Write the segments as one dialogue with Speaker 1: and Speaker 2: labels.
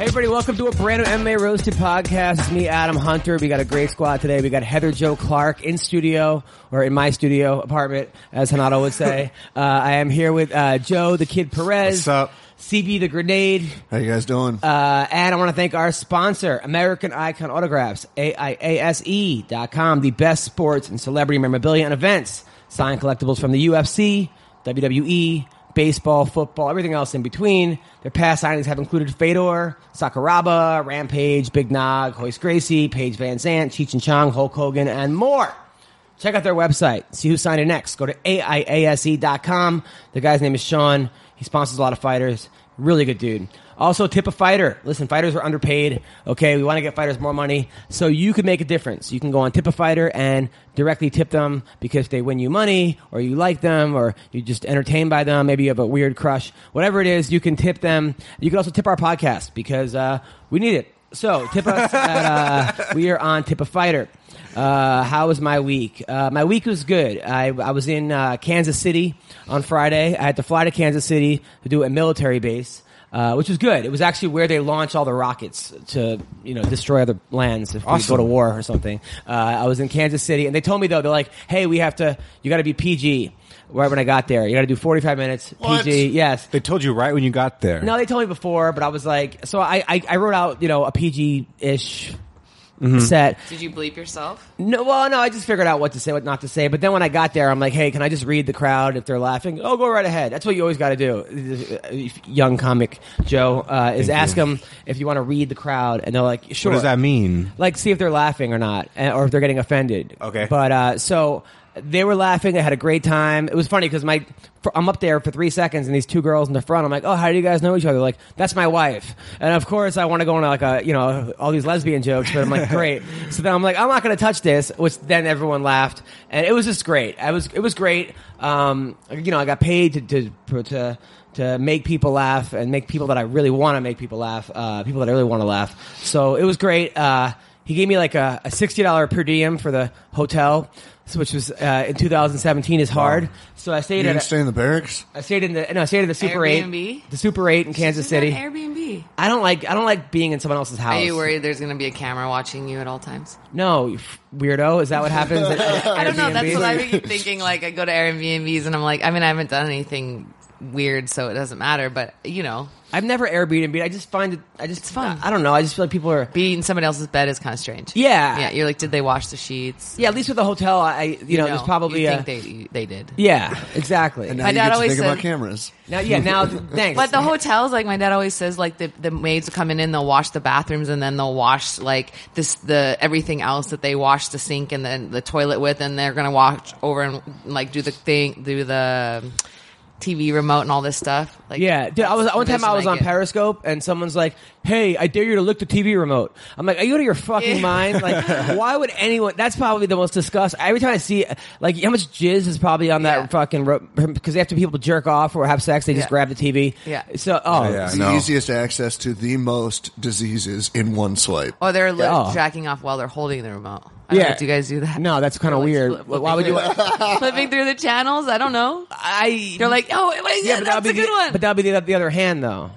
Speaker 1: everybody, welcome to a brand new MMA Roasted podcast. It's me, Adam Hunter. We got a great squad today. We got Heather Joe Clark in studio, or in my studio apartment, as Hanato would say. uh, I am here with uh, Joe, the Kid Perez.
Speaker 2: What's up?
Speaker 1: CB the Grenade.
Speaker 2: How you guys doing?
Speaker 1: Uh, and I want to thank our sponsor, American Icon Autographs, A-I-A-S-E E dot com, the best sports and celebrity memorabilia and events. Signed collectibles from the UFC, WWE, E, baseball, football, everything else in between. Their past signings have included Fedor, Sakuraba, Rampage, Big Nog, Hoist Gracie, Paige Van Zant, Cheech and Chong, Hulk Hogan, and more. Check out their website. See who signed it next. Go to AIASE.com. E The guy's name is Sean. He sponsors a lot of fighters. Really good dude. Also, tip a fighter. Listen, fighters are underpaid. Okay, we want to get fighters more money. So you can make a difference. You can go on Tip a Fighter and directly tip them because they win you money or you like them or you just entertained by them. Maybe you have a weird crush. Whatever it is, you can tip them. You can also tip our podcast because uh, we need it. So tip us. At, uh, we are on Tip a Fighter. Uh, how was my week? Uh, my week was good. I, I was in uh, Kansas City on Friday. I had to fly to Kansas City to do a military base, uh, which was good. It was actually where they launch all the rockets to you know destroy other lands if we go
Speaker 2: Awesome.
Speaker 1: to war or something. Uh, I was in Kansas City, and they told me though they're like, "Hey, we have to. You got to be PG." Right when I got there, you got to do forty five minutes.
Speaker 2: What?
Speaker 1: PG, yes.
Speaker 2: They told you right when you got there.
Speaker 1: No, they told me before, but I was like, so I I, I wrote out you know a PG ish
Speaker 2: Mm-hmm.
Speaker 1: set.
Speaker 3: Did you bleep yourself?
Speaker 1: No, well, no, I just figured out what to say, what not to say. But then when I got there, I'm like, hey, can I just read the crowd if they're laughing? Oh, go right ahead. That's what you always got to do. If- Young comic Joe uh, is ask them if you want to read the crowd, and they're like, sure.
Speaker 2: What does that mean?
Speaker 1: Like, see if they're laughing or not, and- or if they're getting offended.
Speaker 2: Okay.
Speaker 1: But uh, so they were laughing. I had a great time. It was funny because my for, I'm up there for three seconds, and these two girls in the front. I'm like, oh, how do you guys know each other? Like, that's my wife. And of course, I want to go on like a you know all these lesbian jokes, but I'm like, great. So then I'm like, I'm not going to touch this. Which then everyone laughed, and it was just great. I was it was great. Um, you know, I got paid to to. to to make people laugh and make people that I really want to make people laugh, uh, people that I really want to laugh. So it was great. Uh, he gave me like a, a sixty dollar per diem for the hotel, so- which was uh, in 2017 is hard. So I stayed
Speaker 2: You
Speaker 1: at
Speaker 2: didn't
Speaker 1: a-
Speaker 2: stay in the barracks?
Speaker 1: I stayed in the no I stayed in the Super
Speaker 3: Airbnb?
Speaker 1: Eight, the Super Eight in Kansas City.
Speaker 3: Is that Airbnb.
Speaker 1: I don't like I don't like being in someone else's house.
Speaker 3: Are you worried there's going to be a camera watching you at all times?
Speaker 1: No, you f- weirdo. Is that what happens? At, at
Speaker 3: I don't know. That's
Speaker 1: Airbnbs?
Speaker 3: what I be thinking. Like, I go to Airbnbs and I'm like, I mean, I haven't done anything weird, so it doesn't matter. But you know,
Speaker 1: I've never Airbnb. I just find it. I just it's
Speaker 3: fun.
Speaker 1: I, I don't know. I just feel like people are.
Speaker 3: being in somebody else's bed is kind of strange.
Speaker 1: Yeah.
Speaker 3: yeah. You're like, did they wash the sheets?
Speaker 1: Yeah, at least with the hotel, I you, know, there's probably
Speaker 3: you
Speaker 1: a,
Speaker 3: think they they did.
Speaker 1: yeah exactly.
Speaker 2: And now
Speaker 3: My
Speaker 2: you
Speaker 3: dad
Speaker 2: get to
Speaker 3: always
Speaker 2: think about
Speaker 3: said-
Speaker 2: cameras.
Speaker 1: now, yeah, now thanks.
Speaker 3: But the hotels, like my dad always says, like the, the maids will come in and they'll wash the bathrooms and then they'll wash like this the everything else that they wash the sink and then the toilet with, and they're gonna watch over and like do the thing, do the TV remote and all this stuff. Like,
Speaker 1: Yeah, dude. I was
Speaker 3: that's
Speaker 1: one
Speaker 3: the
Speaker 1: time I
Speaker 3: vision
Speaker 1: was on
Speaker 3: get.
Speaker 1: Periscope, and someone's like, "Hey, I dare you to lick the TV remote." I'm like, "Are you out of your fucking
Speaker 3: Yeah.
Speaker 1: mind? Like, why would anyone?" That's probably the most disgust. Every time I see, like, how much jizz is probably on that
Speaker 3: Yeah.
Speaker 1: fucking because after people jerk off or have sex, they just
Speaker 3: Yeah.
Speaker 1: grab the TV.
Speaker 3: Yeah.
Speaker 1: So, oh,
Speaker 2: Yeah,
Speaker 4: the
Speaker 2: no.
Speaker 4: easiest access to the most diseases in one swipe.
Speaker 3: Or they're like,
Speaker 1: Oh.
Speaker 3: jacking off while they're holding the remote. I don't
Speaker 1: Yeah.
Speaker 3: know, do you guys do that?
Speaker 1: No, that's kinda
Speaker 3: Or,
Speaker 1: weird.
Speaker 3: flipping
Speaker 1: Why would you-
Speaker 3: through- flipping through the channels? I don't know.
Speaker 1: I.
Speaker 3: They're like, oh, wait, yeah,
Speaker 1: but that'd
Speaker 3: that's
Speaker 1: be
Speaker 3: a good
Speaker 1: the,
Speaker 3: one.
Speaker 1: But that'd be the, the other hand, though.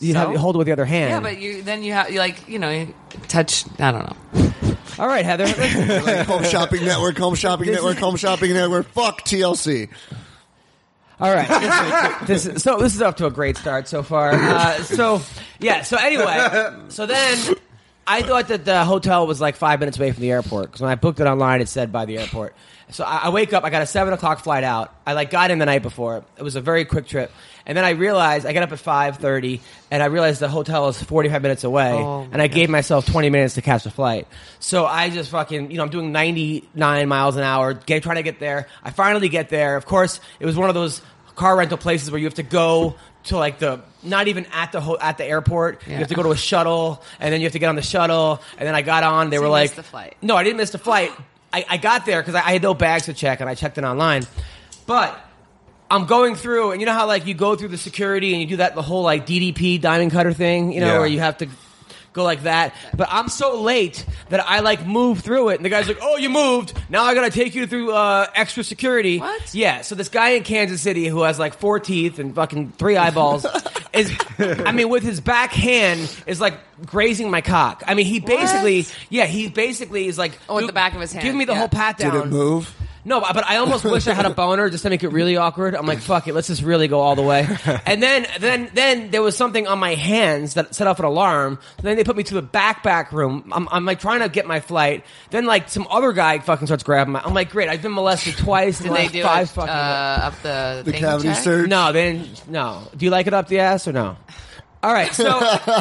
Speaker 1: You'd have
Speaker 3: So?
Speaker 1: you hold it with the other hand.
Speaker 3: yeah, but you then you have you like you know you touch. I don't know.
Speaker 1: all right, Heather. listen.
Speaker 4: Like home shopping network, home shopping network, home shopping network. Fuck TLC.
Speaker 1: All right. this is, so this is off to a great start so far. Uh, so yeah. So anyway. So then. I thought that the hotel was like five minutes away from the airport because when I booked it online, it said by the airport. So I, I wake up. I got a seven o'clock flight out. I like got in the night before. It was a very quick trip, and then I realized I got up at five thirty, and I realized the hotel is forty five minutes away,
Speaker 3: Oh,
Speaker 1: and I gave myself twenty minutes to catch the flight. So I just fucking you know I'm doing ninety nine miles an hour, get, trying to get there. I finally get there. Of course, it was one of those car rental places where you have to go to like the not even at the ho- at the airport. You
Speaker 3: Yeah.
Speaker 1: have to go to a shuttle, and then you have to get on the shuttle, and then I got on. They
Speaker 3: So
Speaker 1: were
Speaker 3: you
Speaker 1: like,
Speaker 3: missed the flight.
Speaker 1: "No, I didn't miss the flight. I, I got there because I, I had no bags to check, and I checked it online." But I'm going through, and you know how like you go through the security and you do that the whole like DDP diamond cutter thing, you know,
Speaker 2: Yeah.
Speaker 1: where you have to go like that. But I'm so late that I like move through it, and the guy's like, "Oh, you moved. Now I gotta take you through uh, extra security."
Speaker 3: What?
Speaker 1: Yeah. So this guy in Kansas City who has like four teeth and fucking three eyeballs is, I mean, with his back hand is like grazing my cock. I mean, he basically, yeah, he basically is like,
Speaker 3: Oh, with
Speaker 1: "Dude,
Speaker 3: the back of his hand,
Speaker 1: Give me the
Speaker 3: yeah.
Speaker 1: whole pat down.
Speaker 4: Did it move?
Speaker 1: No, but but I almost wish I had a boner just to make it really awkward. I'm like, fuck it, let's just really go all the way. And then then then there was something on my hands that set off an alarm. Then they put me to the back back room. I'm, I'm like trying to get my flight. Then like some other guy fucking starts grabbing my. I'm like, great, I've been molested twice. in
Speaker 3: Did
Speaker 1: the
Speaker 3: they
Speaker 1: last
Speaker 3: do
Speaker 1: five
Speaker 3: it, uh,
Speaker 1: fucking.
Speaker 3: up the
Speaker 4: The
Speaker 3: thing
Speaker 4: cavity
Speaker 3: check?
Speaker 4: search?
Speaker 1: no, then no. Do you like it up the ass or no? All right, so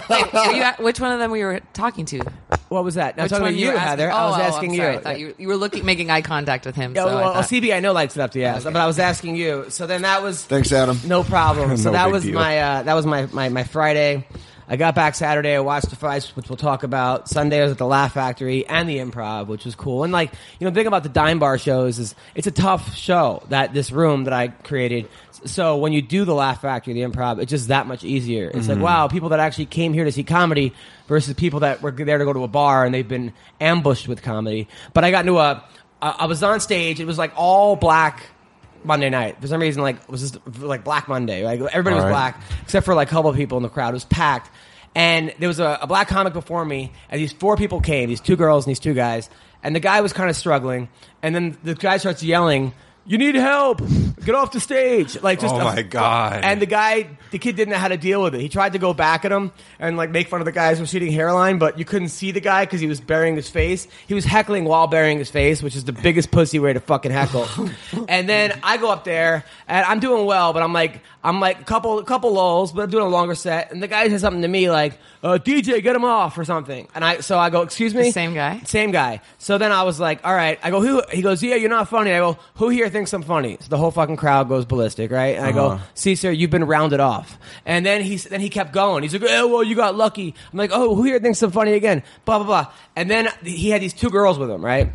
Speaker 3: Wait, were you at- which one of them we were talking to?
Speaker 1: what was that? Now, I'm
Speaker 3: Which
Speaker 1: talking
Speaker 3: one
Speaker 1: about you,
Speaker 3: were asking-
Speaker 1: Heather.
Speaker 3: Oh,
Speaker 1: I was
Speaker 3: oh, I'm
Speaker 1: asking
Speaker 3: sorry.
Speaker 1: you.
Speaker 3: I thought you. You were looking, making eye contact with him.
Speaker 1: Yeah,
Speaker 3: so I
Speaker 1: well,
Speaker 3: thought-
Speaker 1: CB, I know likes it up the ass,
Speaker 3: Okay.
Speaker 1: but I was asking you. So then that was
Speaker 4: Thanks, Adam.
Speaker 1: No problem. So
Speaker 2: No
Speaker 1: that
Speaker 2: big
Speaker 1: was
Speaker 2: deal.
Speaker 1: my uh, that was my, my my Friday. I got back Saturday. I watched the fights, which we'll talk about. Sunday I was at the Laugh Factory and the Improv, which was cool. And like you know, the thing about the Dime Bar shows is it's a tough show that this room that I created. So when you do the Laugh Factory, the Improv, it's just that much easier. It's like
Speaker 2: Mm-hmm.
Speaker 1: wow, people that actually came here to see comedy versus people that were there to go to a bar and they've been ambushed with comedy. But I got into a I I was on stage. It was like all black Monday night. For some reason, like it was just like Black Monday. Like everybody was
Speaker 2: All right.
Speaker 1: black except for like a couple of people in the crowd. It was packed, and there was a, a black comic before me, and these four people came. These two girls and these two guys, and the guy was kind of struggling, and then the guy starts yelling. You need help. Get off the stage. Like just
Speaker 2: Oh,
Speaker 1: a-
Speaker 2: my God.
Speaker 1: And the guy, the kid didn't know how to deal with it. He tried to go back at him and like make fun of the guy's receding hairline, but you couldn't see the guy because he was burying his face. He was heckling while burying his face, which is the biggest pussy way to fucking heckle. and then I go up there and I'm doing well, but I'm like I'm like couple couple lulls, but I'm doing a longer set. And the guy says something to me like, uh, "DJ, get him off" or something. And I so I go, "Excuse me."
Speaker 3: The same guy?
Speaker 1: Same guy. So then I was like, all right. I go, who? He goes, yeah, you're not funny. I go, who here thinks I'm funny? So the whole fucking crowd goes ballistic, right? And I
Speaker 2: Uh-huh.
Speaker 1: go, see, sir, you've been rounded off. And then he then he kept going. He's like, oh, well, you got lucky. I'm like, oh, who here thinks I'm funny again? Blah blah blah. And then he had these two girls with him, right?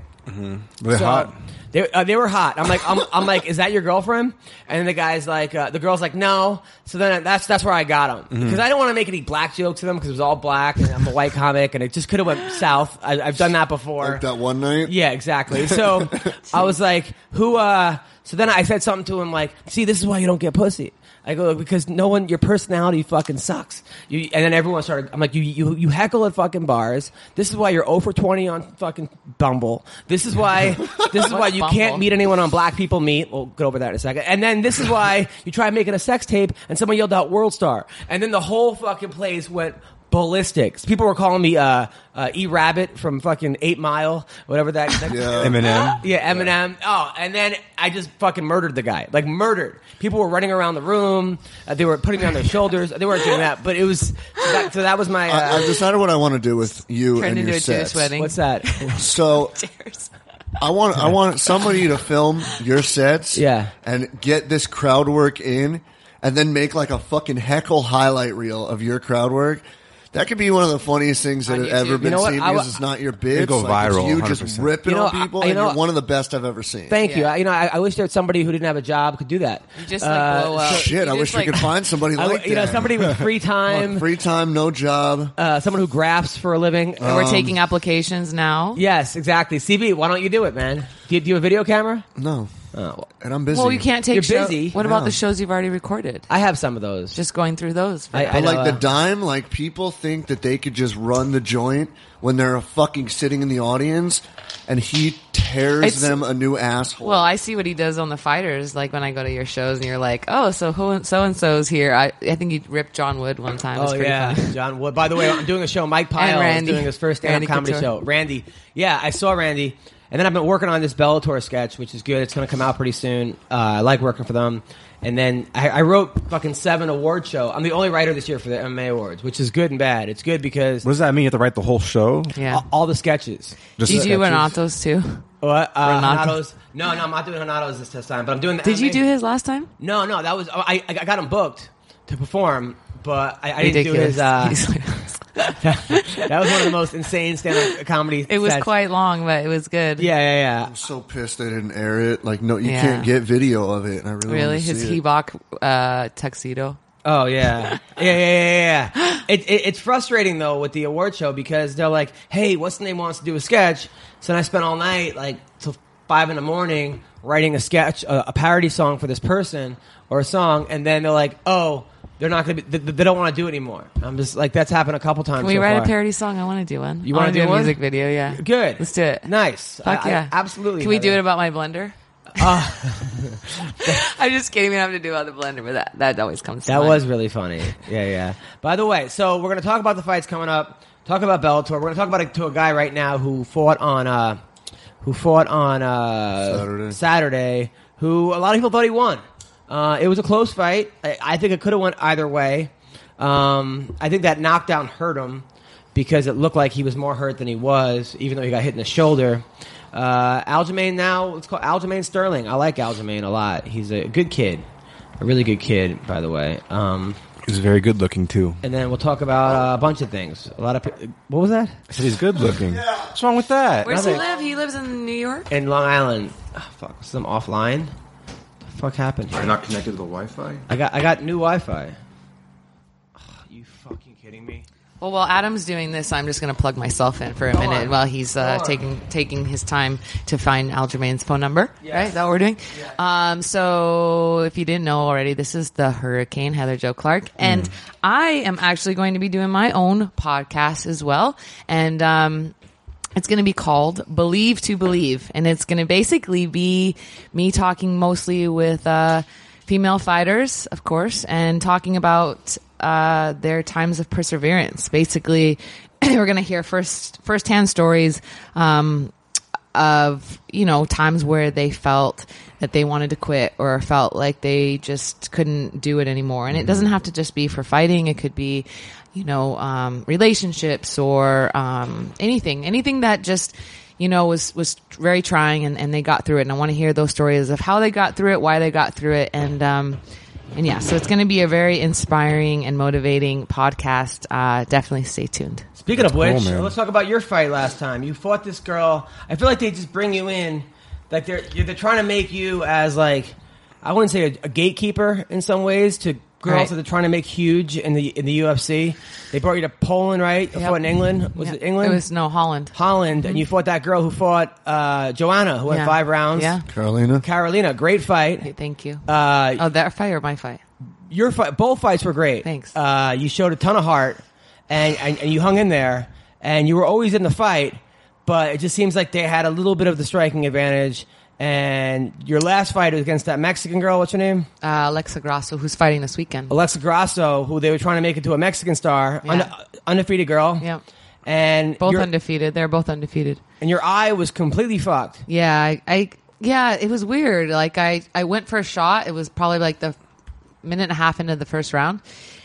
Speaker 2: They're
Speaker 1: So,
Speaker 2: hot.
Speaker 1: They, uh, they were hot. I'm like, I'm, I'm like, is that your girlfriend? And then the guy's like, uh, the girl's like, no. So then that's that's where I got him
Speaker 2: Mm-hmm.
Speaker 1: because I didn't want to make any black jokes to them because it was all black and I'm a white comic and it just could have went south. I, I've done that before.
Speaker 4: Like that one night?
Speaker 1: Yeah, exactly. So I was like, who, uh, so then I said something to him like, see, this is why you don't get pussy. I go, because no one, your personality fucking sucks. You, and then everyone started, I'm like, you, you, you heckle at fucking bars. This is why you're 0 for 20 on fucking Bumble. This is why, this is why
Speaker 3: What's
Speaker 1: you
Speaker 3: Bumble?
Speaker 1: can't meet anyone on Black People Meet. We'll get over that in a second. And then this is why you tried making a sex tape and someone yelled out World Star. And then the whole fucking place went ballistics. People were calling me, uh, uh, E Rabbit from fucking Eight Mile, whatever that, that
Speaker 4: Yeah.
Speaker 2: Eminem.
Speaker 1: Uh, yeah, Eminem. Oh, and then I just fucking murdered the guy. Like murdered. People were running around the room. Uh, they were putting me on their shoulders. They weren't doing that, but it was. So that, so that was my.
Speaker 4: I,
Speaker 1: Uh,
Speaker 4: I've decided what I want to do with you
Speaker 3: Turned
Speaker 4: and
Speaker 3: into
Speaker 4: your
Speaker 3: a Jewish
Speaker 4: sets.
Speaker 3: wedding.
Speaker 1: what's that?
Speaker 4: So I want I want somebody to film your sets,
Speaker 1: Yeah.
Speaker 4: and get this crowd work in, and then make like a fucking heckle highlight reel of your crowd work. That could be one of the funniest things that
Speaker 3: On
Speaker 4: have ever
Speaker 3: YouTube.
Speaker 4: been
Speaker 1: You know what?
Speaker 4: seen
Speaker 1: I
Speaker 4: because
Speaker 1: w-
Speaker 4: it's not your bitch.
Speaker 2: go
Speaker 4: like, it's
Speaker 2: viral,
Speaker 4: you just
Speaker 2: 100%.
Speaker 4: ripping
Speaker 1: You know,
Speaker 4: on people,
Speaker 1: I- you
Speaker 4: and
Speaker 1: know-
Speaker 4: you're one of the best I've ever seen.
Speaker 1: Thank you.
Speaker 3: Yeah.
Speaker 1: I, you know, I, I wish there was somebody who didn't have a job could do that. Uh,
Speaker 3: You just like blow up.
Speaker 4: Uh, Shit,
Speaker 3: You
Speaker 4: I
Speaker 3: just,
Speaker 4: wish
Speaker 3: like,
Speaker 4: we could find somebody
Speaker 1: I
Speaker 4: like
Speaker 1: w- you know,
Speaker 4: that.
Speaker 1: somebody with free
Speaker 4: On
Speaker 1: time,
Speaker 4: free time, no job.
Speaker 1: uh, someone who graphs for a living.
Speaker 3: And
Speaker 4: Um,
Speaker 3: we're taking applications now.
Speaker 1: yes, exactly. CB, why don't you do it, man? Do you, do you have a video camera?
Speaker 4: no,
Speaker 1: Oh,
Speaker 4: and I'm busy.
Speaker 3: Well, you can't take.
Speaker 1: You're
Speaker 3: show-
Speaker 1: busy.
Speaker 3: What about
Speaker 4: Yeah.
Speaker 3: the shows you've already recorded?
Speaker 1: I have some of those.
Speaker 3: Just going through those. for
Speaker 1: I,
Speaker 3: now.
Speaker 1: I
Speaker 4: But
Speaker 1: know,
Speaker 4: like the
Speaker 1: uh,
Speaker 4: dime, like people think that they could just run the joint when they're fucking sitting in the audience, and he tears
Speaker 3: It's-
Speaker 4: them a new asshole.
Speaker 3: Well, I see what he does on the fighters. Like when I go to your shows, and you're like, "Oh, so who so and so's here." I, I think you ripped John Wood one time. It's
Speaker 1: Oh
Speaker 3: pretty
Speaker 1: yeah,
Speaker 3: funny.
Speaker 1: John Wood. By the way, I'm doing a show. Mike
Speaker 3: And
Speaker 1: Pyle is
Speaker 3: Randy.
Speaker 1: doing his first stand-up
Speaker 3: Randy
Speaker 1: comedy show.
Speaker 3: Couture.
Speaker 1: Randy, yeah, I saw Randy, and then I've been working on this Bellator sketch, which is good. It's going to come out pretty soon. Uh, I like working for them. And then I, I wrote fucking seven award show. I'm the only writer this year for the MMA awards, which is good and bad. It's good because
Speaker 2: What does that mean? You have to write the whole show?
Speaker 3: Yeah.
Speaker 1: all, all the sketches.
Speaker 2: Just
Speaker 3: Did you do
Speaker 2: sketches?
Speaker 3: Renatos too?
Speaker 1: What? Uh,
Speaker 3: Renato.
Speaker 1: Renato's? No, no, I'm not doing Renato's this this time. But I'm doing. The
Speaker 3: Did you
Speaker 1: MMA
Speaker 3: do his last time?
Speaker 1: No, no, that was I. I got him booked to perform, but I, I didn't do his. Uh,
Speaker 3: He's like-
Speaker 1: that was one of the most insane stand-up comedy.
Speaker 3: it was
Speaker 1: sets.
Speaker 3: quite long, but it was good.
Speaker 1: Yeah, yeah, yeah.
Speaker 4: I'm so pissed they didn't air it. Like, no, you
Speaker 3: Yeah.
Speaker 4: can't get video of it. And I really,
Speaker 3: Really,
Speaker 4: wanted to
Speaker 3: his
Speaker 4: see it.
Speaker 3: Hebok uh, tuxedo.
Speaker 1: Oh yeah, yeah, yeah, yeah. yeah. It, it, it's frustrating though with the award show because they're like, "Hey, what's the name wants to do a sketch?" So then I spent all night, like till five in the morning, writing a sketch, a, a parody song for this person or a song, and then they're like, "Oh, they're not gonna, be, they, they don't want to do it anymore." I'm just like, that's happened a couple times.
Speaker 3: Can we
Speaker 1: so
Speaker 3: write
Speaker 1: far.
Speaker 3: a parody song? I want to do one.
Speaker 1: You
Speaker 3: I
Speaker 1: wanna
Speaker 3: wanna
Speaker 1: do
Speaker 3: do, a
Speaker 1: one?
Speaker 3: music video? Yeah.
Speaker 1: Good.
Speaker 3: Let's do it.
Speaker 1: Nice.
Speaker 3: Fuck
Speaker 1: I- I-
Speaker 3: yeah.
Speaker 1: absolutely. Uh,
Speaker 3: Can we do
Speaker 1: Heather.
Speaker 3: it about my blender? I just can't even have to do about the blender, but that, that always comes. to
Speaker 1: That
Speaker 3: mind.
Speaker 1: was really funny. Yeah, yeah. By the way, so we're going to talk about the fights coming up. Talk about Bellator. We're going to talk about it to a guy right now who fought on uh who fought on uh
Speaker 4: Saturday.
Speaker 1: Saturday, who a lot of people thought he won. Uh, it was a close fight. I, I think it could have went either way. Um, I think that knockdown hurt him because it looked like he was more hurt than he was, even though he got hit in the shoulder. Uh, Aljamain now, it's called Aljamain Sterling. I like Aljamain a lot. He's a good kid, a really good kid, by the way. Um,
Speaker 2: He's very good looking too.
Speaker 1: and then we'll talk about uh, a bunch of things. A lot of pe- what was that
Speaker 2: I said he's good looking. What's wrong with that?
Speaker 3: Where does he
Speaker 1: Nothing.
Speaker 3: live? He lives in New York.
Speaker 1: in Long Island? Ah, fuck, some offline. The fuck happened? here?
Speaker 2: not connected to the Wi-Fi.
Speaker 1: I got I got new Wi-Fi. Ugh, you fucking kidding me?
Speaker 3: Well, while Adam's doing this, I'm just going to plug myself in for a minute
Speaker 1: on.
Speaker 3: while he's uh,
Speaker 1: Go on.
Speaker 3: taking taking his time to find Aljamain's phone number.
Speaker 1: Yes.
Speaker 3: Right, is that what we're doing? Um, so, if you didn't know already, this is the Hurricane Heather Joe Clark, and
Speaker 1: Hmm.
Speaker 3: I am actually going to be doing my own podcast as well, and. Um, it's going to be called Believe to Believe. And it's going to basically be me talking mostly with uh, female fighters, of course, and talking about uh, their times of perseverance. Basically, we're going to hear first firsthand stories um, of you know times where they felt that they wanted to quit or felt like they just couldn't do it anymore and it doesn't have to just be for fighting it could be you know um, relationships or um, anything anything that just you know was was very trying and, and they got through it and i want to hear those stories of how they got through it why they got through it and um, and yeah so it's going to be a very inspiring and motivating podcast uh, definitely stay tuned
Speaker 1: Speaking of which,
Speaker 2: man.
Speaker 1: let's talk about your fight last time. You fought this girl. I feel like they just bring you in, like they're you're- they're trying to make you as like I wouldn't say a, a gatekeeper in some ways to girls
Speaker 3: Right.
Speaker 1: that they're trying to make huge in the in the UFC. They brought you to Poland, right? You
Speaker 3: Yep.
Speaker 1: fought in England. Was
Speaker 3: Yeah.
Speaker 1: it England?
Speaker 3: it was no holland
Speaker 1: Holland, and you fought that girl who fought uh, Joanna, who
Speaker 3: Mm-hmm. Yeah.
Speaker 1: had five rounds.
Speaker 3: yeah
Speaker 4: Carolina.
Speaker 1: Carolina, great fight.
Speaker 3: thank you
Speaker 1: Uh,
Speaker 3: Oh, that fight or my fight?
Speaker 1: your fight, both fights were great.
Speaker 3: Thanks.
Speaker 1: Uh, you showed a ton of heart, and, and and you hung in there, and you were always in the fight. But it just seems like they had a little bit of the striking advantage. And your last fight was against that Mexican girl. What's her name?
Speaker 3: Uh, Alexa Grasso, who's fighting this weekend.
Speaker 1: Alexa Grasso, who they were trying to make into a Mexican star,
Speaker 3: Yeah.
Speaker 1: unde- undefeated girl.
Speaker 3: Yeah.
Speaker 1: And
Speaker 3: Both
Speaker 1: your,
Speaker 3: undefeated. They're both undefeated.
Speaker 1: and your eye was completely fucked.
Speaker 3: Yeah, I, I yeah, it was weird. Like I, I went for a shot. It was probably like the minute and a half into the first round,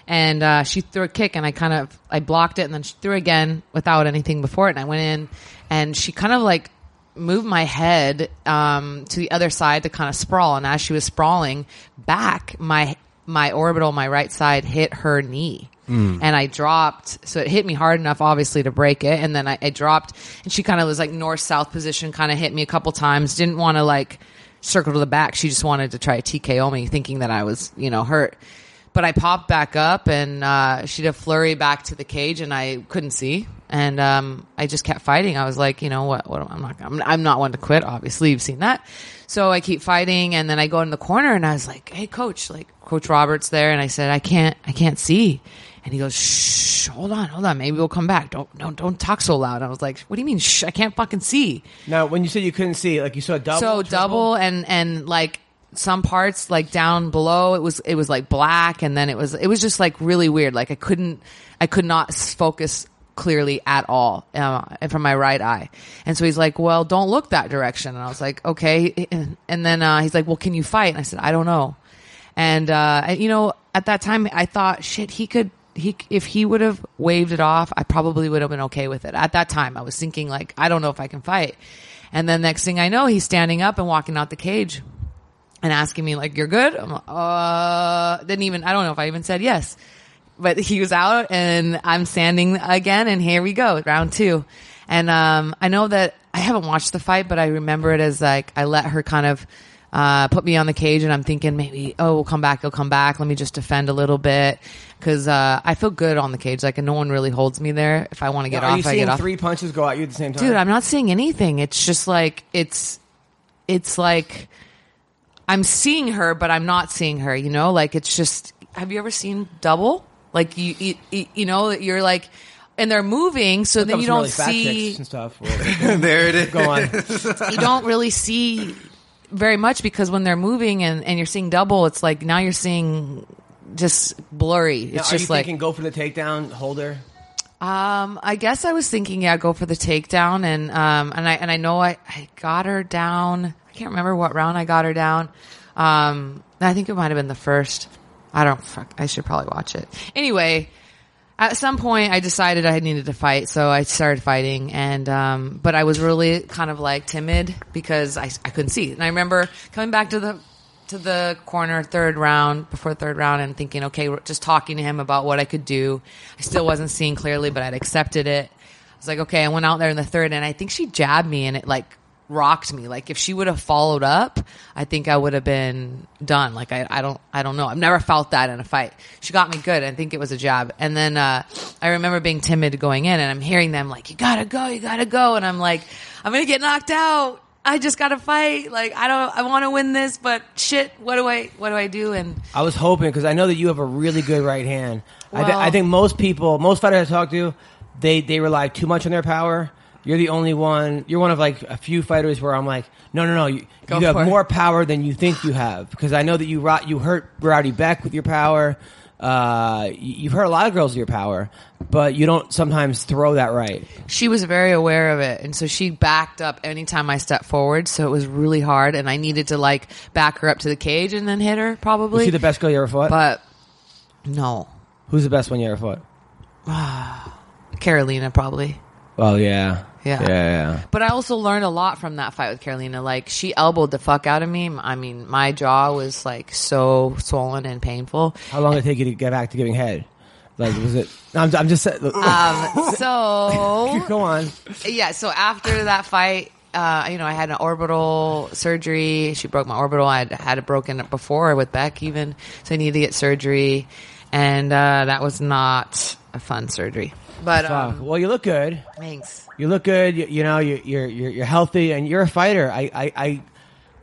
Speaker 3: and uh, she threw a kick, and I kind of I blocked it, and then she threw again without anything before it, and I went in, and she kind of like moved my head um, to the other side to kind of sprawl, and as she was sprawling back, my my orbital, my right side, hit her knee. And I dropped, so it hit me hard enough, obviously, to break it. And then I, I dropped, and she kind of was like north south position, kind of hit me a couple times. Didn't want to like circle to the back. She just wanted to try to TKO me, thinking that I was, you know, hurt. But I popped back up, and uh, she did a flurry back to the cage, and I couldn't see. And um, I just kept fighting. I was like, you know what? What am- I'm not. I'm, I'm not one to quit. Obviously, you've seen that. So I keep fighting, and then I go in the corner, and I was like, "Hey, coach!" Like Coach Roberts there, and I said, "I can't. I can't see." And he goes, "Shh, hold on, hold on. Maybe we'll come back. Don't, don't, don't talk so loud." I was like, "What do you mean? Shh, I can't fucking see."
Speaker 1: Now, when you said you couldn't see, like you saw double,
Speaker 3: so
Speaker 1: triple?
Speaker 3: double and and like some parts like down below it was it was like black and then it was it was just like really weird like i couldn't i could not s- focus clearly at all uh, from my right eye and so he's like well don't look that direction and i was like okay and then uh, he's like well can you fight and i said i don't know and uh, and, you know at that time i thought shit he could he if he would have waved it off i probably would have been okay with it at that time i was thinking like i don't know if i can fight and then next thing i know he's standing up and walking out the cage and asking me like you're good i'm like uh didn't even i don't know if i even said yes but he was out and i'm standing again and here we go round two and um i know that i haven't watched the fight but i remember it as like i let her kind of uh, put me on the cage, and I'm thinking maybe, oh, we'll come back, he'll come back. Let me just defend a little bit because uh, I feel good on the cage. Like, and no one really holds me there. If I want to get
Speaker 1: Are you
Speaker 3: off, I
Speaker 1: seeing
Speaker 3: get off.
Speaker 1: three punches go at you at the same time?
Speaker 3: Dude, I'm not seeing anything. It's just like it's, it's like I'm seeing her, but I'm not seeing her. You know, like it's just. Have you ever seen double? Like you, you, you- you know, you're like, and they're moving, so then
Speaker 1: Some
Speaker 3: you don't
Speaker 1: really fat
Speaker 3: see.
Speaker 1: chicks and stuff. Well,
Speaker 4: there it is.
Speaker 1: go on.
Speaker 3: you don't really see very much because when they're moving and, and you're seeing double, it's like now you're seeing just blurry.
Speaker 1: Now,
Speaker 3: It's
Speaker 1: are you
Speaker 3: just like
Speaker 1: thinking go for the takedown, hold her?
Speaker 3: um, I guess I was thinking, yeah, go for the takedown, and um, and I and I know I, I got her down. I can't remember what round I got her down. Um, I think it might have been the first. I don't. Fuck. I should probably watch it. Anyway, at some point, I decided I needed to fight, so I started fighting, and um, but I was really kind of like timid because I I couldn't see, and I remember coming back to the to the corner third round before third round and thinking okay we're just talking to him about what i could do i still wasn't seeing clearly but i'd accepted it i was like okay i went out there in the third and i think she jabbed me and it like rocked me like if she would have followed up i think i would have been done like I, I don't i don't know i've never felt that in a fight she got me good i think it was a jab and then uh, i remember being timid going in and i'm hearing them like you gotta go you gotta go and i'm like i'm gonna get knocked out I just got to fight. Like I don't, I want to win this, but shit, what do I, what do I do? And
Speaker 1: I was hoping because I know that you have a really good right hand. I, thi-
Speaker 3: Well-
Speaker 1: I think most people, most fighters I talk to, they they rely too much on their power. You're the only one. You're one of like a few fighters where I'm like, no, no, no. You,
Speaker 3: Go
Speaker 1: you have
Speaker 3: for it.
Speaker 1: more power than you think you have because I know that you rot, you hurt Rowdy Beck with your power. Uh, you- you've hurt a lot of girls with your power, but you don't sometimes throw that right.
Speaker 3: she was very aware of it, and so she backed up anytime I stepped forward. So it was really hard, and I needed to like back her up to the cage and then hit her
Speaker 1: Is
Speaker 3: probably.
Speaker 1: she the best girl you ever fought?
Speaker 3: but no,
Speaker 1: Who's the best one you ever fought?
Speaker 3: Carolina probably.
Speaker 1: Well, yeah,
Speaker 3: Yeah.
Speaker 1: yeah, yeah.
Speaker 3: But I also learned a lot from that fight with Carolina. Like she elbowed the fuck out of me. I mean, my jaw was like so swollen and painful.
Speaker 1: How long did it take you to get back to giving head? Like, was it? I'm, I'm just.
Speaker 3: Um, so
Speaker 1: Go on.
Speaker 3: yeah so after that fight uh, you know i had an orbital surgery she broke my orbital i had had it broken before with beck even so i needed to get surgery and uh, that was not a fun surgery but
Speaker 1: Fuck.
Speaker 3: um,
Speaker 1: Well, you look good.
Speaker 3: thanks
Speaker 1: You look good. You, you know, you, you're you're you're healthy, and you're a fighter. I I, I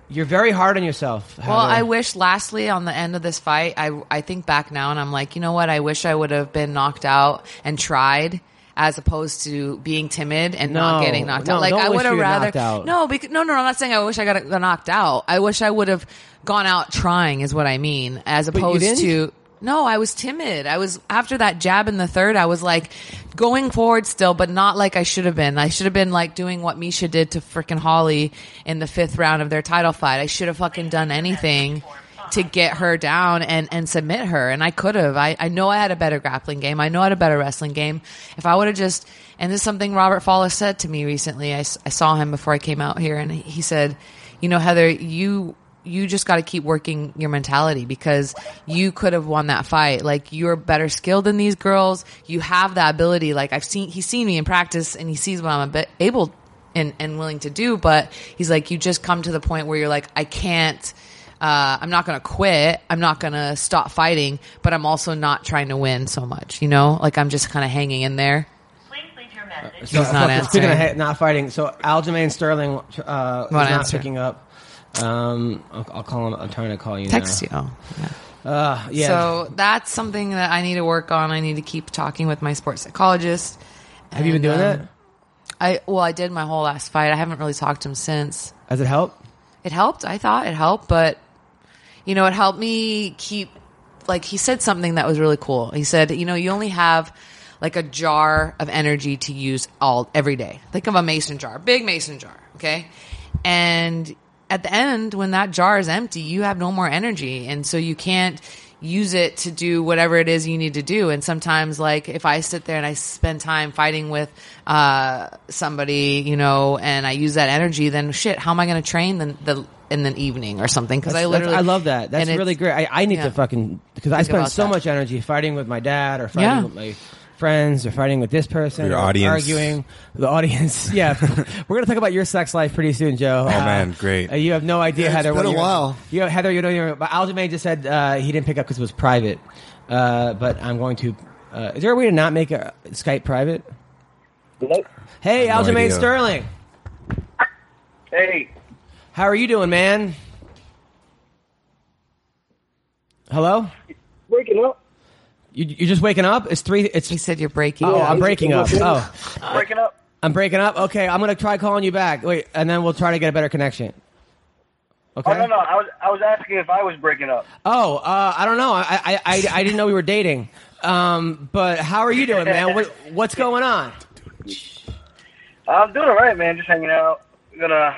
Speaker 1: you're very hard on yourself.
Speaker 3: well
Speaker 1: Heather.
Speaker 3: i wish lastly on the end of this fight i, I think back now and i'm like you know what i wish i would have been knocked out and tried as opposed to being timid and not
Speaker 1: No,
Speaker 3: getting knocked
Speaker 1: no,
Speaker 3: out like
Speaker 1: don't
Speaker 3: i
Speaker 1: wish
Speaker 3: would have
Speaker 1: you were
Speaker 3: rather
Speaker 1: knocked out.
Speaker 3: no because no no i'm not saying i wish i got got knocked out i wish i would have gone out trying is what i mean as
Speaker 1: you
Speaker 3: opposed
Speaker 1: didn't?
Speaker 3: to no, I was timid. I was after that jab in the third. I was like going forward still, but not like I should have been. I should have been like doing what Misha did to frickin' Holly in the fifth round of their title fight. I should have fucking done anything to get her down and and submit her. And I could have. I I know I had a better grappling game. I know I had a better wrestling game. If I would have just and this is something Robert Fowler said to me recently. I, s- I saw him before I came out here, and he said, "You know, Heather, you." you just got to keep working your mentality because you could have won that fight. Like you're better skilled than these girls. You have that ability. Like I've seen, he's seen me in practice and he sees what I'm a bit able and, and willing to do. But he's like, you just come to the point where you're like, I can't, uh, I'm not going to quit. I'm not going to stop fighting, but I'm also not trying to win so much, you know, like I'm just kind of hanging in there.
Speaker 5: Please leave your message.
Speaker 1: So,
Speaker 3: Uh, He's not
Speaker 1: fuck, Speaking of
Speaker 3: answering.
Speaker 1: he- not fighting, so Aljamain Sterling uh, is not
Speaker 3: answer.
Speaker 1: picking up. Um, I'll, I'll call him. I'm trying to call you.
Speaker 3: Text
Speaker 1: now.
Speaker 3: you. Oh, yeah.
Speaker 1: Uh, yeah.
Speaker 3: So that's something that I need to work on. I need to keep talking with my sports psychologist.
Speaker 1: have you been doing
Speaker 3: um,
Speaker 1: that?
Speaker 3: I well, I did my whole last fight. I haven't really talked to him since.
Speaker 1: Has it helped?
Speaker 3: It helped. I thought it helped, but you know, it helped me keep. Like he said something that was really cool. He said, you know, you only have like a jar of energy to use all every day. Think of a mason jar, big mason jar, okay? And at the end, when that jar is empty, you have no more energy, and so you can't use it to do whatever it is you need to do. And sometimes, like if I sit there and I spend time fighting with uh, somebody, you know, and I use that energy, then shit, how am I going to train the, the in the evening or something? Because I
Speaker 1: That's-
Speaker 3: literally,
Speaker 1: I love that. That's
Speaker 3: and it's-
Speaker 1: really great. I, I need
Speaker 3: yeah.
Speaker 1: to fucking because I
Speaker 3: Think
Speaker 1: spend
Speaker 3: about
Speaker 1: so
Speaker 3: that.
Speaker 1: much energy fighting with my dad or fighting
Speaker 3: Yeah.
Speaker 1: with my friends or fighting with this person,
Speaker 2: Your
Speaker 1: or
Speaker 2: audience.
Speaker 1: arguing, the audience. Yeah, we're gonna talk about your sex life pretty soon, Joe. Oh
Speaker 2: man, great.
Speaker 1: You have no idea,
Speaker 4: Yeah, it's
Speaker 1: Heather.
Speaker 4: been
Speaker 1: what
Speaker 4: a
Speaker 1: you're-
Speaker 4: while.
Speaker 1: You know, Heather, you know, you're, but Aljamain just said uh, he didn't pick up because it was private. Uh, but I'm going to. Uh, is there a way to not make a Skype private?
Speaker 5: Nope.
Speaker 1: Hey,
Speaker 2: have no
Speaker 1: Aljamain
Speaker 2: idea.
Speaker 1: Sterling,
Speaker 5: Hey,
Speaker 1: how are you doing, man? Hello,
Speaker 5: breaking up.
Speaker 1: you, you're just waking up. It's three. It's
Speaker 3: He said you're breaking.
Speaker 1: oh,
Speaker 3: up.
Speaker 1: I'm breaking up. Oh,
Speaker 5: Breaking up.
Speaker 1: I'm breaking up. Okay, I'm gonna try calling you back. Wait, and then we'll try to get a better connection. Okay.
Speaker 5: Oh no no, I was I was asking if I was breaking up.
Speaker 1: Oh, uh, I don't know. I, I, I, I didn't know we were dating. Um, but how are you doing, man? What, what's going on?
Speaker 5: I'm doing all right, man. Just hanging out. gonna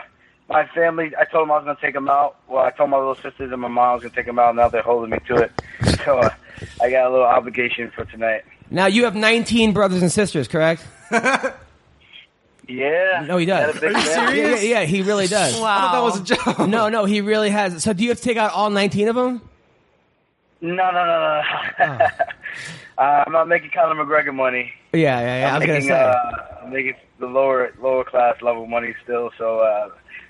Speaker 5: my family. I told them I was gonna take them out. Well, I told my little sisters and my mom I was gonna take them out. Now they're holding me to it. So uh, I got a little obligation for tonight.
Speaker 1: Now you have 19 brothers and sisters, correct?
Speaker 5: Yeah.
Speaker 1: No, he does.
Speaker 5: Got a big
Speaker 1: Yeah,
Speaker 5: family.
Speaker 1: yeah, yeah, he really does.
Speaker 3: Wow.
Speaker 2: joke.
Speaker 1: No, no, he really has. So do you have to take out all 19 of them?
Speaker 5: No, no, no, no. no. uh, I'm not making Conor McGregor money.
Speaker 1: Yeah, yeah, Oh. yeah. I was gonna
Speaker 5: making,
Speaker 1: say.
Speaker 5: Uh, I'm making the lower lower class level money still. So uh,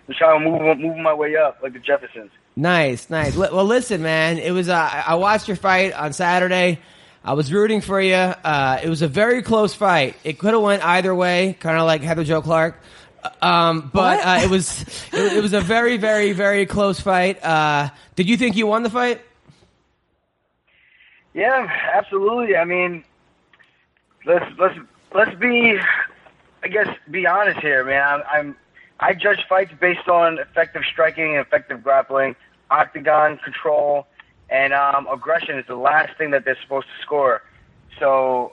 Speaker 5: I'm trying to move move my way up like the Jeffersons.
Speaker 1: Nice, nice. Li- Well, listen, man, it was. Uh, I I watched your fight on Saturday. I was rooting for you. Uh, it was a very close fight. It could have went either way, kind of like Heather Joe Clark. Uh, Um, but
Speaker 3: What?
Speaker 1: uh, it was it, it was a very, very, very close fight. Uh, did you think you won the fight?
Speaker 5: Yeah, absolutely. I mean, let's let's let's be, I guess, be honest here, man. I'm, I'm I judge fights based on effective striking and effective grappling, octagon control, and um, aggression is the last thing that they're supposed to score. So,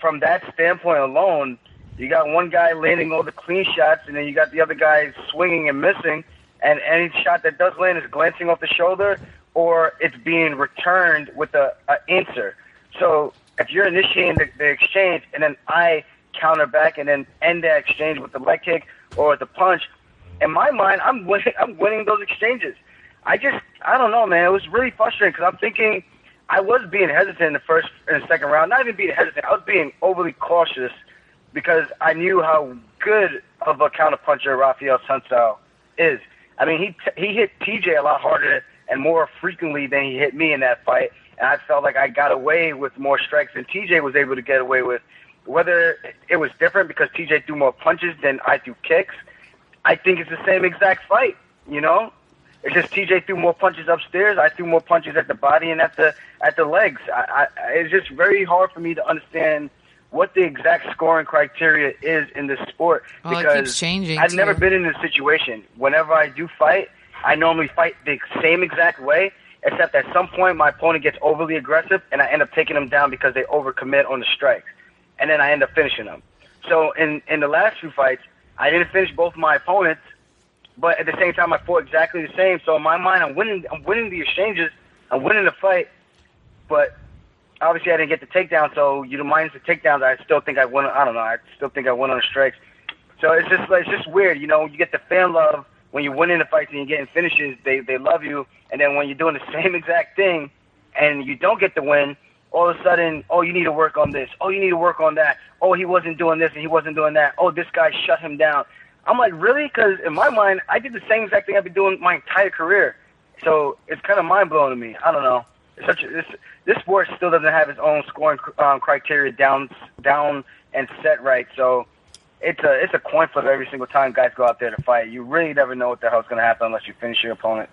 Speaker 5: from that standpoint alone, you got one guy landing all the clean shots, and then you got the other guy swinging and missing. And any shot that does land is glancing off the shoulder, or it's being returned with a, a answer. So if you're initiating the, the exchange, and then I counter back, and then end that exchange with the leg kick or with the punch, in my mind, I'm winning. I'm winning those exchanges. I just, I don't know, man. It was really frustrating because I'm thinking I was being hesitant in the first and the second round. Not even being hesitant. I was being overly cautious because I knew how good of a counterpuncher Rafael Sunsao is. I mean, he t- he hit TJ a lot harder and more frequently than he hit me in that fight, and I felt like I got away with more strikes than TJ was able to get away with. Whether it was different because TJ threw more punches than I threw kicks, I think it's the same exact fight. You know, it's just TJ threw more punches upstairs. I threw more punches at the body and at the at the legs. I, I, it's just very hard for me to understand what the exact scoring criteria is in this sport
Speaker 3: Well, Oh, it
Speaker 5: because
Speaker 3: keeps changing,
Speaker 5: I've never
Speaker 3: too.
Speaker 5: been in this situation. Whenever I do fight, I normally fight the same exact way, except at some point my opponent gets overly aggressive and I end up taking them down because they overcommit on the strikes, and then I end up finishing them. So in in the last two fights, I didn't finish both my opponents but at the same time, I fought exactly the same. So in my mind, I'm winning. I'm winning the exchanges. I'm winning the fight. But obviously, I didn't get the takedown. So you know, minus the takedowns, I still think I won. I don't know. I still think I won on the strikes. So it's just like it's just weird. You know, you get the fan love when you're winning the fights and you're getting finishes. They they love you. And then when you're doing the same exact thing and you don't get the win, all of a sudden, oh, you need to work on this. Oh, you need to work on that. Oh, he wasn't doing this and he wasn't doing that. Oh, this guy shut him down. I'm like, really? Because in my mind, I did the same exact thing I've been doing my entire career. So it's kind of mind blowing to me. I don't know. It's such a, this this sport still doesn't have its own scoring cr- um, criteria down down and set right. So it's a it's a coin flip every single time guys go out there to fight. You really never know what the hell's going to happen unless you finish your opponent.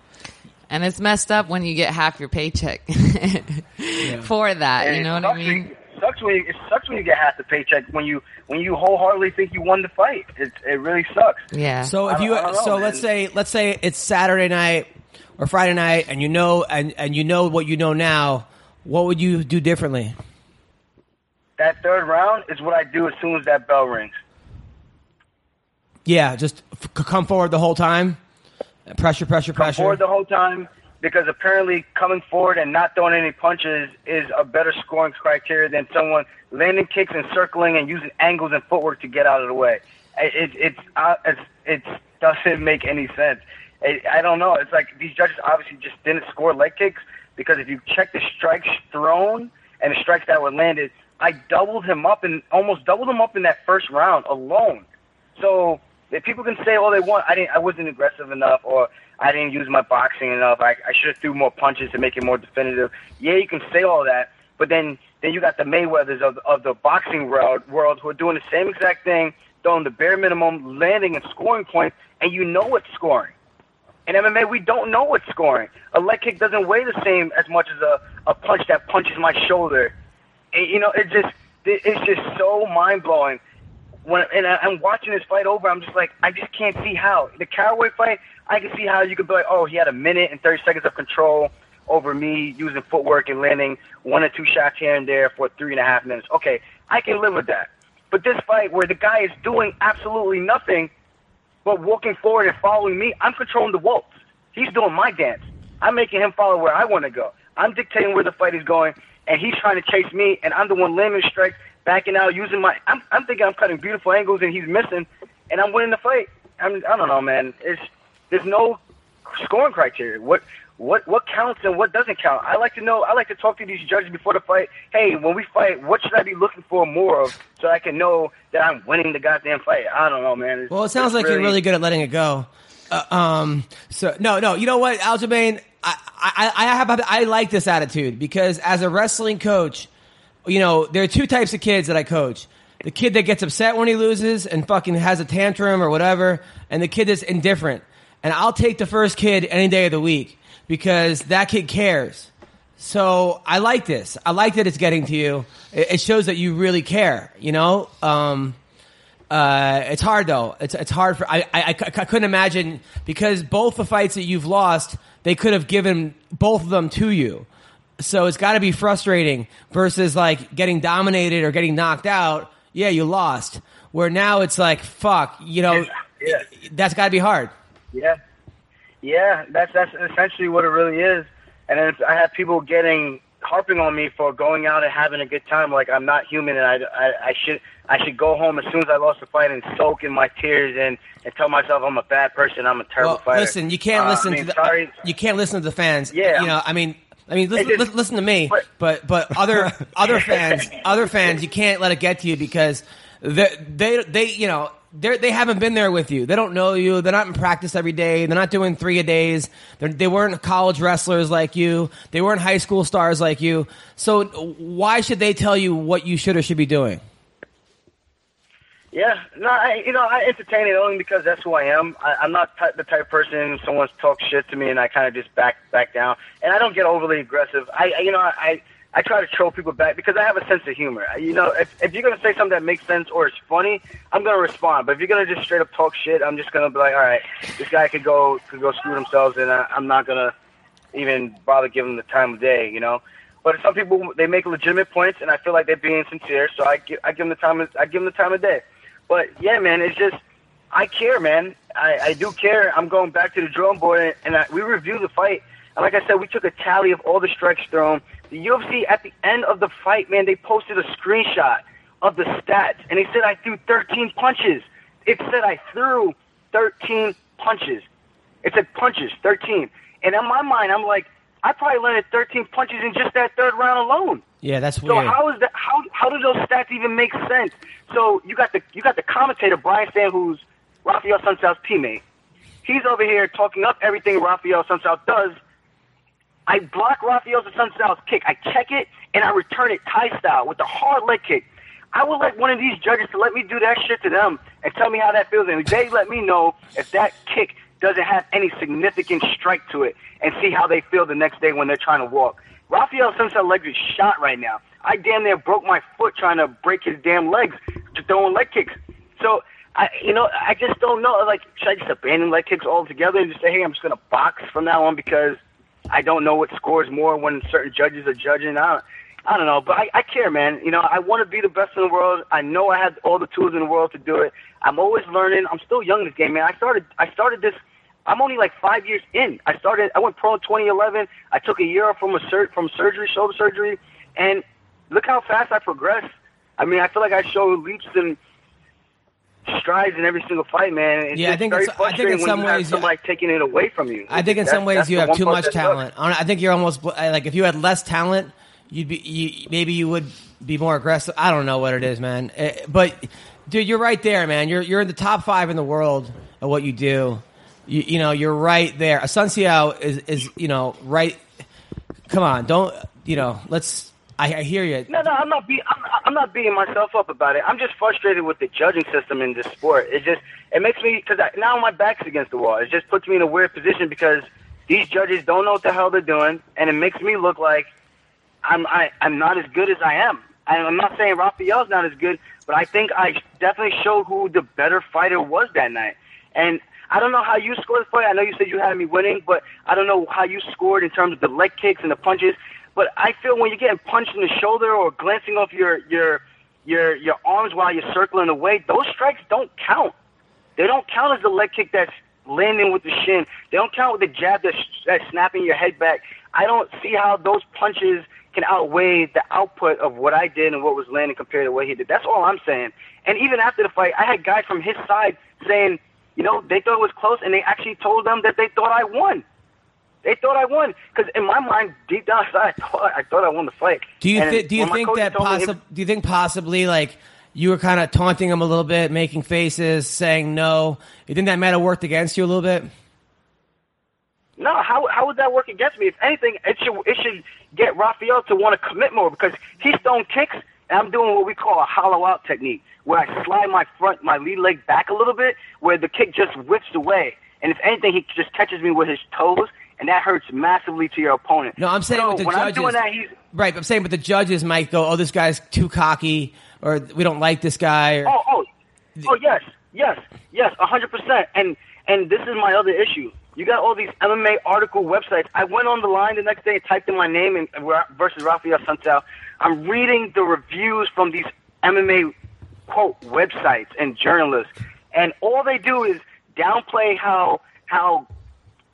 Speaker 3: and it's messed up when you get half your paycheck for that.
Speaker 5: And
Speaker 3: You
Speaker 5: it
Speaker 3: know what I
Speaker 5: sucks when-
Speaker 3: mean?
Speaker 5: It sucks when you, it sucks when you get half the paycheck when you when you wholeheartedly think you won the fight. It it really sucks.
Speaker 3: Yeah.
Speaker 1: So if
Speaker 5: I
Speaker 1: you
Speaker 5: don't- I don't know,
Speaker 1: so
Speaker 5: man.
Speaker 1: let's say let's say it's Saturday night or Friday night, and you know and and you know what you know now. What would you do differently?
Speaker 5: That third round is what I do as soon as that bell rings.
Speaker 1: Yeah, just f- come forward the whole time. Pressure, pressure, pressure.
Speaker 5: forward the whole time because apparently coming forward and not throwing any punches is a better scoring criteria than someone landing kicks and circling and using angles and footwork to get out of the way. It it it's, uh, it's it doesn't make any sense. I I don't know. It's like these judges obviously just didn't score leg kicks because if you check the strikes thrown and the strikes that were landed, I doubled him up and almost doubled him up in that first round alone. So if people can say all they want, I didn't, I wasn't aggressive enough, or I didn't use my boxing enough. I, I should have threw more punches to make it more definitive. Yeah, you can say all that, but then then you got the Mayweather's of of the boxing world world who are doing the same exact thing, throwing the bare minimum, landing and scoring points, and you know it's scoring. In MMA, we don't know what's scoring. A leg kick doesn't weigh the same as much as a, a punch that punches my shoulder. And, you know, it just it- it's just so mind blowing. When and I, I'm watching this fight over, I'm just like, I just can't see how the Cowboy fight. I can see how you could be like, oh, he had a minute and 30 seconds of control over me using footwork and landing one or two shots here and there for three and a half minutes. Okay, I can live with that. But this fight where the guy is doing absolutely nothing but walking forward and following me, I'm controlling the waltz. He's doing my dance. I'm making him follow where I want to go. I'm dictating where the fight is going, and he's trying to chase me, and I'm the one landing strikes, backing out, using my. I'm, I'm thinking I'm cutting beautiful angles, and he's missing, and I'm winning the fight. I'm, I don't know, man. It's there's no scoring criteria. What what what counts and what doesn't count? I like to know. I like to talk to these judges before the fight. Hey, when we fight, what should I be looking for more of so I can know that I'm winning the goddamn fight? I don't know, man. It's-
Speaker 1: Well, it sounds
Speaker 5: it's
Speaker 1: like you're really good at letting it go. Uh, um, so no, no, you know what, Aljamain, I, I, I have, I like this attitude because as a wrestling coach, you know, there are two types of kids that I coach. The kid that gets upset when he loses and fucking has a tantrum or whatever, and the kid that's indifferent. And I'll take the first kid any day of the week because that kid cares. So I like this. I like that it's getting to you. It, it shows that you really care, you know? Um, uh, it's hard though. It's it's hard for I, I I c- I couldn't imagine because both the fights that you've lost, they could have given both of them to you. So it's got to be frustrating versus like getting dominated or getting knocked out. Yeah, you lost. Where now it's like fuck, you know,
Speaker 5: Yeah.
Speaker 1: that's got to be hard.
Speaker 5: Yeah, yeah, that's that's essentially what it really is. And then if I have people getting harping on me for going out and having a good time, like I'm not human, and I, I, I should I should go home as soon as I lost the fight and soak in my tears and and tell myself I'm a bad person, I'm a terrible
Speaker 1: Well,
Speaker 5: fighter.
Speaker 1: listen, you can't
Speaker 5: Uh,
Speaker 1: listen
Speaker 5: I mean,
Speaker 1: to the
Speaker 5: sorry.
Speaker 1: you can't listen to the fans.
Speaker 5: Yeah.
Speaker 1: you know, I mean, I mean, listen,
Speaker 5: It just-
Speaker 1: lis- listen to me,
Speaker 5: but-
Speaker 1: but but other other fans, other fans, you can't let it get to you because they they, they you know. They're, they haven't been there with you. They don't know you. They're not in practice every day. They're not doing three a days. They're, they weren't college wrestlers like you. They weren't high school stars like you. So why should they tell you what you should or should be doing?
Speaker 5: Yeah, no, I, you know, I entertain it only because that's who I am. I, I'm not ty- the type of person someone's talk shit to me and I kind of just back back down. And I don't get overly aggressive. I, I- you know, I I try to troll people back because I have a sense of humor. I- You know, if if you're gonna say something that makes sense or it's funny, I'm gonna respond. But if you're gonna just straight up talk shit, I'm just gonna be like, all right, this guy could go could go screw themselves, and I, I'm not gonna even bother giving them the time of day, you know. But some people they make legitimate points, and I feel like they're being sincere, so I give I give them the time of, I give them the time of day. But yeah, man, it's just I care, man. I, I do care. I'm going back to the drawing board, and, and I, we review the fight. And like I said, we took a tally of all the strikes thrown. The UFC at the end of the fight, man, they posted a screenshot of the stats, and they said I threw 13 punches. It said I threw 13 punches. It said punches, 13. And in my mind, I'm like, I probably landed 13 punches in just that third round alone.
Speaker 1: Yeah, that's
Speaker 5: So
Speaker 1: weird.
Speaker 5: how is that? How how do those stats even make sense? So you got the you got the commentator Brian Stan, who's Rafael Sunsal's teammate. He's over here talking up everything Rafael Sunsal does. I block Rafael Sunsal's kick. I check it and I return it Thai style with a hard leg kick. I would like one of these judges to let me do that shit to them and tell me how that feels, and they let me know if that kick doesn't have any significant strike to it, and see how they feel the next day when they're trying to walk. Rafael Sunset leg is shot right now. I damn near broke my foot trying to break his damn legs, to throwing leg kicks. So I, you know, I just don't know. Like, should I just abandon leg kicks altogether and just say, hey, I'm just gonna box from now on because I don't know what scores more when certain judges are judging. I don't, I don't know, but I, I care, man. You know, I want to be the best in the world. I know I have all the tools in the world to do it. I'm always learning. I'm still young in this game, man. I started, I started this. I'm only like five years in. I started. I went pro in 2011. I took a year off from a sur- from surgery, shoulder surgery, and look how fast I progressed. I mean, I feel like I show leaps and strides in every single fight, man. It's
Speaker 1: Yeah, I
Speaker 5: just
Speaker 1: think
Speaker 5: very
Speaker 1: it's- I think in
Speaker 5: frustrating when
Speaker 1: some
Speaker 5: you have
Speaker 1: ways-
Speaker 5: somebody taking it away from you.
Speaker 1: I think in
Speaker 5: That's-
Speaker 1: some ways
Speaker 5: that's
Speaker 1: you
Speaker 5: the
Speaker 1: have
Speaker 5: one
Speaker 1: too
Speaker 5: part
Speaker 1: much
Speaker 5: that sucks.
Speaker 1: talent. I don't- I think you're almost bl- I- like if you had less talent, you'd be you, maybe you would be more aggressive. I don't know what it is, man. Eh, but dude, you're right there, man. You're you're in the top five in the world at what you do. You, you know, you're right there. Asuncio is is you know right. Come on, don't you know? Let's. I, I hear you.
Speaker 5: No, no, I'm not be I'm, I'm not beating myself up about it. I'm just frustrated with the judging system in this sport. It just it makes me because now my back's against the wall. It just puts me in a weird position because these judges don't know what the hell they're doing, and it makes me look like I'm I, I'm not as good as I am. I, I'm not saying Raphael's not as good, but I think I definitely showed who the better fighter was that night. And I don't know how you scored the fight. I know you said you had me winning, but I don't know how you scored in terms of the leg kicks and the punches. But I feel when you're getting punched in the shoulder or glancing off your your your your arms while you're circling away, those strikes don't count. They don't count as the leg kick that's landing with the shin. They don't count with the jab that's, that's snapping your head back. I don't see how those punches can outweigh the output of what I did and what was landing compared to what he did. That's all I'm saying. And even after the fight, I had guys from his side saying, you know, they thought it was close, and they actually told them that they thought I won. They thought I won because in my mind, deep down inside, I thought I thought I won the fight.
Speaker 1: Do you
Speaker 5: And
Speaker 1: thi- do you
Speaker 5: when my
Speaker 1: think
Speaker 5: coach
Speaker 1: that
Speaker 5: told me-
Speaker 1: possib- do you think possibly like you were kind of taunting him a little bit, making faces, saying no? You think that might have worked against you a little bit?
Speaker 5: No, how how would that work against me? If anything, it should it should get Rafael to want to commit more because he's throwing kicks and I'm doing what we call a hollow out technique, where I slide my front my lead leg back a little bit, where the kick just whips away. And if anything, he just catches me with his toes, and that hurts massively to your opponent.
Speaker 1: No, I'm saying
Speaker 5: so
Speaker 1: with the
Speaker 5: when
Speaker 1: judges.
Speaker 5: I'm doing that, he's
Speaker 1: right, but I'm saying but the judges might go, "Oh, this guy's too cocky," or "We don't like this guy." Or,
Speaker 5: Oh, oh, oh, yes, yes, yes, a hundred percent. And and this is my other issue. You got all these MMA article websites. I went on the line the next day and typed in my name and versus Rafael Santel. I'm reading the reviews from these MMA quote websites and journalists, and all they do is downplay how how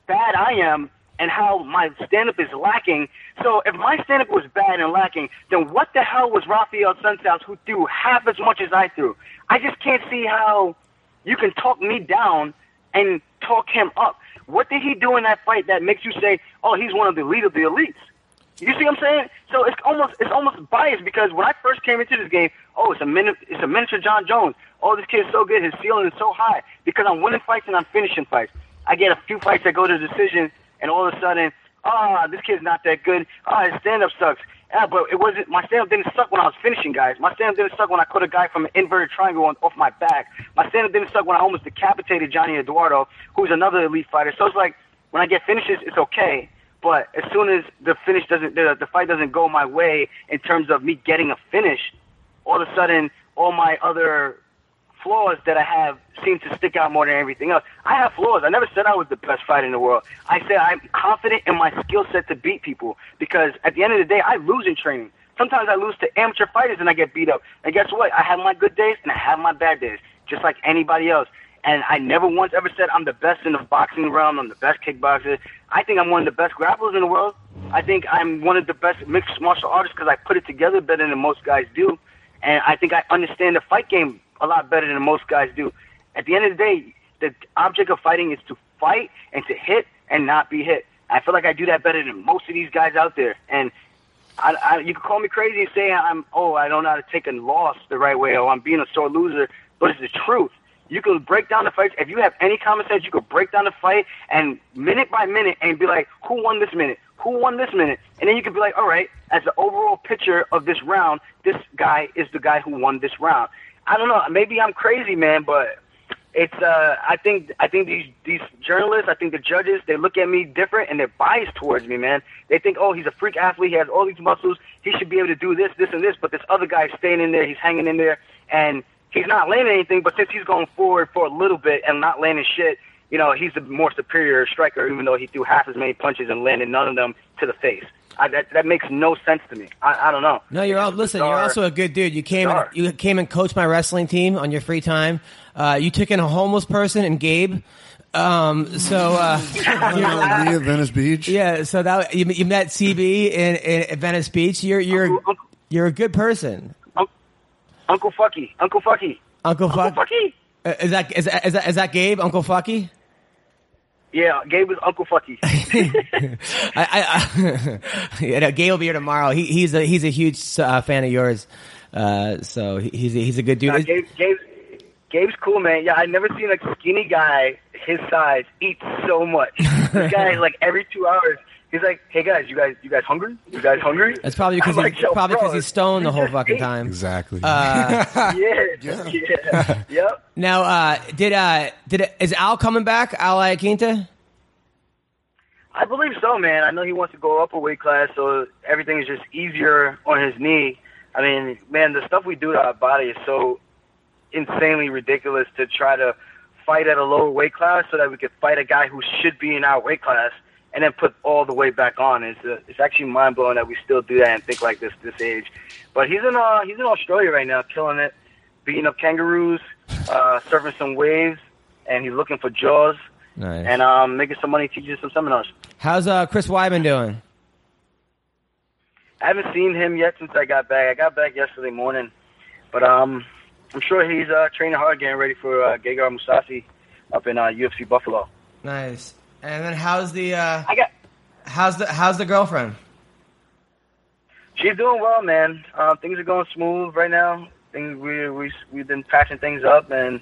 Speaker 5: bad I am and how my stand up is lacking. So if my stand up was bad and lacking, then what the hell was Rafael Sunsouth who threw half as much as I threw? I just can't see how you can talk me down and talk him up. What did he do in that fight that makes you say, Oh, he's one of the elite of the elites? You see what I'm saying? So it's almost it's almost biased because when I first came into this game, oh, it's a mini, it's a miniature John Jones. Oh, this kid is so good, his ceiling is so high because I'm winning fights and I'm finishing fights. I get a few fights that go to decision, and all of a sudden, ah, this kid's not that good. Ah, his stand up sucks. Yeah, but it wasn't my stand up didn't suck when I was finishing guys. My stand up didn't suck when I caught a guy from an inverted triangle on, off my back. My stand up didn't suck when I almost decapitated Johnny Eduardo, who's another elite fighter. So it's like when I get finishes, it's okay. But as soon as the finish doesn't, the, the fight doesn't go my way in terms of me getting a finish, all of a sudden, all my other flaws that I have seem to stick out more than everything else. I have flaws. I never said I was the best fighter in the world. I said I'm confident in my skill set to beat people because at the end of the day, I lose in training. Sometimes I lose to amateur fighters and I get beat up. And guess what? I have my good days and I have my bad days, just like anybody else. And I never once ever said I'm the best in the boxing realm. I'm the best kickboxer. I think I'm one of the best grapplers in the world. I think I'm one of the best mixed martial artists because I put it together better than most guys do and I think I understand the fight game a lot better than most guys do. At the end of the day, the object of fighting is to fight and to hit and not be hit. I feel like I do that better than most of these guys out there. And I, I, you can call me crazy and say I'm, oh, I don't know how to take a loss the right way, or I'm being a sore loser, but it's the truth. You can break down the fights. If you have any common sense, you can break down the fight and minute by minute and be like, who won this minute? Who won this minute? And then you can be like, all right, as the overall picture of this round, this guy is the guy who won this round. I don't know. Maybe I'm crazy, man, but it's. Uh, I think. I think these these journalists. I think the judges. They look at me different, and they're biased towards me, man. They think, oh, he's a freak athlete. He has all these muscles. He should be able to do this, this, and this. But this other guy's staying in there. He's hanging in there, and he's not landing anything. But since he's going forward for a little bit and not landing shit, you know, he's the more superior striker, even though he threw half as many punches and landed none of them to the face. I, that that makes no sense to me. I, I don't know.
Speaker 1: No, you're all, listen. You're
Speaker 5: bizarre.
Speaker 1: also a good dude. You came and,
Speaker 5: Bizarre.
Speaker 1: you came and coached my wrestling team on your free time. Uh, you took in a homeless person and Gabe. Um, so uh,
Speaker 4: Maria, Venice Beach.
Speaker 1: yeah, so that you, you met CB in, in Venice Beach. You're you're
Speaker 5: Uncle- Uncle-
Speaker 1: you're a good person,
Speaker 5: Uncle Fucky, Uncle Fucky,
Speaker 1: Uncle Fuck.
Speaker 5: Uncle Fucky.
Speaker 1: Uh, Is that is that, is that is that Gabe Uncle Fucky?
Speaker 5: Yeah, Gabe was Uncle Fucky.
Speaker 1: I, I, yeah, no, Gabe will be here tomorrow. He, he's a he's a huge uh, fan of yours, uh, so he- he's a, he's a good dude.
Speaker 5: Nah, Gabe, Gabe, Gabe's cool, man. Yeah, I never seen a skinny guy his size eat so much. This guy, like every two hours, he's like, "Hey guys, you guys, you guys hungry? You guys hungry?"
Speaker 1: That's probably because
Speaker 5: I'm like,
Speaker 1: he's
Speaker 5: "Yo,
Speaker 1: probably
Speaker 5: bro,
Speaker 1: because he's stoned the
Speaker 5: you
Speaker 1: whole
Speaker 5: just
Speaker 1: fucking
Speaker 5: ate."
Speaker 1: time.
Speaker 2: Exactly.
Speaker 5: Yeah, yeah, yep.
Speaker 1: Now, uh, did uh, did is Al coming back? Al Iaquinta?
Speaker 5: I believe so, man. I know he wants to go up a weight class, so everything is just easier on his knee. I mean, man, the stuff we do to our body is so insanely ridiculous to try to fight at a lower weight class so that we could fight a guy who should be in our weight class and then put all the weight back on. It's uh it's actually mind blowing that we still do that and think like this this age. But he's in uh he's in Australia right now, killing it, beating up kangaroos, uh, surfing some waves, and he's looking for jaws.
Speaker 1: Nice.
Speaker 5: And um, making some money teaching some seminars.
Speaker 1: How's uh, Chris Wyman doing?
Speaker 5: I haven't seen him yet since I got back. I got back yesterday morning, but um, I'm sure he's uh, training hard, getting ready for uh, Gegard Mousasi up in uh, UFC Buffalo.
Speaker 1: Nice. And then how's the uh,
Speaker 5: I got
Speaker 1: how's the how's the girlfriend?
Speaker 5: she's doing well, man. Um, things are going smooth right now. Things we we we've been patching things up, and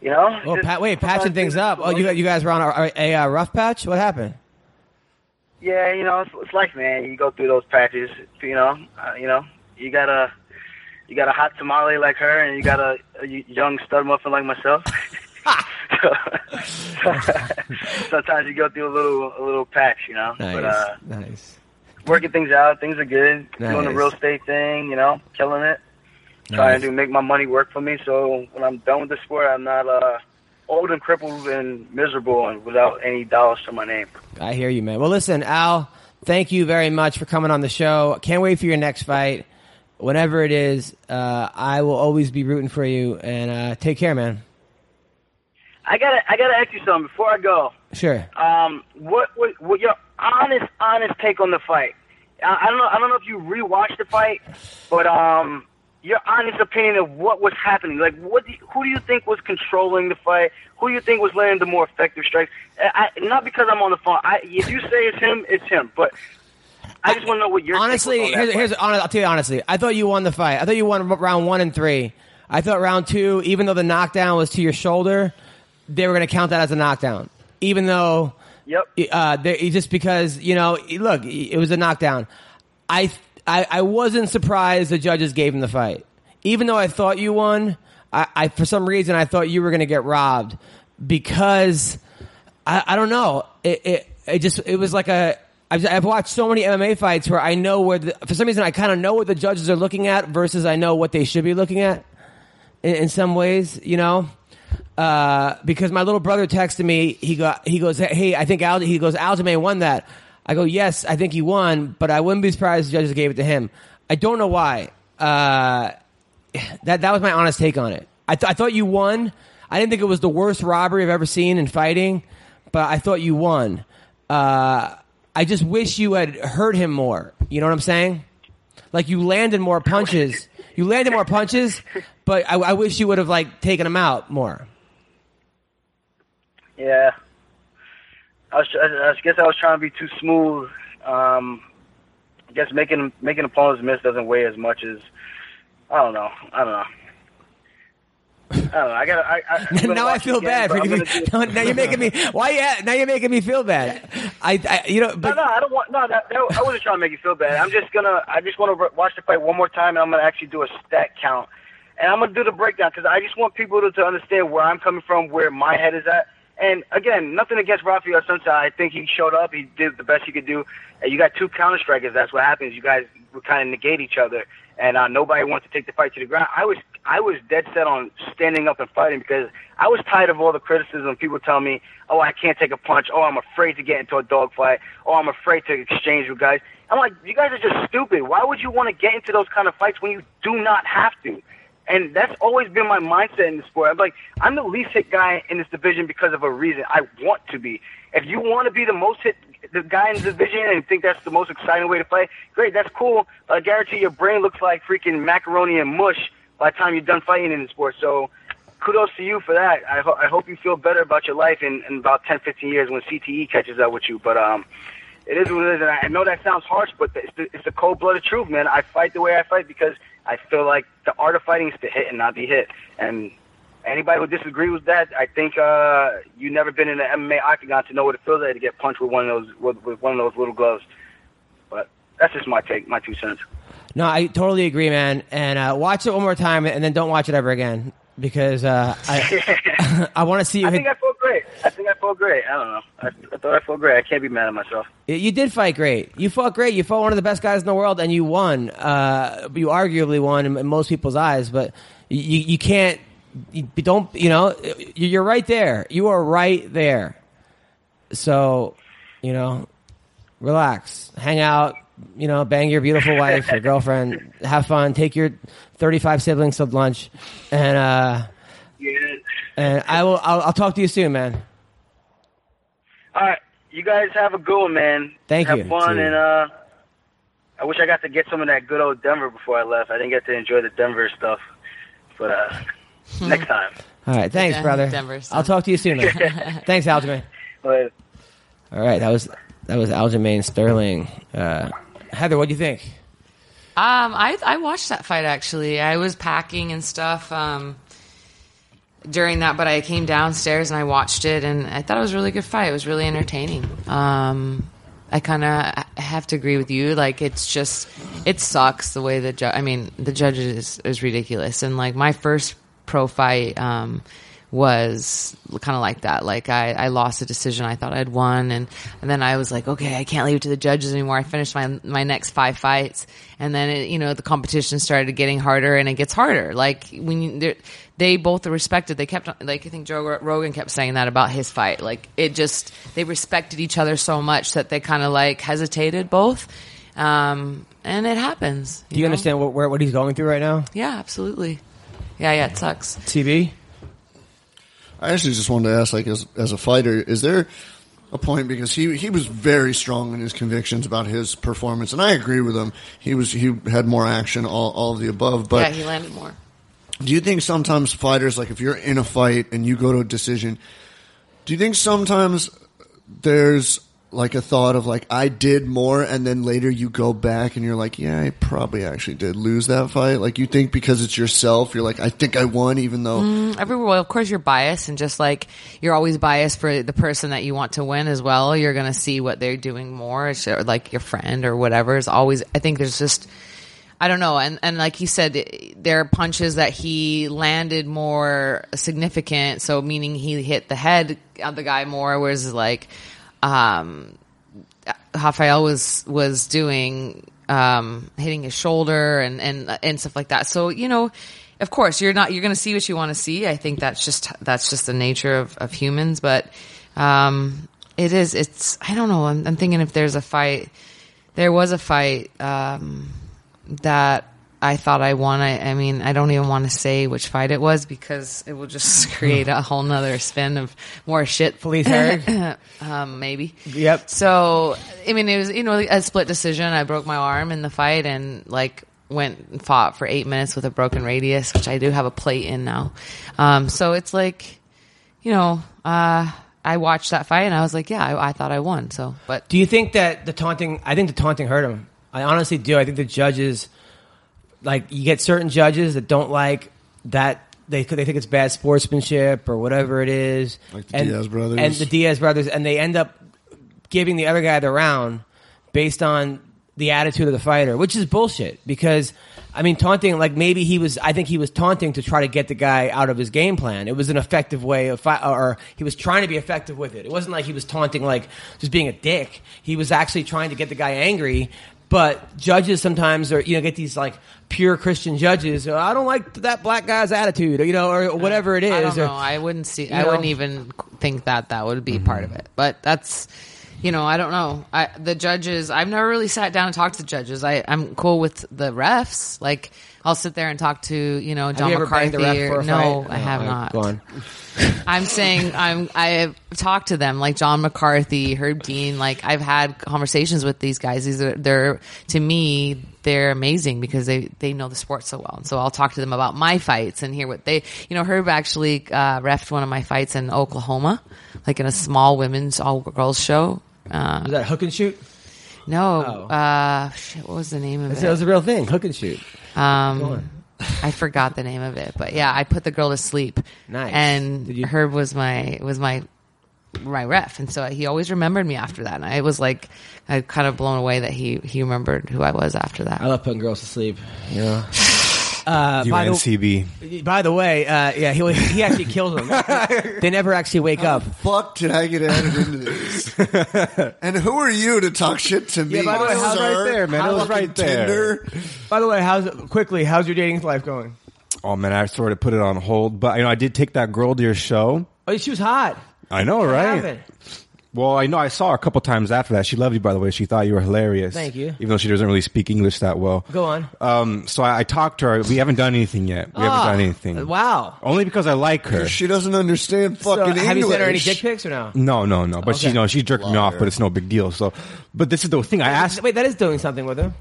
Speaker 5: you know.
Speaker 1: Oh,
Speaker 5: just-
Speaker 1: pa- wait, patching things up. Oh, you you guys were on a, a, uh rough patch. What happened?
Speaker 5: Yeah, you know, it's, it's life, man. You go through those patches, you know. Uh, you know, you got a you got a hot tamale like her, and you got a, a y- young stud muffin like myself. Sometimes you go through a little a little patch, you know. But uh,
Speaker 1: nice.
Speaker 5: working things out, things are good. Doing the
Speaker 1: Nice.
Speaker 5: real estate thing, you know, killing it. Trying to make my money work for me. So when I'm done with the sport, I'm not uh, old and crippled and miserable and without any dollars to my name.
Speaker 1: I hear you, man. Well, listen, Al, thank you very much for coming on the show. Can't wait for your next fight, whenever it is. Uh, I will always be rooting for you, and uh, take care, man.
Speaker 5: I gotta I gotta ask you something before I go.
Speaker 1: Sure.
Speaker 5: Um, what, what what your honest honest take on the fight? I, I don't know I don't know if you rewatched the fight, but um, your honest opinion of what was happening. Like, what do you, who do you think was controlling the fight? Who do you think was landing the more effective strikes? I, I, not because I'm on the phone. I, if you say it's him, it's him. But I just want to know what your take
Speaker 1: honestly,
Speaker 5: was on that
Speaker 1: here's,
Speaker 5: fight.
Speaker 1: here's honest, I'll tell you honestly. I thought you won the fight. I thought you won round one and three. I thought round two, even though the knockdown was to your shoulder, they were going to count that as a knockdown, even though
Speaker 5: Yep.
Speaker 1: uh, they, just because you know, look, it was a knockdown. I, I I wasn't surprised the judges gave him the fight, even though I thought you won. I, I for some reason I thought you were going to get robbed because I, I don't know. It, it it just it was like a. I've, I've watched so many MMA fights where I know where the, for some reason I kind of know what the judges are looking at versus I know what they should be looking at in, in some ways, you know. Uh, because my little brother texted me, he got he goes, hey, I think Al, he goes, Aljamain won that. I go, yes, I think he won, but I wouldn't be surprised if the judges gave it to him. I don't know why. Uh, that that was my honest take on it. I, th- I thought you won. I didn't think it was the worst robbery I've ever seen in fighting, but I thought you won. Uh, I just wish you had hurt him more. You know what I'm saying? Like you landed more punches. You landed more punches, but I, I wish you would have like taken him out more.
Speaker 5: Yeah. I, was, I, I guess I was trying to be too smooth. Um, I guess making making opponents miss doesn't weigh as much as I don't know. I don't know. I don't know. I gotta. I, I, I'm gonna
Speaker 1: now I
Speaker 5: watch it
Speaker 1: feel
Speaker 5: again,
Speaker 1: bad
Speaker 5: but
Speaker 1: for
Speaker 5: I'm
Speaker 1: you.
Speaker 5: gonna do-
Speaker 1: Now, now you're making me. Why? Yeah. Now you're making me feel bad. I. I you know.
Speaker 5: No,
Speaker 1: But
Speaker 5: no, I don't want. No, that, that, I wasn't trying to make you feel bad. I'm just gonna. I just want to watch the fight one more time, and I'm gonna actually do a stat count, and I'm gonna do the breakdown because I just want people to, to understand where I'm coming from, where my head is at. And again, nothing against Rafael Sunset. I think he showed up. He did the best he could do. And you got two counter strikers. That's what happens. You guys would kind of negate each other, and uh, nobody wants to take the fight to the ground. I was I was dead set on standing up and fighting because I was tired of all the criticism. People tell me, "Oh, I can't take a punch. Oh, I'm afraid to get into a dogfight. Oh, I'm afraid to exchange with guys." I'm like, "You guys are just stupid. Why would you want to get into those kind of fights when you do not have to?" And that's always been my mindset in the sport. I'm like, I'm the least hit guy in this division because of a reason. I want to be. If you want to be the most hit the guy in the division and think that's the most exciting way to play, great, that's cool. But I guarantee your brain looks like freaking macaroni and mush by the time you're done fighting in the sport. So kudos to you for that. I, ho- I hope you feel better about your life in, in about 10, 15 years when CTE catches up with you. But um, it is what it is. And I know that sounds harsh, but it's the, it's the cold blooded truth, man. I fight the way I fight because I feel like the art of fighting is to hit and not be hit. And anybody who disagrees with that, I think uh, you never been in an MMA octagon to know what it feels like to get punched with one of those with, with one of those little gloves. But that's just my take, my two cents.
Speaker 1: No, I totally agree, man. And uh, watch it one more time, and then don't watch it ever again because uh, I I want to see you.
Speaker 5: I
Speaker 1: hit-
Speaker 5: think I feel great. I think I feel great. I don't know. I, I thought I feel great. I can't be mad at myself.
Speaker 1: You did fight great. You fought great. You fought one of the best guys in the world, and you won. Uh, you arguably won in, in most people's eyes, but you you can't. You don't you know? you- You're right there. You are right there. So, you know, relax, hang out. You know, bang your beautiful wife, your girlfriend, have fun. Take your 35 siblings to lunch, and uh,
Speaker 5: Yeah.
Speaker 1: and I will. I'll, I'll talk to you soon, man.
Speaker 5: All right. You guys have a good one, man.
Speaker 1: Thank
Speaker 5: have
Speaker 1: you.
Speaker 5: Have fun,
Speaker 1: Too.
Speaker 5: and uh, I wish I got to get some of that good old Denver before I left. I didn't get to enjoy the Denver stuff, but uh, next time.
Speaker 1: All right, thanks,
Speaker 3: Den-
Speaker 1: brother.
Speaker 3: Denver stuff.
Speaker 1: I'll talk to you soon. man. thanks, Aljamain.
Speaker 5: But
Speaker 1: All right, that was that was Aljamain Sterling. Uh, Heather, what do you think?
Speaker 3: Um, I I watched that fight actually. I was packing and stuff um, during that, but I came downstairs and I watched it, and I thought it was a really good fight. It was really entertaining. Um, I kind of have to agree with you. Like, it's just it sucks the way the judge. I mean, the judge is is ridiculous. And like my first pro fight. Um, was kind of like that. Like I, I lost a decision I thought I'd won, and, and then I was like, okay, I can't leave it to the judges anymore. I finished my my next five fights, and then it, you know the competition started getting harder, and it gets harder. Like when you, they're- they both are respected, they kept on- like I think Joe Rogan kept saying that about his fight. Like it just they respected each other so much that they kind of like hesitated both, um, and it happens.
Speaker 1: Do you
Speaker 3: know?
Speaker 1: understand what where, what he's going through right now?
Speaker 3: Yeah, absolutely. Yeah, yeah, it sucks.
Speaker 1: TB.
Speaker 4: I actually just wanted to ask, like, as, as a fighter, is there a point because he he was very strong in his convictions about his performance, and I agree with him. He was he had more action, all all of the above. But
Speaker 3: yeah, he landed more.
Speaker 4: do you think sometimes fighters, like, if you're in a fight and you go to a decision, do you think sometimes there's like a thought of like I did more, and then later you go back and you're like, yeah, I probably actually did lose that fight. Like you think because it's yourself, you're like, I think I won, even though.
Speaker 1: Mm.
Speaker 3: every well, of course, you're biased, and just like you're always biased for the person that you want to win as well. You're gonna see what they're doing more, It's, uh, like your friend or whatever. Is always, I think there's just, I don't know, and and like he said, i- there are punches that he landed more significant, so meaning he hit the head of the guy more, whereas like, um, Rafael was was doing um, hitting his shoulder and and and stuff like that. So you know, of course, you're not you're going to see what you want to see. I think that's just that's just the nature of, of humans. But um, it is it's I don't know. I'm, I'm thinking if there's a fight, there was a fight um, that. I thought I won. I, I mean, I don't even want to say which fight it was because it will just create a whole nother spin of more shit.
Speaker 1: Felice Herrig?
Speaker 3: um, maybe.
Speaker 1: Yep.
Speaker 3: So, I mean, it was, you know, a split decision. I broke my arm in the fight and, like, went and fought for eight minutes with a broken radius, which I do have a plate in now. Um, so it's like, you know, uh, I watched that fight and I was like, yeah, I, I thought I won. So, but
Speaker 1: Do you think that the taunting? I think the taunting hurt him. I honestly do. I think the judges, like you get certain judges that don't like that they they think it's bad sportsmanship or whatever it is.
Speaker 4: Like the Diaz brothers.
Speaker 1: and the Diaz brothers, and they end up giving the other guy the round based on the attitude of the fighter, which is bullshit. Because I mean, taunting like maybe he was. I think he was taunting to try to get the guy out of his game plan. It was an effective way of fi- or he was trying to be effective with it. It wasn't like he was taunting like just being a dick. He was actually trying to get the guy angry. But judges sometimes are you know get these like pure Christian judges. "Oh, I don't like that black guy's attitude, or, you know, or whatever it is.
Speaker 3: I don't
Speaker 1: or-
Speaker 3: know. I wouldn't see. I
Speaker 1: know? Mm-hmm.
Speaker 3: wouldn't even think that that would be part of it. But that's, you know, I don't know. I the judges. I've never really sat down and talked to judges. I I'm cool with the refs. Like I'll sit there and talk to you know John
Speaker 1: Have you ever
Speaker 3: McCarthy.
Speaker 1: banged the ref
Speaker 3: or-
Speaker 1: for a
Speaker 3: no,
Speaker 1: fight?
Speaker 3: I have
Speaker 1: all right,
Speaker 3: not.
Speaker 1: Go on.
Speaker 3: I'm saying I'm I have talked to them like John McCarthy, Herb Dean. Like I've had conversations with these guys. These are they're to me they're amazing because they they know the sport so well. And so I'll talk to them about my fights and hear what they. You know, Herb actually uh, refed one of my fights in Oklahoma, like in a small women's all girls show. Uh,
Speaker 1: Was that hook and shoot?
Speaker 3: no,
Speaker 1: Oh.
Speaker 3: uh, shit, what was the name of
Speaker 1: It
Speaker 3: it?
Speaker 1: was a real thing. Hook and shoot.
Speaker 3: Um, I forgot the name of it, but yeah, I put the girl to sleep.
Speaker 1: Nice.
Speaker 3: And
Speaker 1: Did you-
Speaker 3: Herb was my was my my ref, and so he always remembered me after that. And I was like, I kind of blown away that he he remembered who I was after that.
Speaker 1: I love putting girls to sleep. Yeah. Uh, by, the,
Speaker 2: UNCB.
Speaker 1: by the way, uh, yeah, he he actually kills them. they never actually wake up.
Speaker 4: Fuck, did I get added into this? and who are you to talk shit to me?
Speaker 1: Yeah, by the way, how's
Speaker 4: sir?
Speaker 2: right there, man? It was
Speaker 4: Fucking
Speaker 2: right there.
Speaker 4: Tinder.
Speaker 1: By the way, how's quickly? How's your dating life going?
Speaker 2: Oh man, I sort of put it on hold, but you know, I did take that girl to your show.
Speaker 1: Oh, she was hot.
Speaker 2: I know,
Speaker 1: What
Speaker 2: right?
Speaker 1: happened?
Speaker 2: Well, I know I saw her a couple times after that. She loved you, by the way. She thought you were hilarious.
Speaker 1: Thank you.
Speaker 2: Even though she doesn't really speak English that well.
Speaker 1: Go on.
Speaker 2: Um, so I, I talked to her. We haven't done anything yet.
Speaker 1: Ah,
Speaker 2: We haven't done anything.
Speaker 1: Wow.
Speaker 2: Only because I like her.
Speaker 4: She doesn't understand
Speaker 1: So,
Speaker 4: fucking English.
Speaker 1: have you sent her any dick pics or no?
Speaker 2: No, no, no. But she,
Speaker 1: Okay.
Speaker 2: you know, she jerked me off. But it's no big deal. So, but this is the thing I asked.
Speaker 1: Wait, that is doing something with her.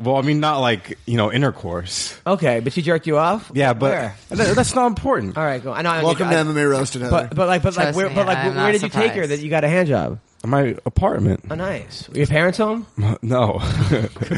Speaker 2: Well, I mean, not like you know, intercourse.
Speaker 1: Okay, but she jerked you off.
Speaker 2: Yeah, but
Speaker 1: Where? Uh,
Speaker 2: that- that's not important.
Speaker 1: all right, go. I know. I
Speaker 4: Welcome
Speaker 1: I,
Speaker 4: to MMA Roasted Heather.
Speaker 1: But but like but like
Speaker 3: Trust
Speaker 1: where
Speaker 3: me,
Speaker 1: but like
Speaker 3: I'm
Speaker 1: where
Speaker 3: not
Speaker 1: did you take her
Speaker 3: surprised.
Speaker 1: that you got a hand job?
Speaker 2: My apartment.
Speaker 1: Oh, nice. Were your parents home?
Speaker 2: No,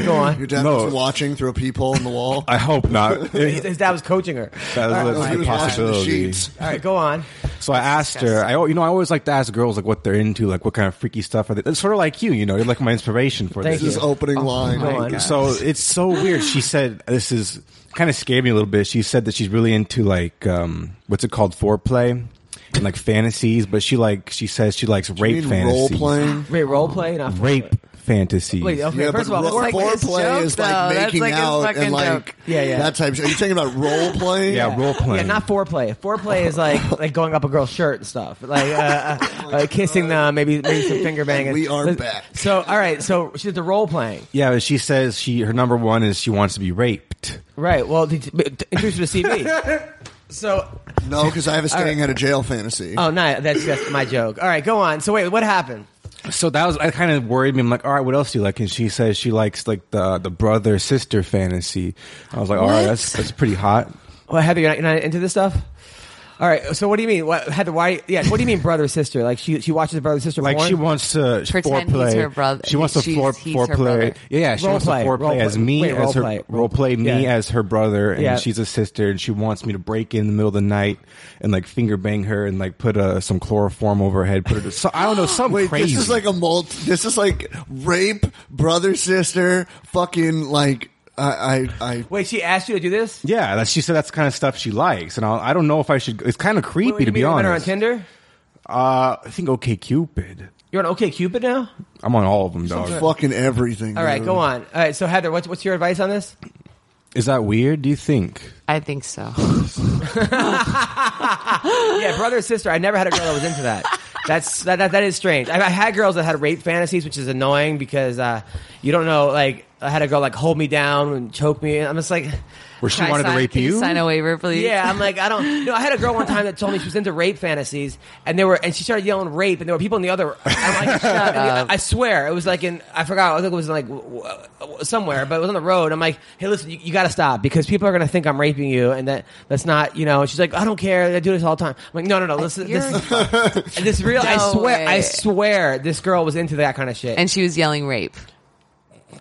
Speaker 1: Go on.
Speaker 4: Your dad
Speaker 2: No.
Speaker 4: was watching through a peephole in the wall.
Speaker 2: I hope not.
Speaker 1: His, his dad was coaching her.
Speaker 2: That was-
Speaker 1: all, right,
Speaker 2: that's
Speaker 1: all
Speaker 4: he
Speaker 1: right,
Speaker 4: was
Speaker 2: a
Speaker 4: washing the
Speaker 2: possibility.
Speaker 4: sheets.
Speaker 1: all right, go on.
Speaker 2: So I asked her. I al- you know I always like to ask girls like what they're into, like what kind of freaky stuff are they. It's sort of like you, you know. You're like my inspiration for
Speaker 1: Thank
Speaker 2: this.
Speaker 4: This is opening line.
Speaker 1: Oh my God.
Speaker 2: So it's so weird. She said this is kind of scared me a little bit. She said that she's really into like um, what's it called foreplay and like fantasies, but she like she says she likes
Speaker 4: You
Speaker 2: rape
Speaker 4: mean role
Speaker 2: fantasies.
Speaker 4: playing.
Speaker 1: Wait, role play, not
Speaker 2: Rape fantasies.
Speaker 1: Wait, okay.
Speaker 4: Yeah,
Speaker 1: first of
Speaker 4: but
Speaker 1: all,
Speaker 4: ro-
Speaker 1: what's like
Speaker 3: his
Speaker 4: foreplay
Speaker 3: joke,
Speaker 4: is
Speaker 3: though. That's
Speaker 4: like making
Speaker 3: like his
Speaker 4: out
Speaker 3: fucking
Speaker 4: and like
Speaker 3: joke.
Speaker 1: Yeah, yeah.
Speaker 4: that type. Of shit. Are you talking about role playing?
Speaker 2: yeah, role
Speaker 1: Yeah,
Speaker 2: playing.
Speaker 1: not foreplay. Foreplay is like like going up a girl's shirt and stuff, like uh, uh, uh, kissing them, maybe maybe some finger banging.
Speaker 4: We are
Speaker 1: Listen-
Speaker 4: back.
Speaker 1: So all right, so she's the role playing,
Speaker 2: yeah, but she says she her number one is she wants to be raped.
Speaker 1: right? Well, did you, but introduce her to CV. So
Speaker 4: No, because I have a staying out of jail fantasy.
Speaker 1: oh no, that's that's my joke. All right, go on. So wait, what happened?
Speaker 2: So that was I kind of worried me. I'm like, all right, what else do you like? And she says she likes like the the brother sister fantasy. I was like, all right, that's that's pretty hot.
Speaker 1: Well, Heather, you're not, you're not into this stuff. All right. So what do you mean, what, Heather? Why? Yeah. What do you mean, brother sister? Like she she watches brother sister
Speaker 2: Like
Speaker 1: porn?
Speaker 2: she wants to
Speaker 3: Pretend he's
Speaker 2: foreplay.
Speaker 3: her brother.
Speaker 2: She wants to
Speaker 3: She's-
Speaker 2: floor,
Speaker 3: he's her brother.
Speaker 2: foreplay. Yeah, yeah, she
Speaker 1: Role
Speaker 2: wants
Speaker 1: play,
Speaker 2: to
Speaker 1: role
Speaker 2: foreplay as
Speaker 1: play.
Speaker 2: me
Speaker 1: Wait,
Speaker 2: as her
Speaker 1: role play, role-
Speaker 2: role play me
Speaker 1: yeah.
Speaker 2: as her brother, and
Speaker 1: Yeah.
Speaker 2: she's a sister, and she wants me to break in the middle of the night and like finger bang her and like put uh, some chloroform over her head. Put her to so, I don't know some
Speaker 4: Wait,
Speaker 2: crazy.
Speaker 4: this is like a mult. This is like rape, brother, sister, fucking like I, I, I
Speaker 1: wait, she asked you to do this?
Speaker 2: yeah, that, she said that's the kind of stuff she likes, and I, I don't know if I should. It's kind of creepy
Speaker 1: Wait, wait,
Speaker 2: to
Speaker 1: you
Speaker 2: be
Speaker 1: meet women are
Speaker 2: honest.
Speaker 1: on Tinder.
Speaker 2: Uh, I think OK Cupid.
Speaker 1: You're on OK Cupid now.
Speaker 2: I'm on all of them, dog.
Speaker 4: fucking everything.
Speaker 1: All right,
Speaker 4: dude.
Speaker 1: go on. All right. So Heather, what's what's your advice on this?
Speaker 2: Is that weird? Do you think?
Speaker 3: I think so.
Speaker 1: Yeah, brother and sister. I never had a girl that was into that. That's that, that, that is strange. I, I had girls that had rape fantasies, which is annoying because uh, you don't know. Like I had a girl like hold me down and choke me. I'm just like,
Speaker 2: Where she
Speaker 3: Can I
Speaker 2: wanted
Speaker 3: sign-
Speaker 2: to rape
Speaker 3: can
Speaker 2: you?
Speaker 3: Sign a waiver, please.
Speaker 1: yeah. I'm like, I don't. No, I had a girl one time that told me she was into rape fantasies, and there were and she started yelling rape, and there were people in the other. I'm like, shut up.
Speaker 3: Uh,
Speaker 1: I swear it was like in I forgot. I think it was in like w- w- somewhere, but it was on the road. I'm like, hey, listen, you, you got to stop because people are gonna think I'm raping you, and that that's not you know. And she's like, I don't care. I do this all the time. I'm like, no, no, no. Listen, this
Speaker 3: You're-
Speaker 1: is And This real, I
Speaker 3: No
Speaker 1: swear,
Speaker 3: way.
Speaker 1: I swear, this girl was into that kind of shit.
Speaker 3: and she was yelling rape.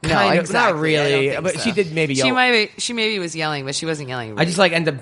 Speaker 3: no,
Speaker 1: Kind of-
Speaker 3: exactly.
Speaker 1: not really,
Speaker 3: I don't think
Speaker 1: but she did maybe
Speaker 3: She
Speaker 1: yell.
Speaker 3: might. She maybe was yelling, but she wasn't yelling. Rape.
Speaker 1: I just like end up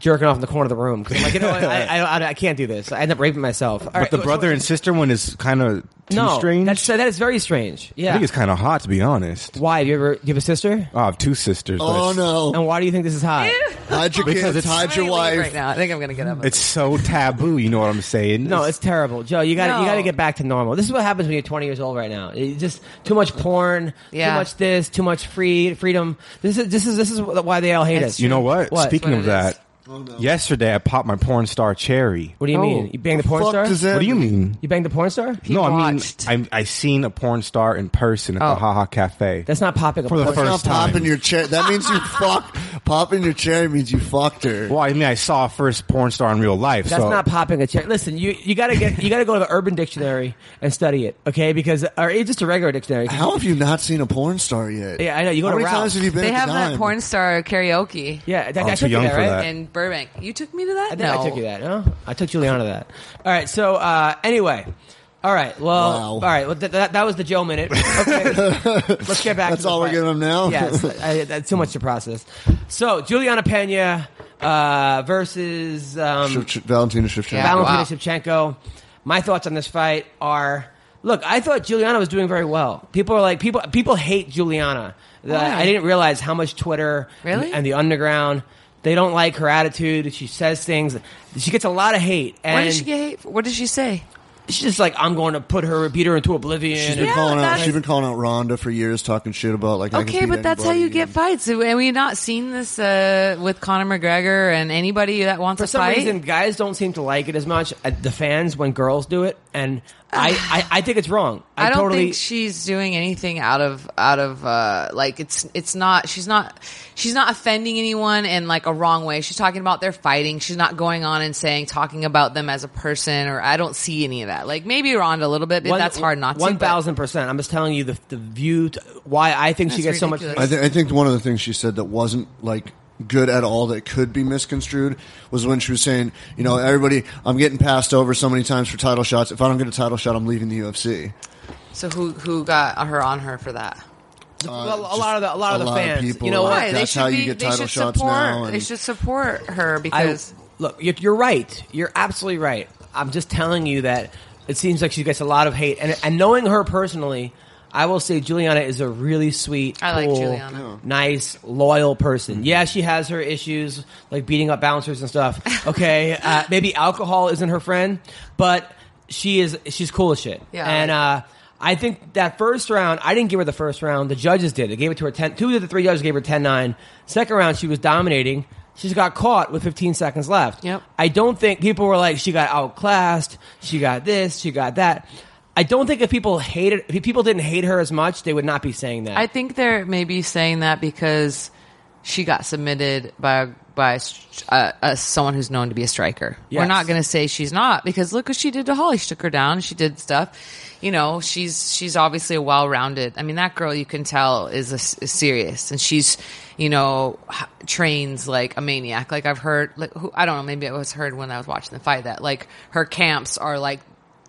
Speaker 1: jerking off in the corner of the room because I'm like, you know, what? I, I, I, I can't do this. I end up raping myself. All right,
Speaker 2: But the
Speaker 1: so-
Speaker 2: brother and sister one is kind of too
Speaker 1: no,
Speaker 2: strange.
Speaker 1: That's that is very strange.
Speaker 2: I
Speaker 1: Yeah,
Speaker 2: think it's kind of hot, to be honest.
Speaker 1: why? Do you ever do you have a sister?
Speaker 2: Oh, I have two sisters. but
Speaker 4: Oh
Speaker 2: it's-
Speaker 4: no,
Speaker 1: And why do you think this is hot?
Speaker 4: hide your
Speaker 2: Because
Speaker 4: kids,
Speaker 2: it's-
Speaker 4: hide
Speaker 3: I'm gonna
Speaker 4: your
Speaker 3: leave
Speaker 4: wife.
Speaker 3: right now. I think I'm gonna get up.
Speaker 2: It's so taboo. You know what I'm saying?
Speaker 1: No, it's terrible, Joe. You got to you
Speaker 3: No.
Speaker 1: got to get back to normal. This is what happens when you're 20 years old right now. It's just too much porn,
Speaker 3: Yeah.
Speaker 1: too much this, too much free freedom. This is this is this is why they all hate
Speaker 3: That's
Speaker 1: us.
Speaker 2: You know what?
Speaker 1: What?
Speaker 2: Speaking
Speaker 3: What
Speaker 2: of
Speaker 3: it is.
Speaker 2: that,
Speaker 4: Oh,
Speaker 2: Yesterday, I popped my porn star cherry.
Speaker 1: What do you
Speaker 3: Oh.
Speaker 1: mean? You banged the porn
Speaker 4: Fuck
Speaker 1: star?
Speaker 4: does that
Speaker 2: What do you mean?
Speaker 1: You banged the porn star?
Speaker 3: He
Speaker 2: no,
Speaker 3: watched.
Speaker 2: I mean, I I seen a porn star in person at the
Speaker 3: Oh.
Speaker 2: Haha Cafe.
Speaker 1: That's not popping a
Speaker 2: For the
Speaker 1: porn star.
Speaker 2: first
Speaker 4: Not popping
Speaker 2: time.
Speaker 4: your chair. That means you fuck. Popping your chair means you fucked her.
Speaker 2: well, I mean, I saw a first porn star in real life.
Speaker 1: That's
Speaker 2: so
Speaker 1: not popping a cherry. Listen, you, you gotta get you gotta go to the Urban Dictionary and study it, okay? Because or it's just a regular dictionary.
Speaker 4: How have you not seen a porn star yet?
Speaker 1: Yeah, I know. You go
Speaker 4: How
Speaker 1: to
Speaker 4: many
Speaker 1: Ralph's.
Speaker 4: times have you been?
Speaker 3: They
Speaker 4: at the
Speaker 3: have that
Speaker 4: dime?
Speaker 3: porn star karaoke
Speaker 1: Yeah, that,
Speaker 2: I'm
Speaker 1: I
Speaker 2: too
Speaker 1: took you
Speaker 2: young
Speaker 1: there,
Speaker 2: for
Speaker 1: right?
Speaker 2: that.
Speaker 3: in Burbank. You took me to that.
Speaker 1: I think
Speaker 3: no,
Speaker 1: I took you that. No, I took Juliana to that. All right. So uh, anyway, all right. Well,
Speaker 4: Wow.
Speaker 1: all right. Well, th- that, that was the Joe minute. Okay, let's get back. to
Speaker 4: That's
Speaker 1: the
Speaker 4: all we're
Speaker 1: fight.
Speaker 4: giving him now?
Speaker 1: Yes, I, that's too much to process. So Juliana Pena uh, versus um,
Speaker 4: Shevch- Valentina Shevchenko.
Speaker 3: Yeah.
Speaker 1: Valentina
Speaker 3: wow.
Speaker 1: Shevchenko. My thoughts on this fight are: Look, I thought Juliana was doing very well. People are like people. People hate Juliana. The-
Speaker 3: Why?
Speaker 1: I didn't realize how much Twitter and-
Speaker 3: Really?
Speaker 1: and the underground. They don't like her attitude. She says things. She gets a lot of hate. And
Speaker 3: Why did she get hate? for? What did she say?
Speaker 1: She's just like, I'm going to put her, beat her into oblivion.
Speaker 4: She's been
Speaker 3: Yeah,
Speaker 4: calling out.
Speaker 3: that's-
Speaker 4: She's been calling out Rhonda for years, talking shit about like. I can
Speaker 3: Okay,
Speaker 4: beat
Speaker 3: but that's how you
Speaker 4: anybody.
Speaker 3: get fights. And we not seen this uh, with Conor McGregor and anybody that wants
Speaker 1: for
Speaker 3: to
Speaker 1: some
Speaker 3: fight.
Speaker 1: reason, guys don't seem to like it as much. uh, The fans when girls do it, and I, I, I think it's wrong. I,
Speaker 3: I don't
Speaker 1: totally,
Speaker 3: think she's doing anything out of out of uh, like it's it's not she's not she's not offending anyone in like a wrong way. She's talking about their fighting. She's not going on and saying talking about them as a person or I don't see any of that. Like maybe Rhonda a little bit, but
Speaker 1: one-
Speaker 3: that's hard not to.
Speaker 1: One
Speaker 3: but-
Speaker 1: thousand percent. I'm just telling you the the view. t- why I think she
Speaker 3: That's
Speaker 1: gets so much.
Speaker 3: ridiculous.
Speaker 4: I, th- I think one of the things she said that wasn't like good at all that could be misconstrued was when she was saying, you know, everybody, I'm getting passed over so many times for title shots. If I don't get a title shot, I'm leaving the UFC.
Speaker 3: So who who got her on her for that?
Speaker 1: Well, a lot of the a lot of the fans.
Speaker 4: people
Speaker 1: you know
Speaker 4: are
Speaker 1: what?
Speaker 4: like,
Speaker 3: They
Speaker 4: that's
Speaker 3: should
Speaker 4: how
Speaker 3: be.
Speaker 4: you get
Speaker 3: they
Speaker 4: title
Speaker 3: should
Speaker 4: shots
Speaker 3: support.
Speaker 4: now, and-
Speaker 3: they should support her
Speaker 1: I,
Speaker 3: because
Speaker 1: look, you're, you're right. You're absolutely right. I'm just telling you that it seems like she gets a lot of hate, and and knowing her personally, I will say Juliana is a really sweet,
Speaker 3: I like
Speaker 1: cool,
Speaker 3: Juliana. Yeah.
Speaker 1: nice, loyal person.
Speaker 4: Mm-hmm.
Speaker 1: Yeah, she has her issues like beating up bouncers and stuff. Okay, uh, maybe alcohol isn't her friend, but she is. She's cool as shit.
Speaker 3: Yeah, I
Speaker 1: and.
Speaker 3: like
Speaker 1: uh I think that first round, I didn't give her the first round. The judges did. They gave it to her 10. Two of the three judges gave her 10 9. Second round, she was dominating. She just got caught with 15 seconds left.
Speaker 3: Yep.
Speaker 1: I don't think people were like, she got outclassed. She got this. She got that. I don't think if people hated, if people didn't hate her as much, they would not be saying that.
Speaker 3: I think they're maybe saying that because she got submitted by by uh, uh, someone who's known to be a striker. We're
Speaker 1: Yes.
Speaker 3: not going to say she's not because look what she did to Holly. She took her down. She did stuff. You know, she's she's obviously a well-rounded. I mean, that girl you can tell is, a s is serious, and she's you know h- trains like a maniac. Like I've heard, like who I don't know, maybe it was heard when I was watching the fight that like her camps are like.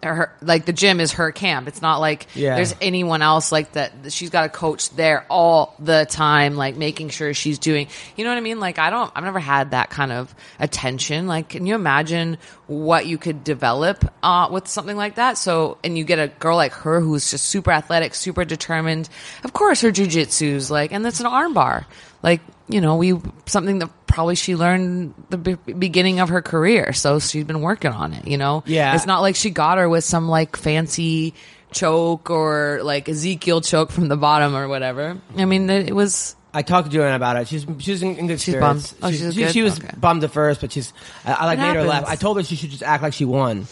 Speaker 3: Her, like the gym is her camp. It's not like
Speaker 1: Yeah.
Speaker 3: there's anyone else like that she's got a coach there all the time like making sure she's doing you know what i mean like i don't i've never had that kind of attention like can you imagine what you could develop uh, with something like that so and you get a girl like her who's just super athletic super determined of course her jujitsu's like and that's an armbar like you know we something that probably she learned the be- beginning of her career so she's been working on it you know
Speaker 1: Yeah.
Speaker 3: it's not like she got her with some like fancy choke or like Ezekiel choke from the bottom or whatever. I mean, it it was
Speaker 1: I talked to Juliana about it. She's she's in, in good
Speaker 3: She's
Speaker 1: spirits.
Speaker 3: bummed. Oh, she's
Speaker 1: she,
Speaker 3: good?
Speaker 1: she was
Speaker 3: Okay.
Speaker 1: bummed at first, but she's I, I like
Speaker 3: It
Speaker 1: made her laugh.
Speaker 3: happens.
Speaker 1: I told her she should just act like she won,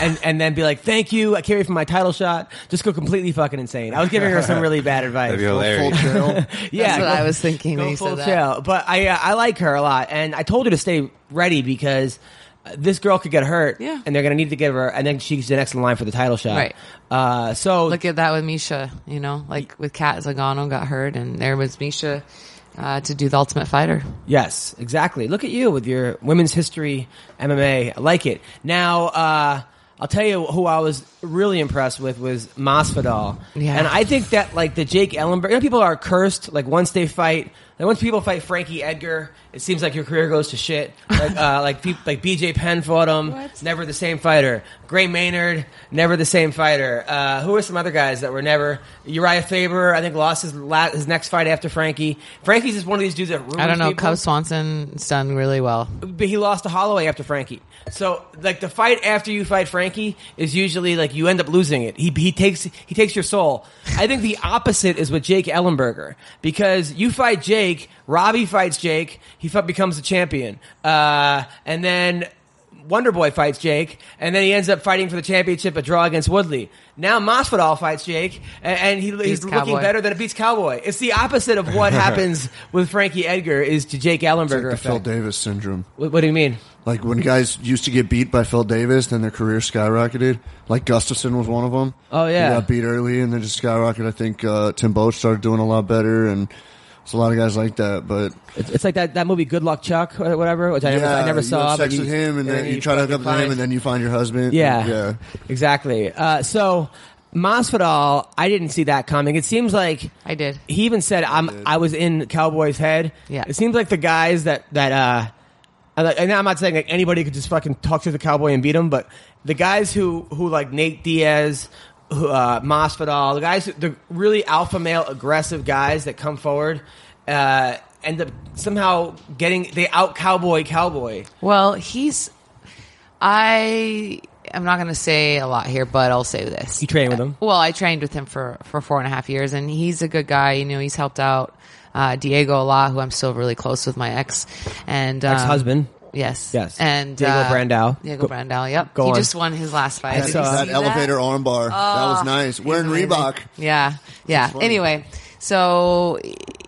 Speaker 1: and and then be like, "Thank you, I carry for my title shot." Just go completely fucking insane. I was giving her some really bad advice.
Speaker 2: That'd be
Speaker 4: Full
Speaker 2: hilarious.
Speaker 4: trail.
Speaker 1: yeah,
Speaker 3: that's what
Speaker 1: go-
Speaker 3: I was thinking when
Speaker 1: go
Speaker 3: you
Speaker 1: full
Speaker 3: said that.
Speaker 1: chill. But I uh, I like her a lot, and I told her to stay ready because uh, this girl could get hurt,
Speaker 3: Yeah.
Speaker 1: and they're gonna need to give her, and then she's the next in line for the title shot,
Speaker 3: Right.
Speaker 1: Uh, so
Speaker 3: Look at that with Misha, you know, like with Kat Zagano got hurt, and there was Misha uh, to do the Ultimate Fighter.
Speaker 1: Yes, exactly. Look at you with your women's history MMA. I like it. Now, uh, I'll tell you who I was really impressed with was Masvidal.
Speaker 3: Yeah.
Speaker 1: And I think that like the Jake Ellenberg, you know, people are cursed. Like once they fight, like once people fight Frankie Edgar, it seems like your career goes to shit. Like uh, like peop like BJ Penn fought him,
Speaker 3: What?
Speaker 1: never the same fighter. Gray Maynard, never the same fighter. Uh, who are some other guys that were never? Uriah Faber, I think lost his la- his next fight after Frankie. Frankie's just one of these dudes that ruins
Speaker 3: I don't know.
Speaker 1: people
Speaker 3: Cub Swanson's done really well.
Speaker 1: but he lost to Holloway after Frankie. So like the fight after you fight Frankie is usually like you end up losing it. He he takes he takes your soul. I think the opposite is with Jake Ellenberger because you fight Jake Jake. Robbie fights Jake. He fu- becomes the champion. Uh, and then Wonder Boy fights Jake, and then he ends up fighting for the championship, a draw against Woodley. Now Masvidal fights Jake, and, and he, he's looking
Speaker 3: Cowboy.
Speaker 1: better than a beats Cowboy. It's the opposite of what happens with Frankie Edgar is to Jake
Speaker 4: Like
Speaker 1: Allenberger
Speaker 4: the Phil
Speaker 1: effect.
Speaker 4: Davis syndrome.
Speaker 1: what, what do you mean?
Speaker 4: Like when guys used to get beat by Phil Davis, then their career skyrocketed. Like Gustafson was one of them.
Speaker 1: Oh, yeah.
Speaker 4: he got beat early and then just skyrocketed. I think uh, Tim Boach started doing a lot better, and it's a lot of guys like that. But
Speaker 1: It's, it's like that, that movie Good Luck Chuck, or whatever, which I never,
Speaker 4: yeah,
Speaker 1: I never
Speaker 4: you
Speaker 1: saw.
Speaker 4: Have
Speaker 1: but
Speaker 4: sex
Speaker 1: you-
Speaker 4: with him, and, then, you
Speaker 1: he
Speaker 4: try to hook
Speaker 1: fucking
Speaker 4: up with him,
Speaker 1: finds-
Speaker 4: and then you find your husband.
Speaker 1: Yeah.
Speaker 4: yeah.
Speaker 1: Exactly. Uh, so Masvidal, I didn't see that coming. It seems like
Speaker 3: I did.
Speaker 1: he even said I'm I was in Cowboy's head.
Speaker 3: Yeah.
Speaker 1: It seems like the guys that that uh and like- and I'm not saying like anybody could just fucking talk to the cowboy and beat him, but the guys who who like Nate Diaz, who, uh, Masvidal, the guys, who- the really alpha male aggressive guys that come forward, uh, end up somehow getting they out cowboy cowboy.
Speaker 3: Well, he's. I am not going to say a lot here, but I'll say this.
Speaker 1: You train with him?
Speaker 3: Well, I trained with him for for four and a half years, and he's a good guy. You know, he's helped out uh, Diego a lot, who I'm still really close with, my ex and um,
Speaker 1: Ex-husband?
Speaker 3: Yes,
Speaker 1: Yes.
Speaker 3: and
Speaker 1: Diego
Speaker 3: uh,
Speaker 1: Brandao.
Speaker 3: Diego Brandao. Yep,
Speaker 1: go
Speaker 3: he
Speaker 1: on.
Speaker 3: just won his last fight.
Speaker 4: That,
Speaker 3: Did
Speaker 1: saw
Speaker 3: you
Speaker 1: that
Speaker 3: see
Speaker 4: elevator armbar. that was nice. Wearing
Speaker 3: amazing.
Speaker 4: Reebok.
Speaker 3: Yeah, yeah.
Speaker 4: funny.
Speaker 3: Anyway, so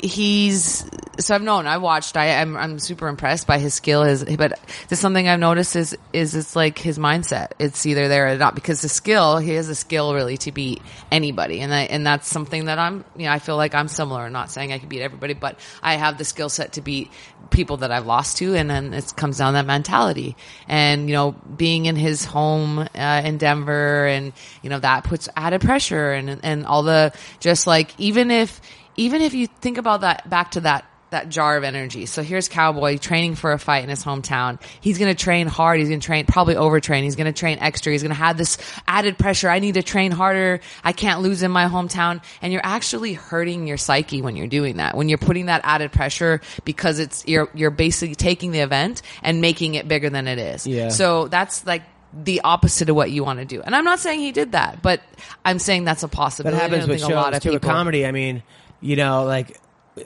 Speaker 3: he's so I've known. I watched. I, I'm I'm super impressed by his skill. His but there's something I've noticed is is it's like his mindset. It's either there or not because the skill he has a skill really to beat anybody, and I, and that's something that I'm you know I feel like I'm similar. I'm not saying I can beat everybody, but I have the skill set to beat people that I've lost to, and then it comes down to that mentality. And you know, being in his home uh, in Denver, and you know that puts added pressure, and and all the just like even if even if you think about that back to that that jar of energy. So here's Cowboy training for a fight in his hometown. He's going to train hard. He's going to train, probably overtrain. He's going to train extra. He's going to have this added pressure. I need to train harder. I can't lose in my hometown. And you're actually hurting your psyche when you're doing that. When you're putting that added pressure because it's, you're, you're basically taking the event and making it bigger than it is.
Speaker 1: Yeah.
Speaker 3: So that's like, the opposite of what you want to do, and I'm not saying he did that, but I'm saying that's a
Speaker 1: that
Speaker 3: possibility. I
Speaker 1: happens
Speaker 3: don't
Speaker 1: with
Speaker 3: think
Speaker 1: shows
Speaker 3: a lot of
Speaker 1: too. with
Speaker 3: people-
Speaker 1: comedy, I mean, you know, like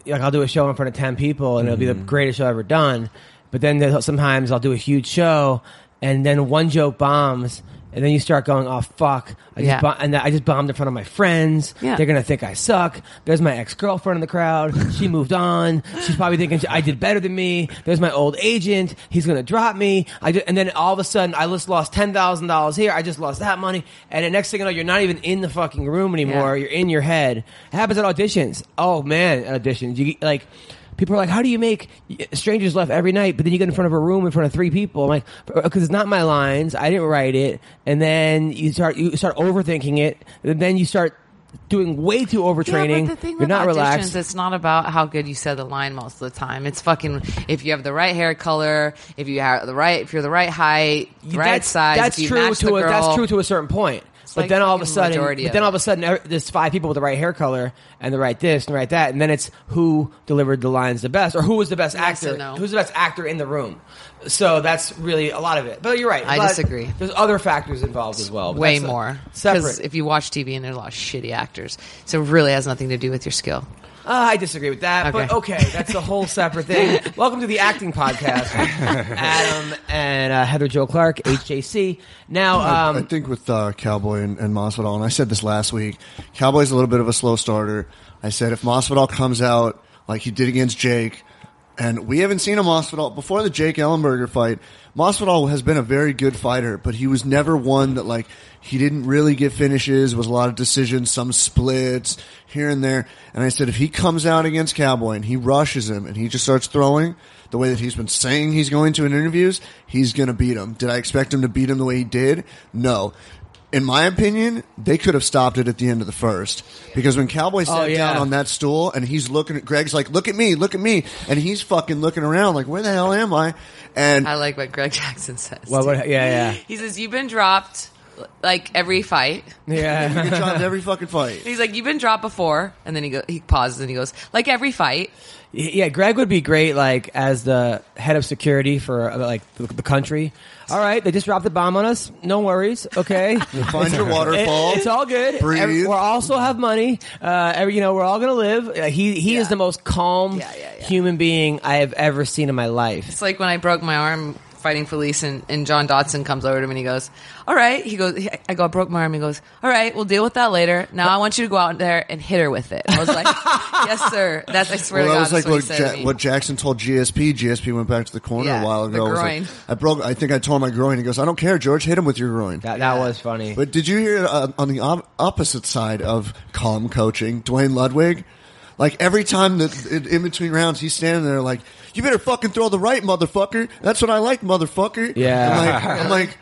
Speaker 1: like I'll do a show in front of ten people, and it'll be the
Speaker 3: Mm-hmm.
Speaker 1: greatest show I've ever done. But then there's- sometimes I'll do a huge show, and then one joke bombs. And then you start going, oh fuck! I just
Speaker 3: Yeah.
Speaker 1: bom- and I just bombed in front of my friends.
Speaker 3: Yeah.
Speaker 1: They're gonna think I suck. There's my ex girlfriend in the crowd. She moved on. She's probably thinking I did better than me. There's my old agent. He's gonna drop me. I ju- and then all of a sudden I just lost ten thousand dollars here. I just lost that money. And the next thing you know, you're not even in the fucking room anymore.
Speaker 3: Yeah.
Speaker 1: You're in your head. It happens at auditions. Oh man, at auditions. You like people are like, how do you make strangers laugh every night? But then you get in front of a room in front of three people. I'm like, because it's not my lines. I didn't write it. And then you start you start overthinking it. And then you start doing way too overtraining.
Speaker 3: Yeah, but the thing
Speaker 1: You're
Speaker 3: with
Speaker 1: not
Speaker 3: auditions,
Speaker 1: relaxed.
Speaker 3: It's not about how good you said the line most of the time. It's fucking if you have the right hair color, if you have the right, if you're the right height,
Speaker 1: You-
Speaker 3: right
Speaker 1: that's,
Speaker 3: size.
Speaker 1: That's
Speaker 3: if you
Speaker 1: true
Speaker 3: match the
Speaker 1: to a, that's
Speaker 3: girl.
Speaker 1: true to a certain point. But
Speaker 3: like
Speaker 1: then all of a
Speaker 3: fucking
Speaker 1: sudden,
Speaker 3: majority
Speaker 1: but
Speaker 3: of
Speaker 1: then all
Speaker 3: it.
Speaker 1: of a sudden, every- there's five people with the right hair color and the right this and the right that, and then it's who delivered the lines the best, or who was the best
Speaker 3: Yes
Speaker 1: actor,
Speaker 3: and no.
Speaker 1: who's the best actor in the room. So that's really a lot of it. But you're right.
Speaker 3: I
Speaker 1: But
Speaker 3: disagree.
Speaker 1: There's other factors involved as well. but
Speaker 3: Way
Speaker 1: that's a-
Speaker 3: more.
Speaker 1: separate.
Speaker 3: if you watch TV and there's a lot of shitty actors, so it really has nothing to do with your skill.
Speaker 1: Uh, I disagree with that, but
Speaker 3: Okay.
Speaker 1: okay, that's a whole separate thing. Welcome to the acting podcast, Adam and uh, Heather Joe Clark, HJC. Now,
Speaker 4: I
Speaker 1: um,
Speaker 4: think with uh, Cowboy and, and Masvidal, and I said this last week, Cowboy's a little bit of a slow starter. I said if Masvidal comes out like he did against Jake, and we haven't seen a Masvidal before the Jake Ellenberger fight. Masvidal has been a very good fighter, but he was never one that like he didn't really get finishes. Was a lot of decisions, some splits here and there. And I said if he comes out against Cowboy and he rushes him and he just starts throwing the way that he's been saying he's going to in interviews, he's going to beat him. Did I expect him to beat him the way he did? No. In my opinion, they could have stopped it at the end of the first because when Cowboy sat
Speaker 1: Oh, yeah.
Speaker 4: down on that stool and he's looking at Greg's like, "Look at me, look at me," and he's fucking looking around like, "Where the hell am I?" And
Speaker 3: I like what Greg Jackson says.
Speaker 1: well, what- yeah, yeah.
Speaker 3: He says, You've been dropped. like every fight.
Speaker 1: Yeah.
Speaker 4: You get dropped every fucking fight.
Speaker 3: He's like, "You've been dropped before," and then he go, he pauses and he goes, "Like every fight."
Speaker 1: Yeah, Greg would be great, like as the head of security for uh, like the, the country. All right, they just dropped the bomb on us. No worries. Okay,
Speaker 4: Find your
Speaker 1: It-
Speaker 4: waterfall.
Speaker 1: it's all good.
Speaker 4: Breathe.
Speaker 1: Every- we're also have money. Uh, every, you know, we're all gonna live. Uh, he he is
Speaker 3: Yeah.
Speaker 1: the most calm
Speaker 3: Yeah, yeah, yeah.
Speaker 1: human being I have ever seen in my life.
Speaker 3: It's like when I broke my arm fighting Felice, and, and John Dodson comes over to me and he goes, "All right." He goes, "I go, I broke my arm." He goes, "All right, we'll deal with that later. Now I want you to go out there and hit her with it." I was like, "Yes, sir." That's I swear to
Speaker 4: Well, that
Speaker 3: God,
Speaker 4: was like
Speaker 3: that's what,
Speaker 4: what,
Speaker 3: he said to
Speaker 4: ja-
Speaker 3: me.
Speaker 4: what Jackson told GSP. GSP went back to the corner
Speaker 3: Yeah,
Speaker 4: a while
Speaker 3: the
Speaker 4: ago. It was like,
Speaker 3: groin.
Speaker 4: I broke. I think I tore my groin. He goes, "I don't care, George. Hit him with your groin."
Speaker 1: That that was funny.
Speaker 4: But did you hear uh, on the op- opposite side of calm coaching, Dwayne Ludwig? Like every time that in, in between rounds, he's standing there like, "You better fucking throw the right, motherfucker. That's what I like, motherfucker."
Speaker 1: Yeah.
Speaker 4: I'm like, I'm like,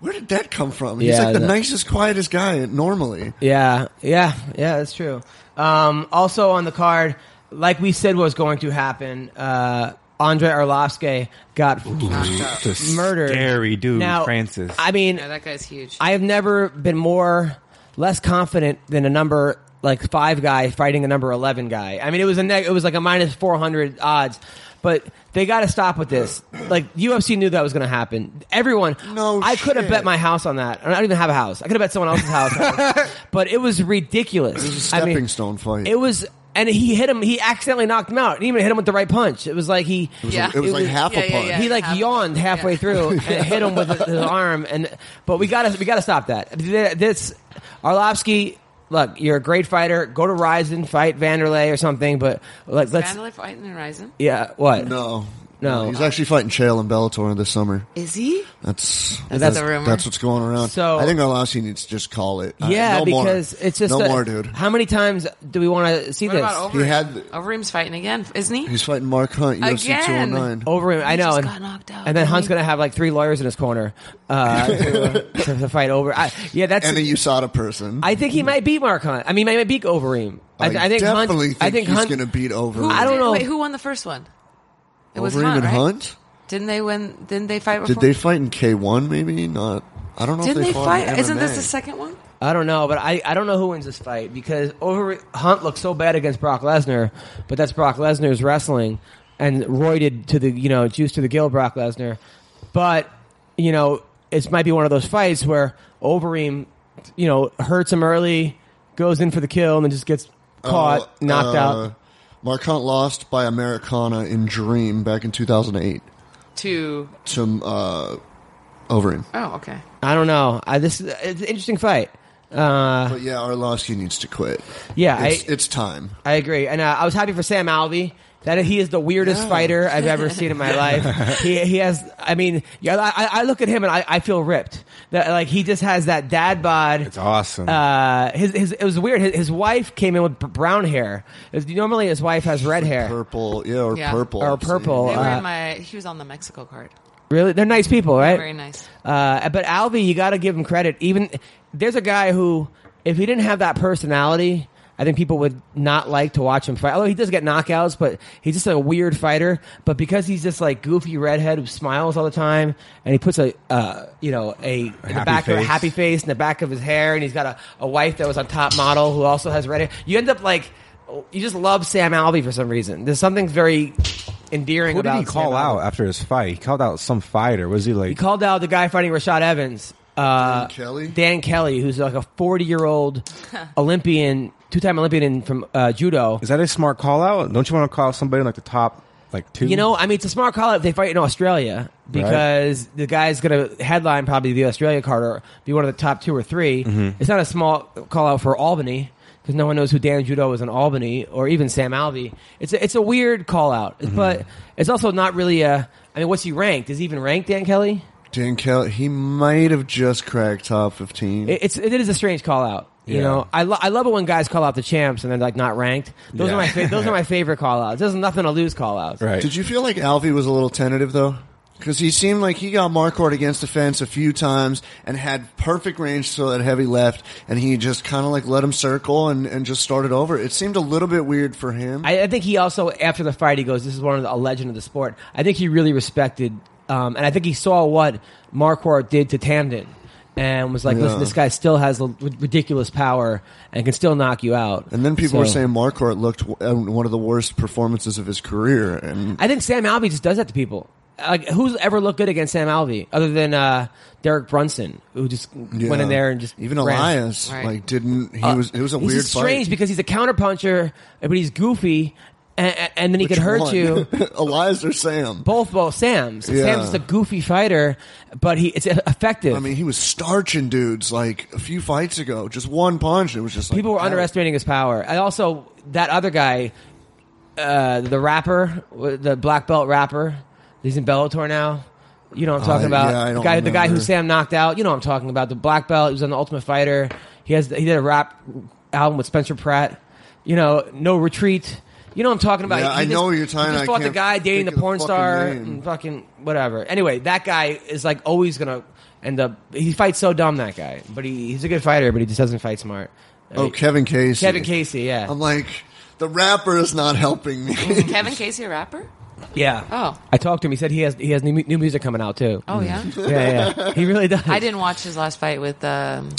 Speaker 4: where did that come from? He's
Speaker 1: Yeah,
Speaker 4: like the
Speaker 1: that-
Speaker 4: nicest, quietest guy normally.
Speaker 1: Yeah, yeah, yeah, that's true. Um, also on the card, like we said was going to happen, uh, Andre Arlovsky got
Speaker 2: Just
Speaker 1: murdered.
Speaker 2: Scary dude,
Speaker 1: now,
Speaker 2: Francis.
Speaker 1: I mean,
Speaker 3: yeah, that guy's huge.
Speaker 1: I have never been more less confident than a number like five guy fighting a number eleven guy. I mean, it was a neg- it was like a minus four hundred odds, but they got to stop with this. Like UFC knew that was going to happen. Everyone,
Speaker 4: No
Speaker 1: I could have
Speaker 4: shit.
Speaker 1: bet my house on that. I don't even have a house. I could have bet someone else's house, on it. but it was ridiculous.
Speaker 4: It was a stepping
Speaker 1: I mean,
Speaker 4: stone fight.
Speaker 1: It was. And he hit him. He accidentally knocked him out. And even hit him with the right punch. It was like he.
Speaker 3: yeah,
Speaker 4: it was like half a
Speaker 3: yeah, yeah,
Speaker 4: punch.
Speaker 3: yeah,
Speaker 1: He like
Speaker 3: half a
Speaker 1: yawned
Speaker 3: punch.
Speaker 1: halfway
Speaker 3: Yeah.
Speaker 1: through and hit him with his, his arm. And but we gotta we gotta stop that. Th- This Arlovsky, look, you're a great fighter. Go to Ryzen, fight Vanderlei or something. But like, let's
Speaker 3: Vandalay fighting the Horizon.
Speaker 1: yeah, what?
Speaker 4: No,
Speaker 1: No.
Speaker 4: He's actually fighting Chael and Bellator this summer.
Speaker 3: Is he?
Speaker 4: That's
Speaker 3: That's the rumor.
Speaker 4: That's what's going around.
Speaker 1: So-
Speaker 4: I think Arlovski needs to just call it. Uh,
Speaker 1: Yeah,
Speaker 4: no more.
Speaker 1: because it's just
Speaker 4: no
Speaker 1: a-
Speaker 4: more, dude.
Speaker 1: How many times do we want to see
Speaker 3: What
Speaker 1: this?
Speaker 3: about
Speaker 4: He
Speaker 3: Overeem?
Speaker 4: had the-
Speaker 3: Overeem's fighting again, isn't he?
Speaker 4: He's fighting Mark Hunt, UFC
Speaker 3: Again.
Speaker 4: 209.
Speaker 1: Over him, I know.
Speaker 3: just
Speaker 1: and,
Speaker 3: got knocked out,
Speaker 1: and then
Speaker 3: didn't
Speaker 1: Hunt's
Speaker 3: he?
Speaker 1: gonna have like three lawyers in his corner uh, to, to, to fight over. I, yeah, that's
Speaker 4: and a USADA person.
Speaker 1: I think he might beat Mark Hunt. I mean, he might beat Overeem. I,
Speaker 4: I
Speaker 1: I think Hunt,
Speaker 4: definitely think
Speaker 1: I think
Speaker 4: he's
Speaker 1: Hunt,
Speaker 4: going to beat over.
Speaker 3: Who
Speaker 1: I don't
Speaker 3: did-
Speaker 1: know.
Speaker 3: Wait, who won the first one? It was
Speaker 4: Overeem
Speaker 3: Hunt,
Speaker 4: and
Speaker 3: right?
Speaker 4: Hunt?
Speaker 3: Didn't they win? Didn't they fight? Before?
Speaker 4: Did they fight in K1? Maybe not. I don't know.
Speaker 3: Didn't
Speaker 4: if
Speaker 3: they
Speaker 4: they, fought in
Speaker 3: fight? Isn't this
Speaker 4: MMA.
Speaker 3: the second one?
Speaker 1: I don't know, but I, I don't know who wins this fight because over Hunt looked so bad against Brock Lesnar, but that's Brock Lesnar's wrestling and roided to the you know juice to the gill Brock Lesnar, but you know it might be one of those fights where Overeem you know hurts him early, goes in for the kill and then just gets caught,
Speaker 4: Uh,
Speaker 1: knocked
Speaker 4: uh,
Speaker 1: out.
Speaker 4: Mark Hunt lost by Americana in Dream back in 2008
Speaker 3: Two.
Speaker 4: to uh, Overeem.
Speaker 3: Oh, okay.
Speaker 1: I don't know. I, this is it's an interesting fight. Uh,
Speaker 4: But yeah, Arlovski needs to quit.
Speaker 1: yeah, I,
Speaker 4: it's, it's time.
Speaker 1: I agree, and uh, I was happy for Sam Alvey. That he is the weirdest
Speaker 4: Yeah.
Speaker 1: fighter I've ever seen in my life. He he has, I mean, yeah, I, I- I look at him and I, I feel ripped. That like he just has that dad bod.
Speaker 2: it's awesome.
Speaker 1: Uh, his his it was weird. His, his wife came in with b- brown hair. It was- normally his wife has red hair.
Speaker 4: Purple, yeah, or
Speaker 3: Yeah.
Speaker 4: purple,
Speaker 1: Or purple.
Speaker 3: They were
Speaker 1: Uh,
Speaker 3: in my. He was on the Mexico card.
Speaker 1: Really, they're nice people, right?
Speaker 3: Very nice.
Speaker 1: Uh, but Alvey, you got to give him credit. Even there's a guy who, if he didn't have that personality, I think people would not like to watch him fight. Although he does get knockouts, but he's just a weird fighter. But because he's just like goofy redhead who smiles all the time, and he puts a uh, you know a, in the
Speaker 2: happy
Speaker 1: back of a
Speaker 2: face.
Speaker 1: happy face in the back of his hair, and he's got a, a wife that was a top model who also has red hair. You end up like you just love Sam Alvey for some reason. There's something very endearing
Speaker 2: Who
Speaker 1: about.
Speaker 2: did he
Speaker 1: Sam
Speaker 2: call
Speaker 1: Alvey.
Speaker 2: out after his fight? He called out some fighter. Was he like?
Speaker 1: He called out the guy fighting Rashad Evans. Uh,
Speaker 4: Dan Kelly?
Speaker 1: Dan Kelly, who's like a 40 year old Olympian, two time Olympian in, from uh, judo.
Speaker 2: is that a smart call out? Don't you want to call out somebody in, like the top like two?
Speaker 1: You know, I mean, it's a smart call out if they fight in Australia because the guy's going to headline probably the Australia card or be one of the top two or 3 It's not a small call out for Albany because no one knows who Dan Judo is in Albany or even Sam Alvey. It's a, it's a weird call out, but it's also not really a. I mean, what's he ranked? Is he even ranked, Dan Kelly?
Speaker 4: Dan Kelly, he might have just cracked top 15.
Speaker 1: It- it's it is a strange call out. You
Speaker 2: Yeah.
Speaker 1: know, I, lo- I love it when guys call out the champs and they're like not ranked. Those
Speaker 2: Yeah.
Speaker 1: are my fa- those are my favorite call outs. There's nothing to lose call outs.
Speaker 2: right?
Speaker 4: Did you feel like Alfie was a little tentative though? Because he seemed like he got Marquardt against the fence a few times and had perfect range so that heavy left, and he just kind of like let him circle and, and just started over. It seemed a little bit weird for him.
Speaker 1: I, I think he also after the fight he goes, "This is one of the, a legend of the sport." I think he really respected, um, and I think he saw what Marquardt did to Tamden. and was like, listen,
Speaker 4: Yeah.
Speaker 1: this guy still has l- ridiculous power and can still knock you out.
Speaker 4: And then people were
Speaker 1: So-
Speaker 4: saying Marquardt looked w- uh, one of the worst performances of his career, and
Speaker 1: I think Sam Alvey just does that to people. Like, who's ever looked good against Sam Alvey other than uh, Derek Brunson, who just
Speaker 4: Yeah.
Speaker 1: went in there and just
Speaker 4: even
Speaker 1: ran.
Speaker 4: Elias
Speaker 3: Right.
Speaker 4: like didn't. He
Speaker 1: Uh,
Speaker 4: was it was a
Speaker 1: he's
Speaker 4: weird
Speaker 1: just strange
Speaker 4: fight.
Speaker 1: because he's a counterpuncher, but he's goofy, and, and then he could hurt
Speaker 4: One.
Speaker 1: you.
Speaker 4: Elias or Sam.
Speaker 1: Both, both Sam's.
Speaker 4: Yeah.
Speaker 1: Sam's just a goofy fighter, but he it's effective.
Speaker 4: I mean, he was starching dudes like a few fights ago. Just one punch. It was just like,
Speaker 1: people were
Speaker 4: ow.
Speaker 1: underestimating his power. I also that other guy, uh, the rapper, the black belt rapper, he's in Bellator now. You know what I'm talking
Speaker 4: Uh,
Speaker 1: about?
Speaker 4: yeah, I
Speaker 1: the
Speaker 4: don't
Speaker 1: guy, the guy who
Speaker 4: remember.
Speaker 1: Sam knocked out. You know what I'm talking about? The black belt. He was on the Ultimate Fighter. He has he did a rap album with Spencer Pratt. You know, no retreat. You know what I'm talking about?
Speaker 4: Yeah,
Speaker 1: He
Speaker 4: I know what you're
Speaker 1: he
Speaker 4: talking-
Speaker 1: Just
Speaker 4: I
Speaker 1: fought the
Speaker 4: can't
Speaker 1: guy dating
Speaker 4: think
Speaker 1: the
Speaker 4: of the
Speaker 1: porn
Speaker 4: fucking
Speaker 1: star
Speaker 4: name.
Speaker 1: and fucking whatever. Anyway, that guy is like always gonna end up. He fights so dumb that guy, but he, he's a good fighter, but he just doesn't fight smart. I
Speaker 4: Oh,
Speaker 1: mean,
Speaker 4: Kevin Casey. Um,
Speaker 1: Kevin Casey, yeah,
Speaker 4: I'm like, the rapper is not helping me.
Speaker 3: Kevin Casey, a rapper?
Speaker 1: yeah.
Speaker 3: Oh.
Speaker 1: I talked to him. He said he has he has new, mu- new music coming out too.
Speaker 3: Oh yeah.
Speaker 1: Yeah, yeah, he really does.
Speaker 3: I didn't watch his last fight with um,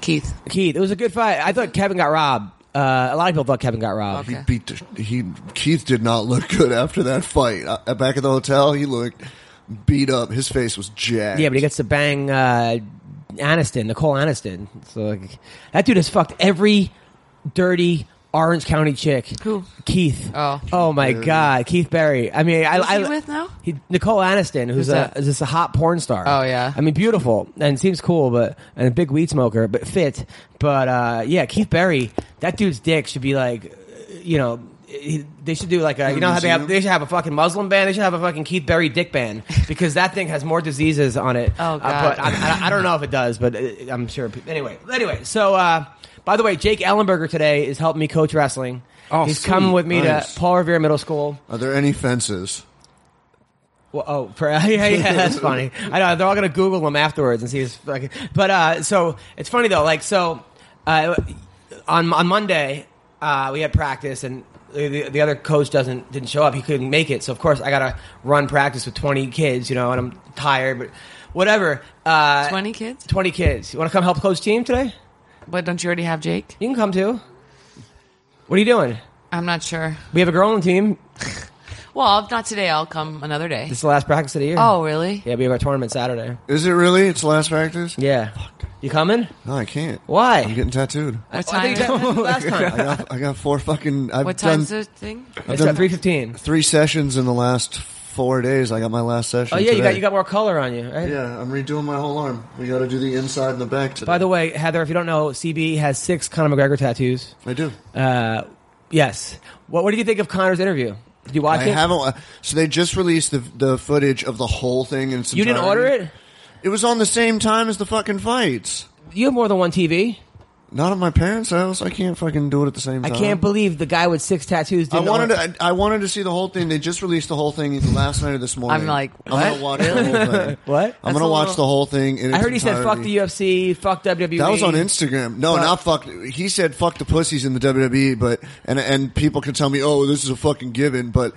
Speaker 3: Keith.
Speaker 1: Keith, it was a good fight. I thought Kevin got robbed. Uh, a lot of people thought Kevin got robbed.
Speaker 4: he
Speaker 3: Okay.
Speaker 4: beat the, he Keith did not look good after that fight. Uh, back at the hotel, he looked beat up. His face was jacked.
Speaker 1: Yeah, but he gets to bang uh, Aniston, Nicole Aniston. So like, that dude has fucked every dirty Orange County chick.
Speaker 3: Who?
Speaker 1: Keith.
Speaker 3: Oh.
Speaker 1: oh my God, Keith Berry. I mean, I,
Speaker 3: Who's
Speaker 1: I
Speaker 3: he with now?
Speaker 1: He, Nicole Aniston, who's,
Speaker 3: Who's
Speaker 1: a
Speaker 3: that?
Speaker 1: is this a hot porn star?
Speaker 3: Oh, yeah.
Speaker 1: I mean, beautiful and seems cool, but and a big weed smoker, but fit. But uh, yeah, Keith Berry. That dude's dick should be like, uh, you know. he- They should do like a you know how they have
Speaker 4: museum?
Speaker 1: they should have a fucking Muslim ban they should have a fucking Keith Berry dick ban because that thing has more diseases on it
Speaker 3: Oh,
Speaker 1: uh, but
Speaker 3: God.
Speaker 1: I, I, I don't know if it does, but it, I'm sure. pe- Anyway, anyway. So, uh, by the way, Jake Ellenberger today is helping me coach wrestling.
Speaker 2: Oh,
Speaker 1: He's
Speaker 2: sweet.
Speaker 1: coming with me
Speaker 4: Nice.
Speaker 1: to Paul Revere Middle School.
Speaker 4: Are there any fences?
Speaker 1: Well, oh, for, yeah, yeah, that's funny. I know they're all gonna Google him afterwards and see his fucking. But uh, so it's funny though. Like so, uh, on on Monday uh, we had practice and. The, the- the other coach doesn't didn't show up. He couldn't make it, so of course I gotta run practice with twenty kids, you know, and I'm tired, but whatever. Uh,
Speaker 3: Twenty kids.
Speaker 1: 20 kids. You want to come help coach team today?
Speaker 3: But don't you already have Jake?
Speaker 1: You can come too. What are you doing?
Speaker 3: I'm not sure.
Speaker 1: We have a girl on the team.
Speaker 3: Well, if not today, I'll come another day.
Speaker 1: This is the last practice of the year.
Speaker 3: Oh, really?
Speaker 1: Yeah, we have our tournament Saturday.
Speaker 4: Is it really? It's last practice.
Speaker 1: Yeah. You coming?
Speaker 4: No, I can't.
Speaker 1: Why?
Speaker 4: I'm getting tattooed.
Speaker 3: What
Speaker 1: Oh, I
Speaker 3: time?
Speaker 1: think that was last
Speaker 4: I
Speaker 1: time.
Speaker 4: got, I got four fucking. I've
Speaker 3: What
Speaker 4: done
Speaker 3: time's the thing?
Speaker 1: It's at 3.15.
Speaker 4: three sessions in the last four days. I got my last session.
Speaker 1: Oh, yeah, you
Speaker 4: today.
Speaker 1: got, you got more color on you, right?
Speaker 4: Yeah, I'm redoing my whole arm. We got to do the inside and the back today.
Speaker 1: By the way, Heather, if you don't know, CB has six Conor McGregor tattoos.
Speaker 4: I do.
Speaker 1: Uh, yes. What, what did you think of Conor's interwa? Did you watch
Speaker 4: I
Speaker 1: it?
Speaker 4: haven't. uh, So they just released the the footage of the whole thing. And
Speaker 1: you didn't order it?
Speaker 4: It was on the same time as the fucking fights.
Speaker 1: You have more than one TV.
Speaker 4: Not at my parents' house. I can't fucking do it at the same
Speaker 1: I
Speaker 4: time.
Speaker 1: can't believe the guy with six tattoos
Speaker 4: I
Speaker 1: didn't
Speaker 4: wanted
Speaker 1: order-
Speaker 4: to. I, I wanted to see the whole thing. They just released the whole thing either last night or this morning.
Speaker 3: I'm like,
Speaker 4: I'm
Speaker 3: what?
Speaker 4: gonna watch the whole thing.
Speaker 1: What?
Speaker 4: I'm
Speaker 3: That's
Speaker 4: gonna
Speaker 3: a
Speaker 4: watch
Speaker 3: little-
Speaker 4: the whole thing. In
Speaker 1: I
Speaker 4: its
Speaker 1: heard he said fuck
Speaker 4: entirety.
Speaker 1: the UFC, fuck E." WWE.
Speaker 4: That was on Instagram. No,
Speaker 1: Fuck.
Speaker 4: not fuck. He said fuck the pussies in the WWE, but and and people can tell me, oh, this is a fucking given. But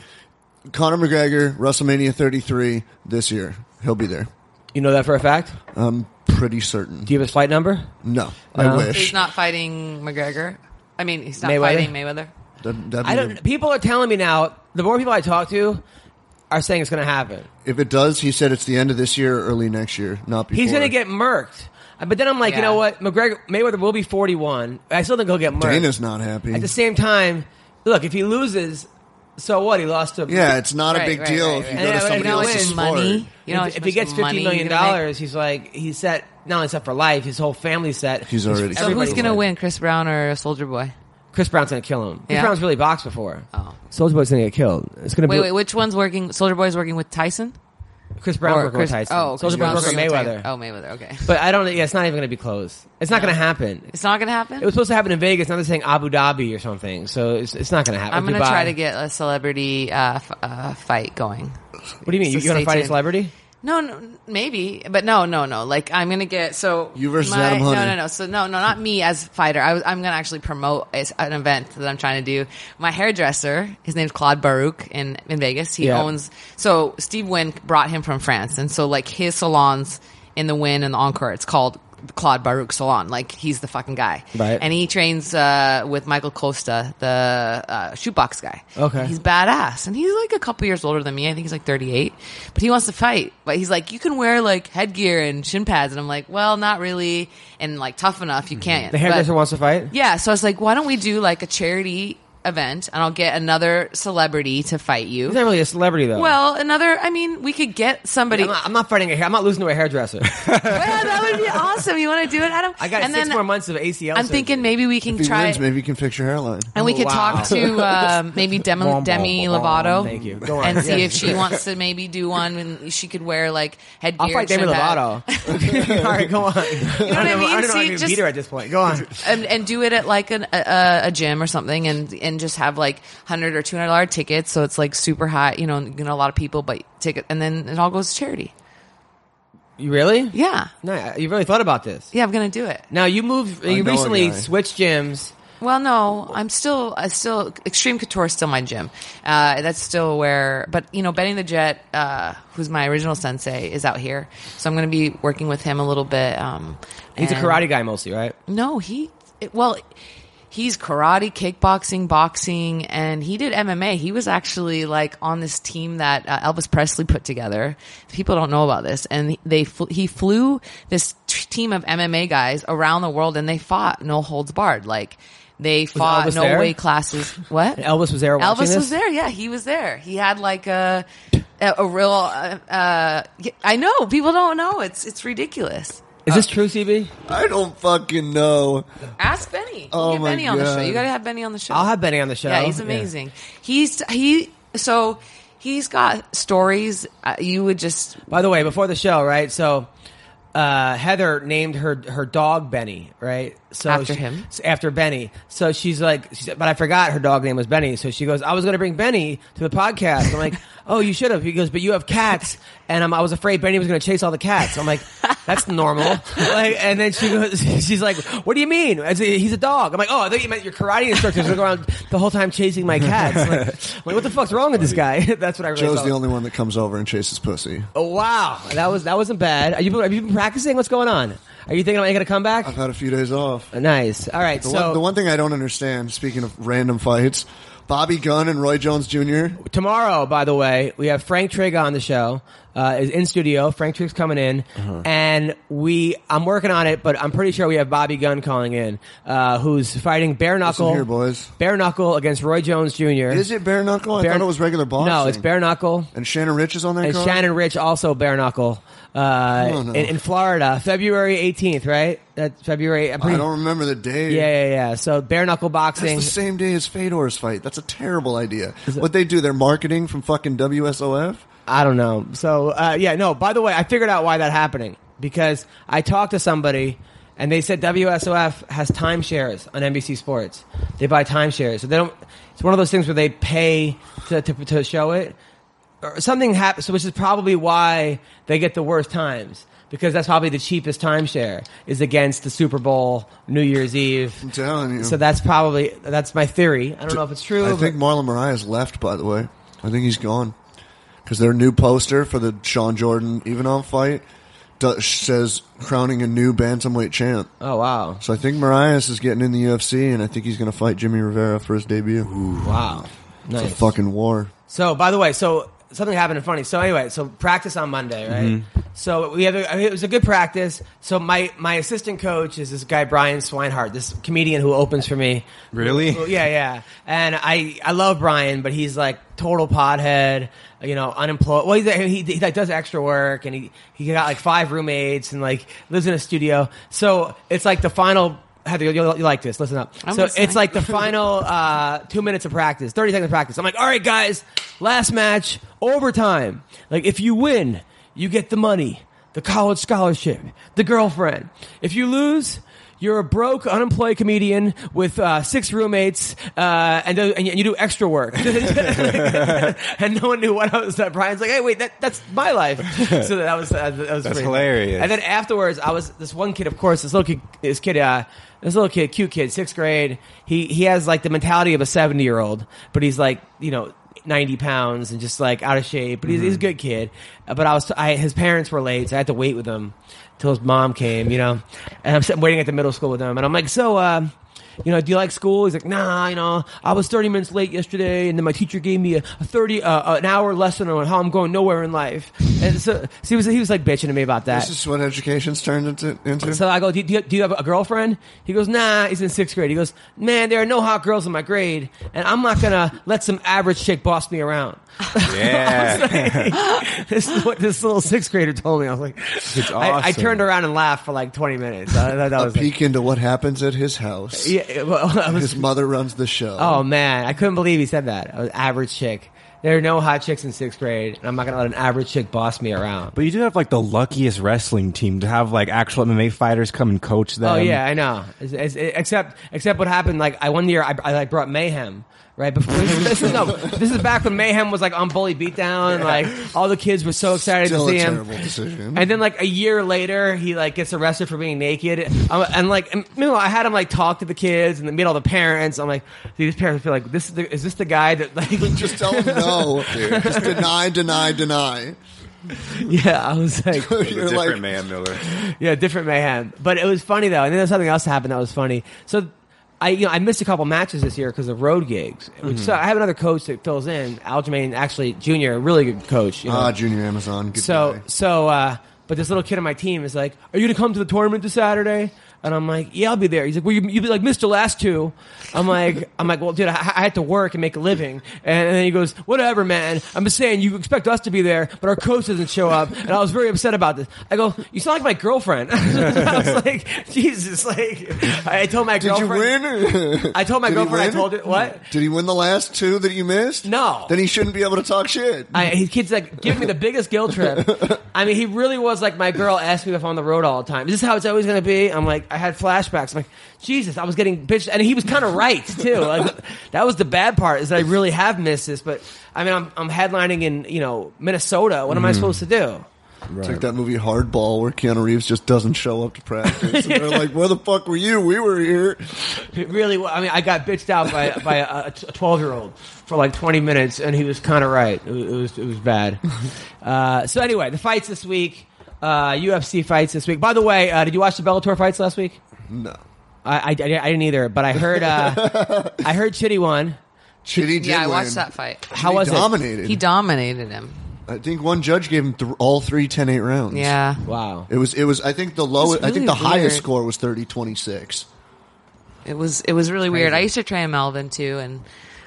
Speaker 4: Conor McGregor, WrestleMania 33 this year, he'll be there.
Speaker 1: You know that for a fact?
Speaker 4: I'm pretty certain.
Speaker 1: Do you have his flight number?
Speaker 4: No,
Speaker 1: No.
Speaker 4: I wish.
Speaker 3: He's not fighting McGregor. I mean, he's not
Speaker 1: Mayweather?
Speaker 3: fighting Mayweather.
Speaker 4: That- that'd
Speaker 1: I
Speaker 4: be-
Speaker 1: don't. People are telling me now. The more people I talk to, are saying it's going to happen.
Speaker 4: If it does, he said it's the end of this year, or early next year, not before.
Speaker 1: He's going to get murked. Uh, But then I'm like, you
Speaker 3: Yeah.
Speaker 1: know what? McGregor Mayweather will be 41. I still think he'll get murked.
Speaker 4: Dana's not happy.
Speaker 1: At the same time, look, if he loses, so what? He lost to
Speaker 4: yeah, it's not a
Speaker 3: Right,
Speaker 4: big
Speaker 3: right,
Speaker 4: deal
Speaker 3: right,
Speaker 4: if you
Speaker 3: right.
Speaker 4: go
Speaker 1: Yeah,
Speaker 4: to
Speaker 1: but
Speaker 4: somebody
Speaker 1: if you
Speaker 4: else's
Speaker 1: win
Speaker 4: sport.
Speaker 3: money, you know, how
Speaker 1: if, if
Speaker 3: much
Speaker 1: he gets
Speaker 3: money
Speaker 1: fifteen
Speaker 3: you're
Speaker 1: million
Speaker 3: gonna make?
Speaker 1: dollars, he's like he's set. Not only set for life, his whole family's set.
Speaker 4: He's already
Speaker 3: So who's
Speaker 1: everybody's
Speaker 3: gonna
Speaker 1: set.
Speaker 3: win, Chris Brown or Soldier Boy?
Speaker 1: Chris Brown's gonna kill him. Chris
Speaker 3: Yeah.
Speaker 1: Brown's really boxed before.
Speaker 3: Oh.
Speaker 1: Soldier Boy's gonna get killed. It's gonna
Speaker 3: Wait,
Speaker 1: be
Speaker 3: wait, which one's working? Soldier Boy's working with Tyson
Speaker 1: Chris Brown working
Speaker 3: Chris?
Speaker 1: with Tyson.
Speaker 3: Oh, Chris
Speaker 1: Soldier Brown's
Speaker 3: Brown's
Speaker 1: working with Mayweather.
Speaker 3: Tyson. Oh, Mayweather. Okay,
Speaker 1: But I don't. Yeah, it's not even going to be close. It's not going to happen.
Speaker 3: it's not gonna happen.
Speaker 1: It was supposed to happen in Vegas. Now they're saying Abu Dhabi or something. So it's, it's not going to happen.
Speaker 3: I'm gonna
Speaker 1: Dubai.
Speaker 3: try to get a celebrity uh, f- uh, fight going.
Speaker 1: What do you mean?
Speaker 3: so
Speaker 1: you want to
Speaker 3: stay
Speaker 1: fight a
Speaker 3: tuned.
Speaker 1: celebrity?
Speaker 3: No, no, maybe, but no, no, no. Like I'm gonna get so
Speaker 4: You versus
Speaker 3: my-
Speaker 4: Adam Hunter.
Speaker 3: No, no, no. So no, no, not me as fighter. I was, I'm gonna actually promote as- an event that I'm trying to do. My hairdresser, his name's Claude Baruch in in Vegas. He
Speaker 1: Yeah.
Speaker 3: owns. So Steve Wynn brought him from France, and so like his salons in the win and the encore. It's called Claude Baruch Salon. Like he's the fucking guy.
Speaker 1: Right.
Speaker 3: And he trains uh, with Michael Costa, the uh, shootbox guy.
Speaker 1: Okay.
Speaker 3: He's badass, and he's like a couple years older than me. I think he's like 38, but he wants to fight. But he's like, you can wear like headgear and shin pads, and I'm like, well, not really, and like tough enough, you can't.
Speaker 1: Mm-hmm. The
Speaker 3: But-
Speaker 1: hairdresser wants to fight.
Speaker 3: yeah, so I was like, why don't we do like a charity event and I'll get another celebrity to fight
Speaker 1: He's
Speaker 3: you.
Speaker 1: not really a celebrity though.
Speaker 3: Well, another I mean, we could get somebody
Speaker 1: I'm not, I'm not fighting a hair. I'm not losing to a hairdresser.
Speaker 3: Well, that would be awesome. You want to do it, Adam?
Speaker 1: I got
Speaker 3: and
Speaker 1: six
Speaker 3: then
Speaker 1: more months of ACL.
Speaker 3: I'm thinking maybe we can
Speaker 4: If he
Speaker 3: try
Speaker 4: wins, maybe you can fix your hairline.
Speaker 3: and we could
Speaker 1: Wow.
Speaker 3: talk to um, maybe Demi,
Speaker 1: Boom,
Speaker 3: Demi
Speaker 1: boom, boom,
Speaker 3: Lovato.
Speaker 1: Thank you. Go on.
Speaker 3: And see
Speaker 1: Yeah.
Speaker 3: if she wants to maybe do one, and she could wear like headgear.
Speaker 1: I'll fight
Speaker 3: and
Speaker 1: David
Speaker 3: shin pad.
Speaker 1: Lovato. All right, go on. You
Speaker 3: know what I mean?
Speaker 1: I don't know
Speaker 3: See,
Speaker 1: if I can
Speaker 3: just-
Speaker 1: beat her at this point. Go on.
Speaker 3: and, and do it at like an, a- a, a gym or something and and just have like 100 or 200 dollar tickets so it's like super high you know you know a lot of people but ticket and then it all goes to charity
Speaker 1: You really?
Speaker 3: yeah
Speaker 1: No, you really thought about this.
Speaker 3: yeah i'm gonna do it
Speaker 1: Now you moved. You
Speaker 4: know a
Speaker 1: recently
Speaker 4: guy.
Speaker 1: switched gyms.
Speaker 3: well no i'm still i still extreme couture is still my gym uh, that's still where but you know benny the jet uh, who's my original sensei is out here so i'm gonna be working with him a little bit um,
Speaker 1: He's a
Speaker 3: and-
Speaker 1: karate guy mostly, right?
Speaker 3: No, he it- well, he's karate, kickboxing, boxing, and he did MMA. He was actually like on this team that uh, Elvis Presley put together. People don't know about this, and they fl- he flew this t- team of MMA guys around the world, and they fought no holds barred, like. They fought
Speaker 1: Elvis
Speaker 3: no
Speaker 1: there?
Speaker 3: weight classes. What?
Speaker 1: Elvis was there watching
Speaker 3: Mm. Elvis
Speaker 1: this?
Speaker 3: was there. Yeah, he was there. He had like a a, a real. Uh, uh, I know people don't know. It's it's ridiculous.
Speaker 1: Is this true, CB?
Speaker 4: I don't fucking know.
Speaker 3: Ask Benny.
Speaker 4: Oh
Speaker 3: get
Speaker 4: my
Speaker 3: Benny on the show.
Speaker 4: God.
Speaker 3: You got to have Benny on the show.
Speaker 1: I'll have Benny on the show.
Speaker 3: Yeah, he's amazing. He's he so he's got stories uh, you would just
Speaker 1: By the way, before the show, right? So uh, Heather named her her dog Benny, right? So
Speaker 3: After
Speaker 1: she-
Speaker 3: him?
Speaker 1: s- after Benny. So she's like, she said, but I forgot her dog name was Benny. So she goes, I was going to bring Benny to the podcast. I'm like, oh, you should have. He goes, but you have cats, and um, I was afraid Benny was going to chase all the cats. I'm like, that's normal. like, and then she goes, she's like, what do you mean? I said, He's a dog. I'm like, oh, I thought you meant your karate instructors were going around the whole time chasing my cats. I'm like, I'm like, what the fuck's wrong with this guy? that's what I really
Speaker 4: Joe's
Speaker 1: thought.
Speaker 4: the only one that comes over and chases pussy.
Speaker 1: Oh, wow, that was that wasn't bad. Are you have you been practicing? What's going on? Are you thinking about making a comeback?
Speaker 4: I've had a few days off.
Speaker 1: nice. All right.
Speaker 4: Uh-huh. The,
Speaker 1: so
Speaker 4: one, the one thing I don't understand, speaking of random fights, Bobby Gunn and Roy Jones Jr.
Speaker 1: tomorrow, by the way, we have Frank Trigg on the show. Uh, is in studio. Frank Trigg's coming in,
Speaker 4: Uh-huh.
Speaker 1: and we I'm working on it, but I'm pretty sure we have Bobby Gunn calling in, uh, who's fighting bare knuckle
Speaker 4: here, boys.
Speaker 1: Bare knuckle against Roy Jones Jr.
Speaker 4: Is it bare knuckle? I
Speaker 1: Bare-
Speaker 4: thought it was regular boxing.
Speaker 1: No, it's bare knuckle.
Speaker 4: And Shannon Rich is on that
Speaker 1: And
Speaker 4: card?
Speaker 1: Shannon Rich also bare knuckle uh,
Speaker 4: Oh, no.
Speaker 1: in, in Florida, February 18th, right? That's February. I'm
Speaker 4: I
Speaker 1: pretty-
Speaker 4: don't remember the day.
Speaker 1: Yeah, yeah, yeah. So bare knuckle
Speaker 4: That's
Speaker 1: boxing.
Speaker 4: the same day as Fedor's fight. That's a terrible idea. What they do, they're marketing from fucking WSOF?
Speaker 1: I don't know. So uh, yeah, no. By the way, I figured out why that happening because I talked to somebody and they said WSOF has timeshares on NBC Sports. They buy timeshares, so they don't. It's one of those things where they pay to to, to show it. Or something happens, which is probably why they get the worst times. Because that's probably the cheapest timeshare is against the Super Bowl, New Year's Eve.
Speaker 4: I'm telling you.
Speaker 1: So that's probably that's my theory. I don't know if it's true.
Speaker 4: I
Speaker 1: but-
Speaker 4: think Marlon Marias left, by the way. I think he's gone. Because their new poster for the Sean Jordan Ivanov fight do- says crowning a new bantamweight champ.
Speaker 1: oh wow,
Speaker 4: So I think Marias is getting in the UFC, and I think he's going to fight Jimmy Rivera for his debut.
Speaker 1: wow, nice.
Speaker 4: It's a fucking war.
Speaker 1: So, by the way, so something happened funny. So, anyway, so practice on Monday, right? So we have a, I mean, it was a good practice. So my my assistant coach is this guy Brian Swinehart, this comedian who opens for me.
Speaker 2: Really?
Speaker 1: Who- who- yeah, yeah. And I I love Brian, but he's like total pothead. You know, unemployed. Well, he's, he, he like does extra work, and he he got like five roommates, and like lives in a studio. So it's like the final. Heather, you'll, you'll, you like this. Listen up.
Speaker 3: I'm
Speaker 1: so
Speaker 3: listening.
Speaker 1: it's like the final uh, two minutes of practice, 30 seconds of practice. I'm like, all right, guys, last match, overtime. Like, if you win, you get the money, the college scholarship, the girlfriend. If you lose, you're a broke, unemployed comedian with uh, six roommates, uh, and, and you do extra work. and no one knew what I was. That Brian's like, hey, wait, that, that's my life. So that was uh, that was
Speaker 2: That's
Speaker 1: pretty-
Speaker 2: hilarious.
Speaker 1: And then afterwards, I was this one kid. Of course, this little kid, this kid, uh, this little kid, cute kid, sixth grade. He he has like the mentality of a seventy year old, but he's like you know 90 pounds and just like out of shape, but he's, he's a good kid. Uh, But I was, I, his parents were late, so I had to wait with him till his mom came, you know, and I'm sitting- waiting at the middle school with him. And I'm like, so, uh, you know, do you like school? He's like, nah, you know, I was 30 minutes late yesterday and then my teacher gave me a, a 30, uh, an hour lesson on how I'm going nowhere in life. And so, so he was, he was like bitching to me about that.
Speaker 4: This is what education's turned into. into?
Speaker 1: So I go, do you, do you have a girlfriend? He goes, nah, he's in sixth grade. He goes, man, there are no hot girls in my grade, and I'm not gonna let some average chick boss me around.
Speaker 2: Yeah.
Speaker 1: this is what this little sixth grader told me. I was like,
Speaker 2: It's
Speaker 1: I, I
Speaker 2: awesome.
Speaker 1: turned around and laughed for like 20 minutes. I, thought that
Speaker 4: a
Speaker 1: was like,
Speaker 4: peek into what happens at his house.
Speaker 1: yeah, well, I was,
Speaker 4: His mother runs the show.
Speaker 1: oh man, I couldn't believe he said that. I was average chick. There are no hot chicks in sixth grade, and I'm not gonna let an average chick boss me around.
Speaker 2: But you do have like the luckiest wrestling team to have like actual MMA fighters come and coach them.
Speaker 1: Oh
Speaker 4: Um,
Speaker 1: yeah, I know. It's- it's- it- except except what happened like I one year I, I like brought mayhem right before this, is no this is back when mayhem was like on bully beatdown and like all the kids were so excited
Speaker 4: Still
Speaker 1: to see
Speaker 4: a
Speaker 1: him.
Speaker 4: terrible decision.
Speaker 1: And then like a year later, he like gets arrested for being naked. Um, and like, and, meanwhile, I had him like talk to the kids and then meet all the parents. I'm like, these parents feel like this is, the, is this the guy that like
Speaker 4: Just tell him no. Just deny, deny, deny.
Speaker 1: yeah. I was like,
Speaker 4: You're like,
Speaker 2: man, Miller.
Speaker 1: yeah, different mayhem. But it was funny though, and then there's something else that happened that was funny. So I, you know, I missed a couple matches this year because of road gigs. Which, So I have another coach that fills in, Aljamain, actually junior, a really good coach. You know.
Speaker 4: ah, Junior Amazon. Good
Speaker 1: so
Speaker 4: guy.
Speaker 1: so, uh, but this little kid on my team is like, "Are you gonna come to the tournament this Saturday?" And I'm like, "Yeah, I'll be there." He's like, "Well, you, you like missed the last two. I'm like, "I'm like, well, dude, I, I had to work and make a living." And, and then he goes, "Whatever, man. I'm just saying you expect us to be there, but our coach doesn't show up." And I was very upset about this. I go, "You sound like my girlfriend." I was like, "Jesus!" Like, I told my
Speaker 4: Did you
Speaker 1: girlfriend.
Speaker 4: win?
Speaker 1: I told my
Speaker 4: Did he
Speaker 1: girlfriend. I
Speaker 4: win?
Speaker 1: told it what.
Speaker 4: Did he win the last two that you missed?
Speaker 1: No.
Speaker 4: Then he shouldn't be able to talk shit.
Speaker 1: I, his kid's like giving me the biggest guilt trip. I mean, he really was like my girl asked me if I'm on the road all the time. Is this how it's always going to be? I'm like, I had flashbacks. I'm like, Jesus, I was getting bitched, and he was kind of right too. Like, that was the bad part is that I really have missed this. But I mean, I'm, I'm headlining in you know Minnesota. What am I supposed to do?
Speaker 4: It's like that movie Hardball where Keanu Reeves just doesn't show up to practice. And they're like, where the fuck were you? We were here.
Speaker 1: It really, wa- I mean, I got bitched out by by a twelve year old for like twenty minutes, and he was kind of right. It was it was, it was bad. Uh, so anyway, the fights this week, uh, UFC fights this week. By the way, uh, did you watch the Bellator fights last week?
Speaker 4: No.
Speaker 1: I, I, I didn't either, but I heard uh, I heard Chitty won.
Speaker 4: Chitty did
Speaker 3: Yeah, I
Speaker 4: win.
Speaker 3: watched that fight.
Speaker 1: How
Speaker 4: he
Speaker 1: was
Speaker 4: dominated.
Speaker 3: He dominated him.
Speaker 4: I think one judge gave him th- all three 10-8 rounds.
Speaker 3: Yeah.
Speaker 1: it? Wow.
Speaker 4: It was, it was, I think the lowest, I
Speaker 3: really
Speaker 4: think the highest
Speaker 3: weird.
Speaker 4: score was 30-26.
Speaker 3: It was it was really weird. I used to train Melvin too, and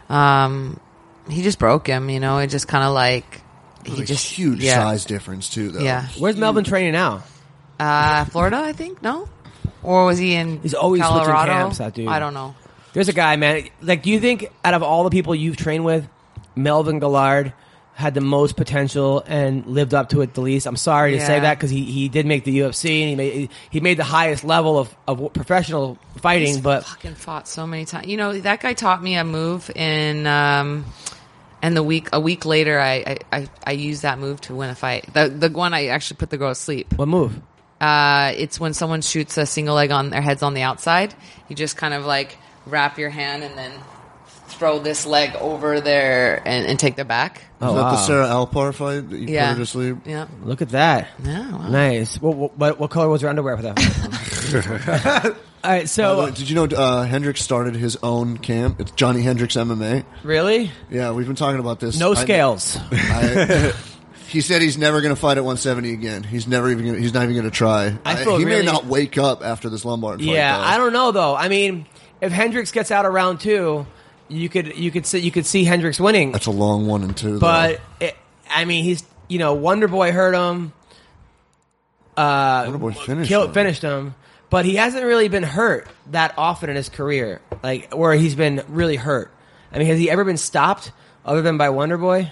Speaker 3: um, he just broke him. You know, it just kind of like he
Speaker 4: Like,
Speaker 3: just
Speaker 4: huge
Speaker 3: yeah.
Speaker 4: size difference too, though.
Speaker 3: Yeah,
Speaker 1: Where's Melvin training now?
Speaker 3: uh, Florida, I think. No, or was he in?
Speaker 1: He's always switching
Speaker 3: Colorado.
Speaker 1: camps, that dude.
Speaker 3: I don't know.
Speaker 1: There's a guy, man. Like, do you think out of all the people you've trained with, Melvin Gillard had the most potential and lived up to it the least? I'm sorry to say
Speaker 3: Yeah.
Speaker 1: that because he, he did make the UFC and he made he made the highest level of, of professional fighting,
Speaker 3: He's
Speaker 1: but
Speaker 3: fucking fought so many times. You know, that guy taught me a move in. Um, and the week a week later, I, I, I, I used that move to win a fight. The the one I actually put the girl to sleep.
Speaker 1: what move?
Speaker 3: Uh, it's when someone shoots a single leg on their heads on the outside. You just kind of like wrap your hand and then throw this leg over there and, and take their back.
Speaker 1: Oh,
Speaker 4: Is that the
Speaker 1: wow.
Speaker 4: Sarah Alpar fight that you
Speaker 3: Yeah.
Speaker 4: put her to sleep?
Speaker 3: Yeah.
Speaker 1: Look at that.
Speaker 3: Yeah, wow.
Speaker 1: Nice. What, what- what, what color was your underwear for that? all right, so.
Speaker 4: By the way, Did you know uh, Hendrix started his own camp? It's Johnny Hendrix MMA.
Speaker 1: Really?
Speaker 4: Yeah, we've been talking about this.
Speaker 1: No
Speaker 4: I-
Speaker 1: scales.
Speaker 4: I- he said he's never going to fight at 170 again. He's never even. Gonna, he's not even going to try.
Speaker 1: I feel
Speaker 4: he
Speaker 1: really-
Speaker 4: may not wake up after this Lombard fight.
Speaker 1: Yeah,
Speaker 4: though.
Speaker 1: I don't know though. I mean, if Hendricks gets out of round two, you could you could see you could see Hendricks winning.
Speaker 4: That's a long one and two.
Speaker 1: But it, I mean, he's you know Wonder Boy hurt him,
Speaker 4: though.
Speaker 1: uh,
Speaker 4: Wonderboy finished.
Speaker 1: killed,
Speaker 4: him.
Speaker 1: finished him, but he hasn't really been hurt that often in his career, like where he's been really hurt. I mean, has he ever been stopped other than by Wonder Boy?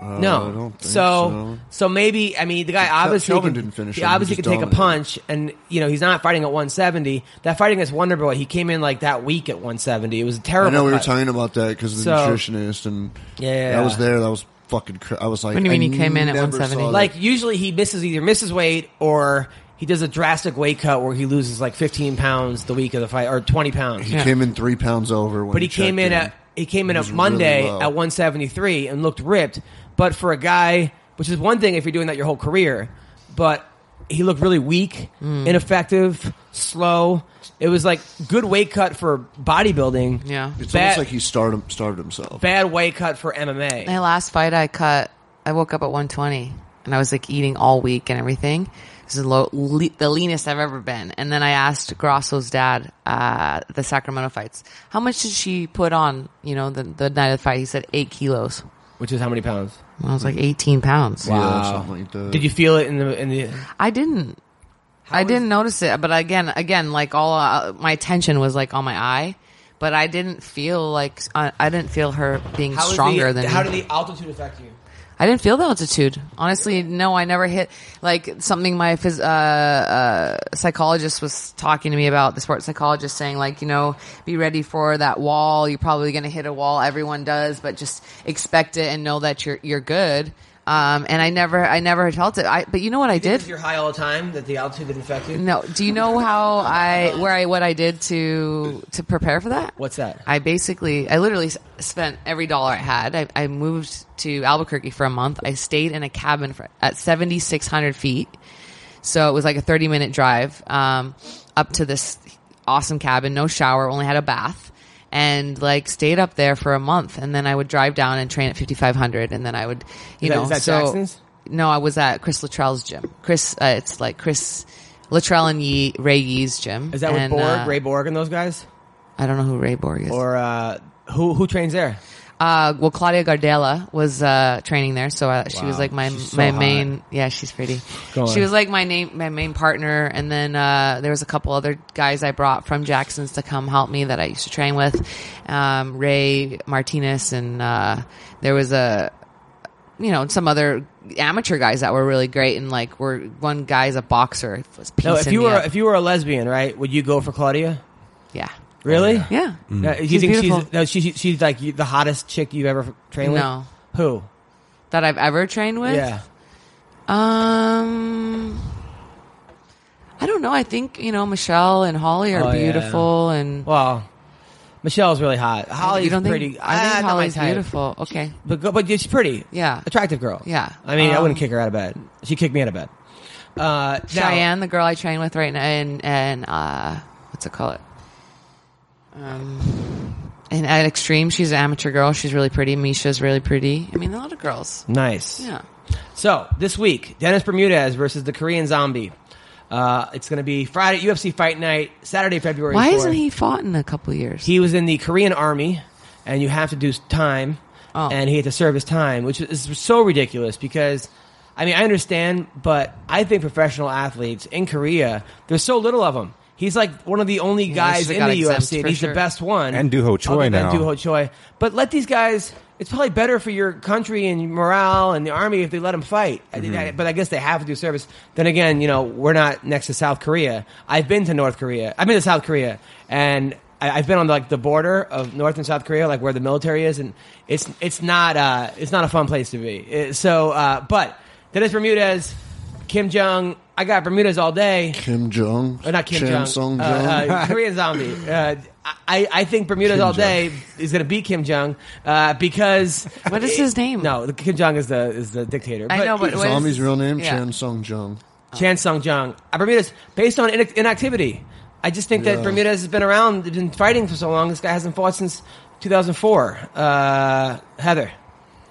Speaker 1: no.
Speaker 4: Uh, I don't think
Speaker 1: so,
Speaker 4: so.
Speaker 1: maybe I mean the guy obviously
Speaker 4: Kelvin
Speaker 1: can-
Speaker 4: didn't finish
Speaker 1: He
Speaker 4: him, he
Speaker 1: obviously
Speaker 4: just
Speaker 1: could take a
Speaker 4: dominated.
Speaker 1: punch, and you know he's not fighting at 170. That fight against Wonder Boy, he came in like that week at 170. It was a
Speaker 4: I
Speaker 1: terrible.
Speaker 4: know we were
Speaker 1: fight.
Speaker 4: talking about that because the
Speaker 1: So-
Speaker 4: nutritionist and
Speaker 1: Yeah, yeah,
Speaker 4: I was
Speaker 1: yeah.
Speaker 4: there. That was fucking. Cr- I was like,
Speaker 3: What do you
Speaker 4: I
Speaker 3: mean he came in at
Speaker 4: never
Speaker 3: 170?
Speaker 4: saw that.
Speaker 1: Like usually he misses either misses weight or he does a drastic weight cut where he loses like 15 pounds the week of the fight or 20 pounds.
Speaker 4: he came in three pounds over. When
Speaker 1: But he came
Speaker 4: checked
Speaker 1: in at he came in
Speaker 4: He
Speaker 1: up
Speaker 4: was really
Speaker 1: Monday
Speaker 4: low.
Speaker 1: at 173 and looked ripped. But for a guy, which is one thing if you're doing that your whole career, but he looked really weak,
Speaker 4: Hmm.
Speaker 1: ineffective, slow. It was like good weight cut for bodybuilding.
Speaker 3: Yeah.
Speaker 4: It's
Speaker 1: bad,
Speaker 4: almost like he starved, starved himself.
Speaker 1: bad weight cut for MMA.
Speaker 3: My last fight I cut, I woke up at 120 and I was like eating all week and everything. This is low, le- the leanest I've ever been. And then I asked Grosso's dad, uh, the Sacramento fights, how much did she put on, you know, the, the night of the fight? He said eight kilos.
Speaker 1: Which is how many pounds?
Speaker 3: And I was like 18 pounds.
Speaker 4: Yeah,
Speaker 1: Wow.
Speaker 4: something like that.
Speaker 1: Did you feel it in the in the?
Speaker 3: I didn't. I didn't notice it, but again, again, like all uh, my attention was like on my eye, but I didn't feel like I, I didn't feel her being
Speaker 1: How is the-
Speaker 3: stronger than
Speaker 1: how
Speaker 3: me.
Speaker 1: did the altitude affect you?
Speaker 3: I didn't feel the altitude. Honestly, no, I never hit like something my phys- uh, uh, psychologist was talking to me about. The sports psychologist saying like, you know, be ready for that wall. You're probably going to hit a wall. Everyone does, but just expect it and know that you're you're good. Um, and I never, I never felt it. I, but you know what I did?
Speaker 1: If you're high all the time, that the altitude didn't affect you.
Speaker 3: No. Do you know how I where I what I did to to prepare for that?
Speaker 1: What's that?
Speaker 3: I basically I literally s- spent every dollar I had. I, I moved to Albuquerque for a month. I stayed in a cabin for, at seventy six hundred feet, so it was like a thirty minute drive um, up to this awesome cabin. No shower, only had a bath. And like stayed up there for a month, and then I would drive down and train at fifty five hundred, and then I would, you
Speaker 1: Is that-
Speaker 3: know,
Speaker 1: is that
Speaker 3: so
Speaker 1: Jackson's?
Speaker 3: no, I was at Chris Luttrell's gym. Chris, uh, it's like Chris Luttrell and Yee, Ray Yee's gym.
Speaker 1: Is that
Speaker 3: and,
Speaker 1: with Borg,
Speaker 3: uh,
Speaker 1: Ray Borg, and those guys,
Speaker 3: I don't know who Ray Borg is.
Speaker 1: or uh, who who trains there?
Speaker 3: Uh, well, Claudia Gardella was uh, training there, so uh, she was
Speaker 1: Wow.
Speaker 3: like my
Speaker 1: She's so
Speaker 3: my
Speaker 1: hot.
Speaker 3: main. Yeah, she's pretty.
Speaker 1: Go
Speaker 3: She
Speaker 1: on.
Speaker 3: was like my name my main partner, and then uh, there was a couple other guys I brought from Jackson's to come help me that I used to train with, um, Ray Martinez, and uh, there was a you know some other amateur guys that were really great and like were one guy's a boxer was piecing
Speaker 1: No, if you
Speaker 3: me
Speaker 1: were
Speaker 3: up.
Speaker 1: if you were a lesbian, right? Would you go for Claudia?
Speaker 3: yeah
Speaker 1: Really?
Speaker 3: yeah Mm.
Speaker 1: No, you
Speaker 3: She's
Speaker 1: think she's
Speaker 3: beautiful.
Speaker 1: no, she, she- she's like you- the hottest chick you've ever trained with?
Speaker 3: No.
Speaker 1: Who?
Speaker 3: that I've ever trained with
Speaker 1: Yeah.
Speaker 3: Um, I don't know. I think you know Michelle and Holly are
Speaker 1: Oh, yeah.
Speaker 3: beautiful, and
Speaker 1: Well, Michelle's really hot. Holly's
Speaker 3: you don't
Speaker 1: pretty.
Speaker 3: think
Speaker 1: Ah,
Speaker 3: I
Speaker 1: not
Speaker 3: think
Speaker 1: my
Speaker 3: Holly's
Speaker 1: type.
Speaker 3: beautiful. Okay,
Speaker 1: But go- but she's pretty.
Speaker 3: Yeah.
Speaker 1: Attractive girl.
Speaker 3: Yeah.
Speaker 1: I mean, I
Speaker 3: Um,
Speaker 1: wouldn't kick her out of bed. She kicked me out of bed. Uh, now-
Speaker 3: Cheyenne, the girl I train with right now, and and uh, what's it called? Um, and at Extreme, she's an amateur girl. She's really pretty. Misha's really pretty. I mean, a lot of girls.
Speaker 1: Nice.
Speaker 3: Yeah.
Speaker 1: So this week, Dennis Bermudez versus the Korean Zombie. Uh, it's going to be Friday UFC Fight Night, Saturday, February.
Speaker 3: Why
Speaker 1: 4th.
Speaker 3: hasn't he fought in a couple of years?
Speaker 1: He was in the Korean Army, and you have to do time,
Speaker 3: Oh.
Speaker 1: and he had to serve his time, which is so ridiculous because. I mean, I understand, but I think professional athletes in Korea, there's so little of them. He's like one of the only guys
Speaker 3: should've
Speaker 1: in
Speaker 3: got
Speaker 1: the
Speaker 3: exempt
Speaker 1: UFC, and
Speaker 3: for
Speaker 1: he's the
Speaker 3: sure.
Speaker 1: best one.
Speaker 2: And Duho Choi
Speaker 1: other than
Speaker 2: now.
Speaker 1: Duho Choi. But let these guys. It's probably better for your country and your morale and the army if they let them fight. I think
Speaker 2: Mm-hmm.
Speaker 1: I- but I guess they have to do service. Then again, you know, we're not next to South Korea. I've been to North Korea. I've been to South Korea, and I, I've been on like the border of North and South Korea, like where the military is, and it's it's not uh, it's not a fun place to be. It- so, uh, but Dennis Bermudez, Kim Jong. I got Bermudez all day.
Speaker 4: Kim Jong?
Speaker 1: Or not Kim
Speaker 4: Cham
Speaker 1: Jong.
Speaker 4: Song
Speaker 1: uh,
Speaker 4: Jong?
Speaker 1: uh, Korean zombie. Uh, I, I think Bermuda's all day is going to beat Kim Jong uh, because
Speaker 3: What is his name?
Speaker 1: No, Kim Jong is the is the dictator.
Speaker 3: I know, but what is-
Speaker 4: Zombie's real name?
Speaker 3: Yeah.
Speaker 4: Chan Song Jong.
Speaker 1: Chan Sung Jung. Uh, Bermuda's based on inac- inactivity. I just think that
Speaker 4: Yeah.
Speaker 1: Bermuda's has been around, been fighting for so long. This guy hasn't fought since 2004. Uh, Heather,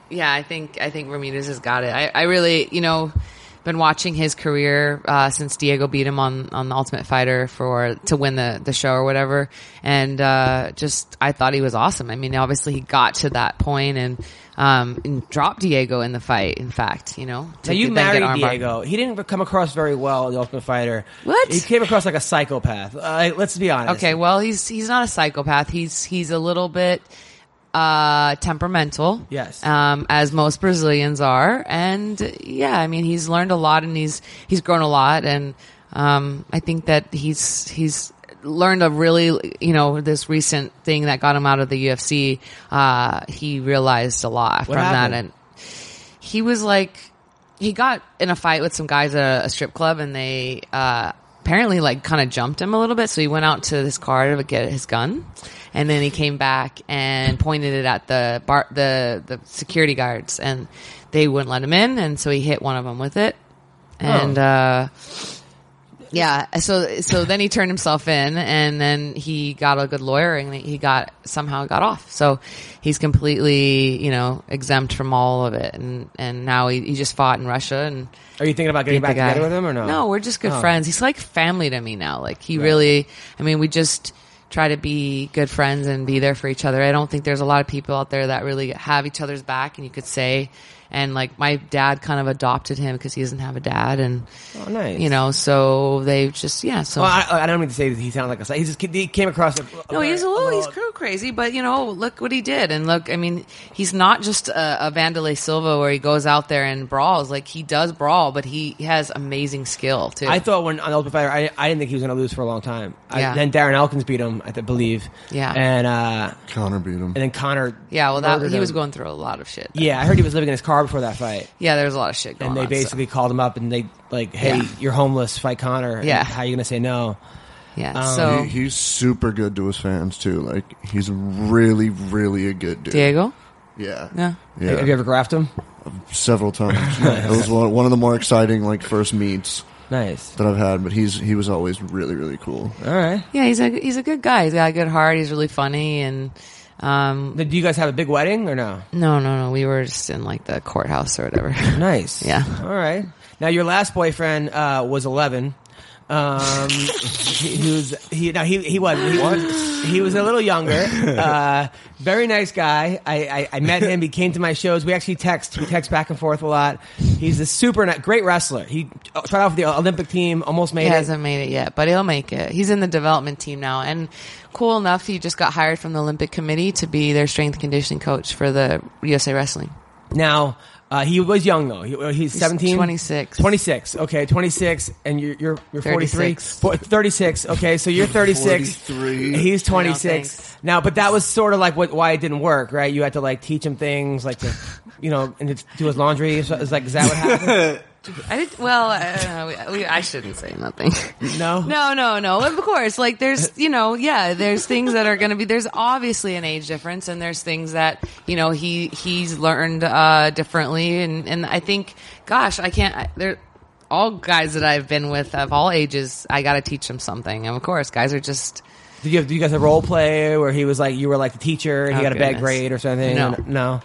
Speaker 3: Yeah, I think I think Ramirez has got it. I, I really, you know, been watching his career uh, since Diego beat him on on the Ultimate Fighter for to win the the show or whatever, and uh, just I thought he was awesome. I mean, obviously he got to that point and um and dropped Diego in the fight. In fact, you know,
Speaker 1: now
Speaker 3: to
Speaker 1: you
Speaker 3: then get
Speaker 1: married
Speaker 3: armbar.
Speaker 1: Diego. He didn't come across very well in The Ultimate Fighter.
Speaker 3: What?
Speaker 1: He came across like a psychopath. Uh, let's be honest.
Speaker 3: Okay, well he's he's not a psychopath. He's he's a little bit uh temperamental
Speaker 1: Yes.
Speaker 3: um as most brazilians are and yeah i mean he's learned a lot and he's he's grown a lot and um i think that he's he's learned a really you know this recent thing that got him out of the ufc uh he realized a lot from
Speaker 1: happened?
Speaker 3: that and he was like he got in a fight with some guys at a, a strip club and they uh apparently like kind of jumped him a little bit. So he went out to his car to get his gun, and then he came back and pointed it at the bar, the the security guards, and they wouldn't let him in, and so he hit one of them with it, and. uh yeah, so so then he turned himself in, and then he got a good lawyer, and he got somehow got off. So he's completely, you know, exempt from all of it, and and now he, he just fought in Russia and
Speaker 1: Are you thinking about getting
Speaker 3: beat
Speaker 1: back
Speaker 3: the guy.
Speaker 1: together with him or no?
Speaker 3: No, we're just good
Speaker 1: Oh.
Speaker 3: friends. He's like family to me now. Like he really, I mean, we just try to be good friends and be there for each other. I don't think there's a lot of people out there that really have each other's back, and you could say. And like my dad kind of adopted him because he doesn't have a dad, and
Speaker 1: Oh, nice.
Speaker 3: you know, so they just yeah. So
Speaker 1: Well, I, I don't mean to say that he sounds like a. psych- He just he came across. A,
Speaker 3: No, he's a little, he's crew crazy, but you know, look what he did, and look, I mean, he's not just a, a Vandalay Silva where he goes out there and brawls. Like he does brawl, but he has amazing skill too.
Speaker 1: I thought when on the Ultimate Fighter, I, I didn't think he was going to lose for a long time. I,
Speaker 3: Yeah.
Speaker 1: Then Darren Elkins beat him, I th- believe.
Speaker 3: Yeah.
Speaker 1: And uh,
Speaker 4: Connor beat him.
Speaker 1: and then Connor.
Speaker 3: yeah, well, that
Speaker 1: murdered
Speaker 3: he was
Speaker 1: him.
Speaker 3: going through a lot of shit.
Speaker 1: Yeah, I heard he was living in his car before that fight,
Speaker 3: yeah, there was a lot of shit going
Speaker 1: and
Speaker 3: on.
Speaker 1: they
Speaker 3: so-
Speaker 1: basically called him up and they like, "Hey,
Speaker 3: Oh, Yeah.
Speaker 1: you're homeless. Fight Connor. And
Speaker 3: Yeah.
Speaker 1: How are you going to say no?
Speaker 3: yeah.
Speaker 1: um,
Speaker 3: so
Speaker 4: He, he's super good to his fans too. Like he's really, really a good dude.
Speaker 3: Diego,
Speaker 4: Yeah,
Speaker 3: yeah,
Speaker 4: yeah.
Speaker 1: Have you ever graphed him?
Speaker 4: Several times. it was one one of the more exciting like first meets
Speaker 1: Nice.
Speaker 4: that I've had. But he's he was always really, really cool.
Speaker 1: All right.
Speaker 3: yeah, he's a he's a good guy. He's got a good heart. He's really funny, and um,
Speaker 1: Then, do you guys have a big wedding or no?
Speaker 3: no, no, no, we were just in like the courthouse or whatever.
Speaker 1: Nice.
Speaker 3: Yeah.
Speaker 1: All right. Now your last boyfriend uh, was eleven. Um, he, he was he now he he was he, was- he was a little younger. Uh, very nice guy. I, I I met him. He came to my shows. We actually text. We text back and forth a lot. He's a super ni- great wrestler. He uh, started off with the Olympic team. Almost made
Speaker 3: He
Speaker 1: it.
Speaker 3: hasn't made it yet, but he'll make it. He's in the development team now, and cool enough, he just got hired from the Olympic Committee to be their strength conditioning coach for the USA Wrestling.
Speaker 1: Now. Uh, he was young though. He, he's seventeen.
Speaker 3: 26.
Speaker 1: Twenty six. Okay, twenty six, and you're you're you're forty three.
Speaker 3: 36.
Speaker 1: Thirty six. Okay, so you're thirty six.
Speaker 4: 43.
Speaker 1: He's
Speaker 3: No,
Speaker 1: 26
Speaker 3: thanks.
Speaker 1: now, but that was sort of like what why it didn't work, right? You had to like teach him things, like to, you know, and to do his laundry. So it's like, is that what happened?
Speaker 3: I did well. Uh, we, we, I shouldn't say nothing.
Speaker 1: No?
Speaker 3: no, no, no. Of course, like there's, you know, yeah, there's things that are going to be. There's obviously an age difference, and there's things that you know he he's learned uh, differently, and and I think, gosh, I can't. I, there, all guys that I've been with of all ages, I got to teach them something, and of course, guys are just.
Speaker 1: Did you have, did you guys have role play where he was like you were like the teacher and he
Speaker 3: Oh,
Speaker 1: got a bad
Speaker 3: goodness.
Speaker 1: grade or something?
Speaker 3: No.
Speaker 1: no.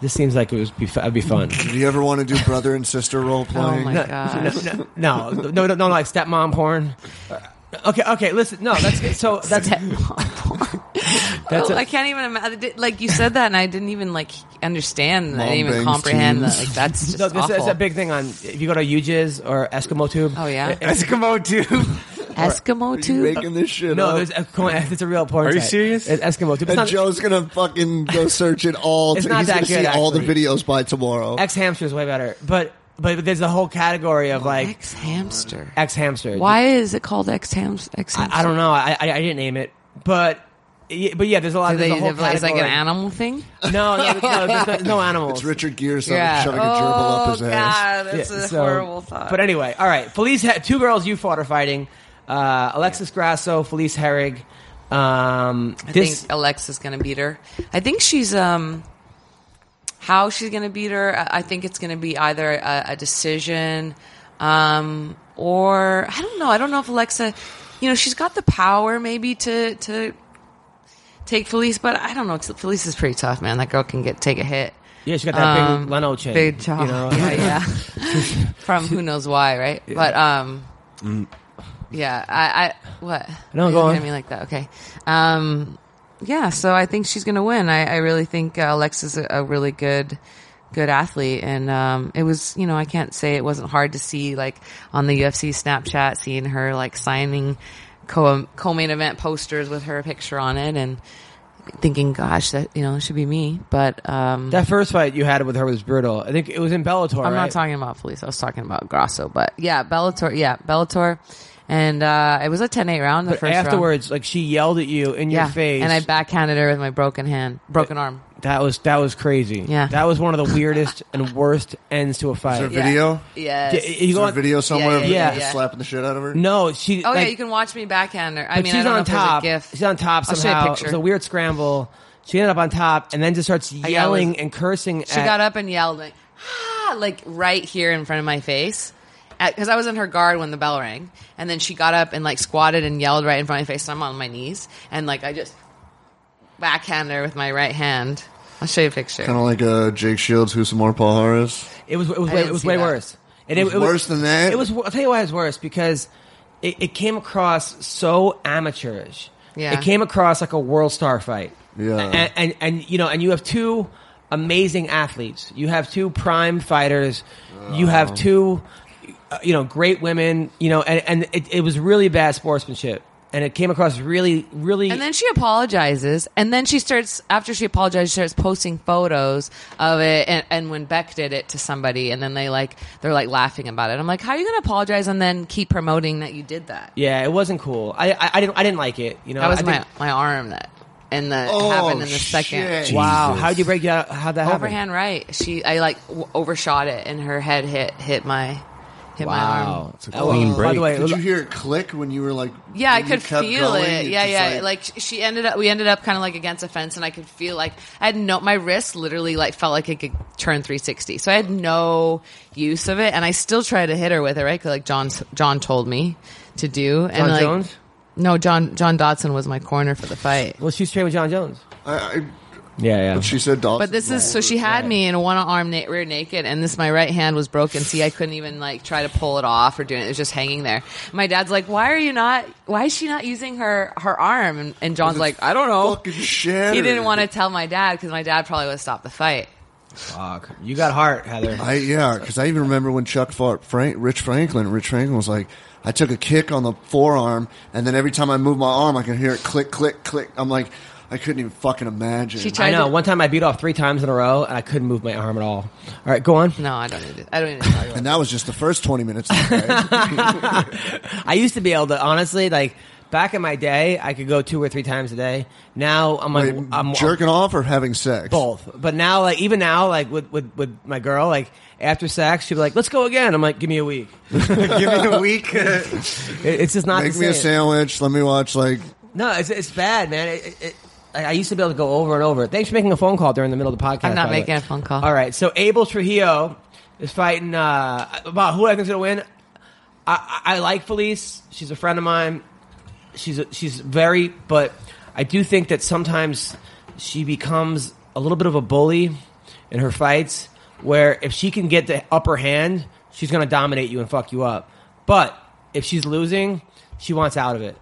Speaker 1: This seems like it was be, fu- it'd be fun.
Speaker 4: Did you ever want to do brother and sister role
Speaker 3: Oh
Speaker 4: playing?
Speaker 3: my gosh.
Speaker 1: no, no, no, no, like stepmom porn. Okay, okay, listen. No, that's so that's That's a-
Speaker 3: oh, I can't even imagine. Like you said that, and I didn't even like understand. I
Speaker 4: Mom
Speaker 3: didn't even
Speaker 4: bangs
Speaker 3: comprehend
Speaker 4: teens.
Speaker 3: that. Like that's just
Speaker 1: no, this
Speaker 3: awful.
Speaker 1: is a big thing on if you go to UJIS or Eskimo Tube.
Speaker 3: Oh, yeah?
Speaker 1: it- it's-
Speaker 2: Eskimo tube.
Speaker 3: Eskimo
Speaker 4: You
Speaker 3: tube.
Speaker 4: making this shit
Speaker 1: no,
Speaker 4: up?
Speaker 1: there's, it's a real porn.
Speaker 2: Are you
Speaker 1: site.
Speaker 2: serious?
Speaker 1: It's Eskimo Tube. It's
Speaker 4: and
Speaker 1: not,
Speaker 4: Joe's gonna fucking go search it all.
Speaker 1: It's
Speaker 4: t-
Speaker 1: not
Speaker 4: he's
Speaker 1: that good,
Speaker 4: gonna see all the
Speaker 1: actually.
Speaker 4: videos by tomorrow.
Speaker 1: X hamster is way better, but but, but there's a whole category of like
Speaker 3: Ex hamster.
Speaker 1: X hamster.
Speaker 3: Why is it called ex hamster?
Speaker 1: I, I don't know. I, I I didn't name it, but y- but yeah, there's a lot.
Speaker 3: Do
Speaker 1: There's
Speaker 3: they
Speaker 1: a whole
Speaker 3: have, like, it's like an
Speaker 1: category.
Speaker 3: animal thing?
Speaker 1: No, no, no, there's no, no animals.
Speaker 4: it's Richard Gere shoving shoving a gerbil
Speaker 1: Oh,
Speaker 4: up his ass.
Speaker 3: Oh, that's
Speaker 1: Yeah,
Speaker 3: a
Speaker 1: so-
Speaker 3: horrible thought.
Speaker 1: But anyway, all right. Felice, ha- two girls you fought are fighting. Uh, Alexis Grasso, Felice Herrig. Um,
Speaker 3: I
Speaker 1: this
Speaker 3: think Alexa's gonna beat her. I think she's um, how she's gonna beat her. I I think it's gonna be either a, a decision, um, or I don't know. I don't know if Alexa, you know, she's got the power maybe to to take Felice, but I don't know. Felice is pretty tough, man. That girl can get take a hit.
Speaker 1: yeah, she got that
Speaker 3: Um,
Speaker 1: big Leno chin.
Speaker 3: Big jaw.
Speaker 1: You know?
Speaker 3: Yeah, yeah. From who knows why, right? But um, yeah. I, I what?
Speaker 1: No,
Speaker 3: You're
Speaker 1: go
Speaker 3: looking
Speaker 1: on.
Speaker 3: At me like that, okay? Um, yeah. So I think she's gonna win. I, I really think uh, Alexa's a, a really good. Good athlete, and um, it was you know I can't say it wasn't hard to see like on the UFC Snapchat seeing her like signing co co-main event posters with her picture on it, and thinking, gosh, that you know it should be me. But um,
Speaker 1: That first fight you had with her was brutal. I think it was in Bellator.
Speaker 3: I'm
Speaker 1: right?
Speaker 3: not talking about Felice. I was talking about Grasso. But yeah, Bellator. Yeah, Bellator. And uh, it was a 10-8 round the
Speaker 1: But
Speaker 3: first round.
Speaker 1: afterwards, like she yelled at you in
Speaker 3: yeah.
Speaker 1: your face,
Speaker 3: And I backhanded her with my broken hand, broken arm.
Speaker 1: That was that was crazy.
Speaker 3: Yeah.
Speaker 1: that was one of the weirdest and worst ends to a fight.
Speaker 4: there a video?
Speaker 3: Yes.
Speaker 1: Yeah, you
Speaker 4: Is
Speaker 1: go
Speaker 4: there a
Speaker 1: on-
Speaker 4: video somewhere of
Speaker 3: yeah,
Speaker 4: you
Speaker 1: yeah,
Speaker 4: just
Speaker 3: yeah.
Speaker 4: slapping the shit out of her?
Speaker 1: No, she.
Speaker 3: oh
Speaker 1: like,
Speaker 3: yeah, you can watch me backhand her. I
Speaker 1: But
Speaker 3: mean,
Speaker 1: she's
Speaker 3: I don't
Speaker 1: on
Speaker 3: know if there's
Speaker 1: top.
Speaker 3: A gif.
Speaker 1: She's on top
Speaker 3: I'll show you a
Speaker 1: somehow.
Speaker 3: picture.
Speaker 1: It was a weird scramble. She ended up on top and then just starts
Speaker 3: I
Speaker 1: yelling
Speaker 3: was-
Speaker 1: and cursing.
Speaker 3: She got up and yelled like, ah, like right here in front of my face. Because I was in her guard when the bell rang, and then she got up and like squatted and yelled right in front of my face. So I'm on my knees, and like I just backhanded her with my right hand. I'll show you a picture.
Speaker 4: Kind of like uh, Jake Shields, who's more Paul Harris.
Speaker 1: It was it was
Speaker 3: I
Speaker 1: way,
Speaker 3: didn't
Speaker 1: it was
Speaker 3: see
Speaker 1: way
Speaker 3: that.
Speaker 1: worse. And
Speaker 4: It was worse than that?
Speaker 1: It was. I'll tell you why it was worse because it, it came across so amateurish.
Speaker 3: Yeah.
Speaker 1: It came across like a world star fight.
Speaker 4: Yeah.
Speaker 1: And, and and you know and you have two amazing athletes. You have two prime fighters. You
Speaker 3: Oh.
Speaker 1: have two uh, you know great women. You know and and it, it was really bad sportsmanship. And it came across really, really.
Speaker 3: And then she apologizes, and then she starts after she apologizes, she starts posting photos of it, and, and when Beck did it to somebody, and then they like they're like laughing about it. I'm like, how are you going to apologize and then keep promoting that you did that?
Speaker 1: yeah, it wasn't cool. I, I, I didn't, I didn't like it. You know,
Speaker 3: That was
Speaker 1: I
Speaker 3: my
Speaker 1: think-
Speaker 3: my arm that and that
Speaker 4: Oh,
Speaker 3: happened in the
Speaker 4: shit.
Speaker 3: second
Speaker 1: wow.
Speaker 2: Jesus.
Speaker 1: How would you break that? How that happen?
Speaker 3: overhand right. She I like w- overshot it, and her head hit hit my hit my arm.
Speaker 2: It's a
Speaker 1: Oh,
Speaker 2: clean
Speaker 1: By
Speaker 2: break.
Speaker 1: the way,
Speaker 4: Did you hear it click when you were like?
Speaker 3: Yeah, I
Speaker 4: when you
Speaker 3: could
Speaker 4: kept
Speaker 3: feel
Speaker 4: going?
Speaker 3: it. Yeah,
Speaker 4: just,
Speaker 3: yeah. Like, sh she ended up, we ended up kind of like against a fence, and I could feel like I had no. My wrist literally like felt like it could turn 360. So I had no use of it, and I still tried to hit her with it, right? 'Cause, like John, John told me to do. And
Speaker 1: John
Speaker 3: like,
Speaker 1: Jones?
Speaker 3: No, John John Dodson was my corner for the fight.
Speaker 1: Well, she's trained with John Jones.
Speaker 4: I, I,
Speaker 1: Yeah, yeah.
Speaker 4: but she said Dawson.
Speaker 3: But this is so she had me in one arm na- rear naked, and this my right hand was broken. See, I couldn't even like try to pull it off or do it. It was just hanging there. My dad's like, "Why are you not? Why is she not using her her arm?" And, and John's like, "I don't know."
Speaker 4: Fucking shattered.
Speaker 3: He didn't want to tell my dad because my dad probably would have stopped the fight.
Speaker 1: Fuck. You got heart, Heather.
Speaker 4: I yeah, because I even remember when Chuck fought Frank, Rich Franklin. Rich Franklin was like, I took a kick on the forearm, and then every time I moved my arm, I could hear it click, click, click. I'm like, I couldn't even fucking imagine.
Speaker 3: She tried-
Speaker 1: I know.
Speaker 3: to-
Speaker 1: One time I beat off three times in a row, and I couldn't move my arm at all. All right, go on.
Speaker 3: No, I don't need to. I don't need to talk about.
Speaker 4: and that was just the first 20 minutes. Of the day.
Speaker 1: I used to be able to, honestly, like back in my day, I could go two or three times a day. Now I'm like,
Speaker 4: Wait,
Speaker 1: I'm
Speaker 4: jerking off or having sex?
Speaker 1: both. But now, like even now, like with with, with my girl, like after sex, she'd be like, "Let's go again." I'm like, "Give me a week.
Speaker 2: give me a week.
Speaker 1: It- it's just not
Speaker 4: Make
Speaker 1: the
Speaker 4: me a
Speaker 1: same.
Speaker 4: sandwich. Let me watch. Like,
Speaker 1: No, it's it's bad, man. It, it, it, I I used to be able to go over and over. Thanks for making a phone call during the middle of the podcast.
Speaker 3: I'm not
Speaker 1: by the
Speaker 3: making
Speaker 1: way.
Speaker 3: a phone call.
Speaker 1: All right, so Abel Trujillo is fighting uh, about who I think's gonna win. I, I I like Felice. She's a friend of mine. She's a, she's very, but I do think that sometimes she becomes a little bit of a bully in her fights. Where if she can get the upper hand, she's gonna dominate you and fuck you up. But if she's losing, she wants out of it,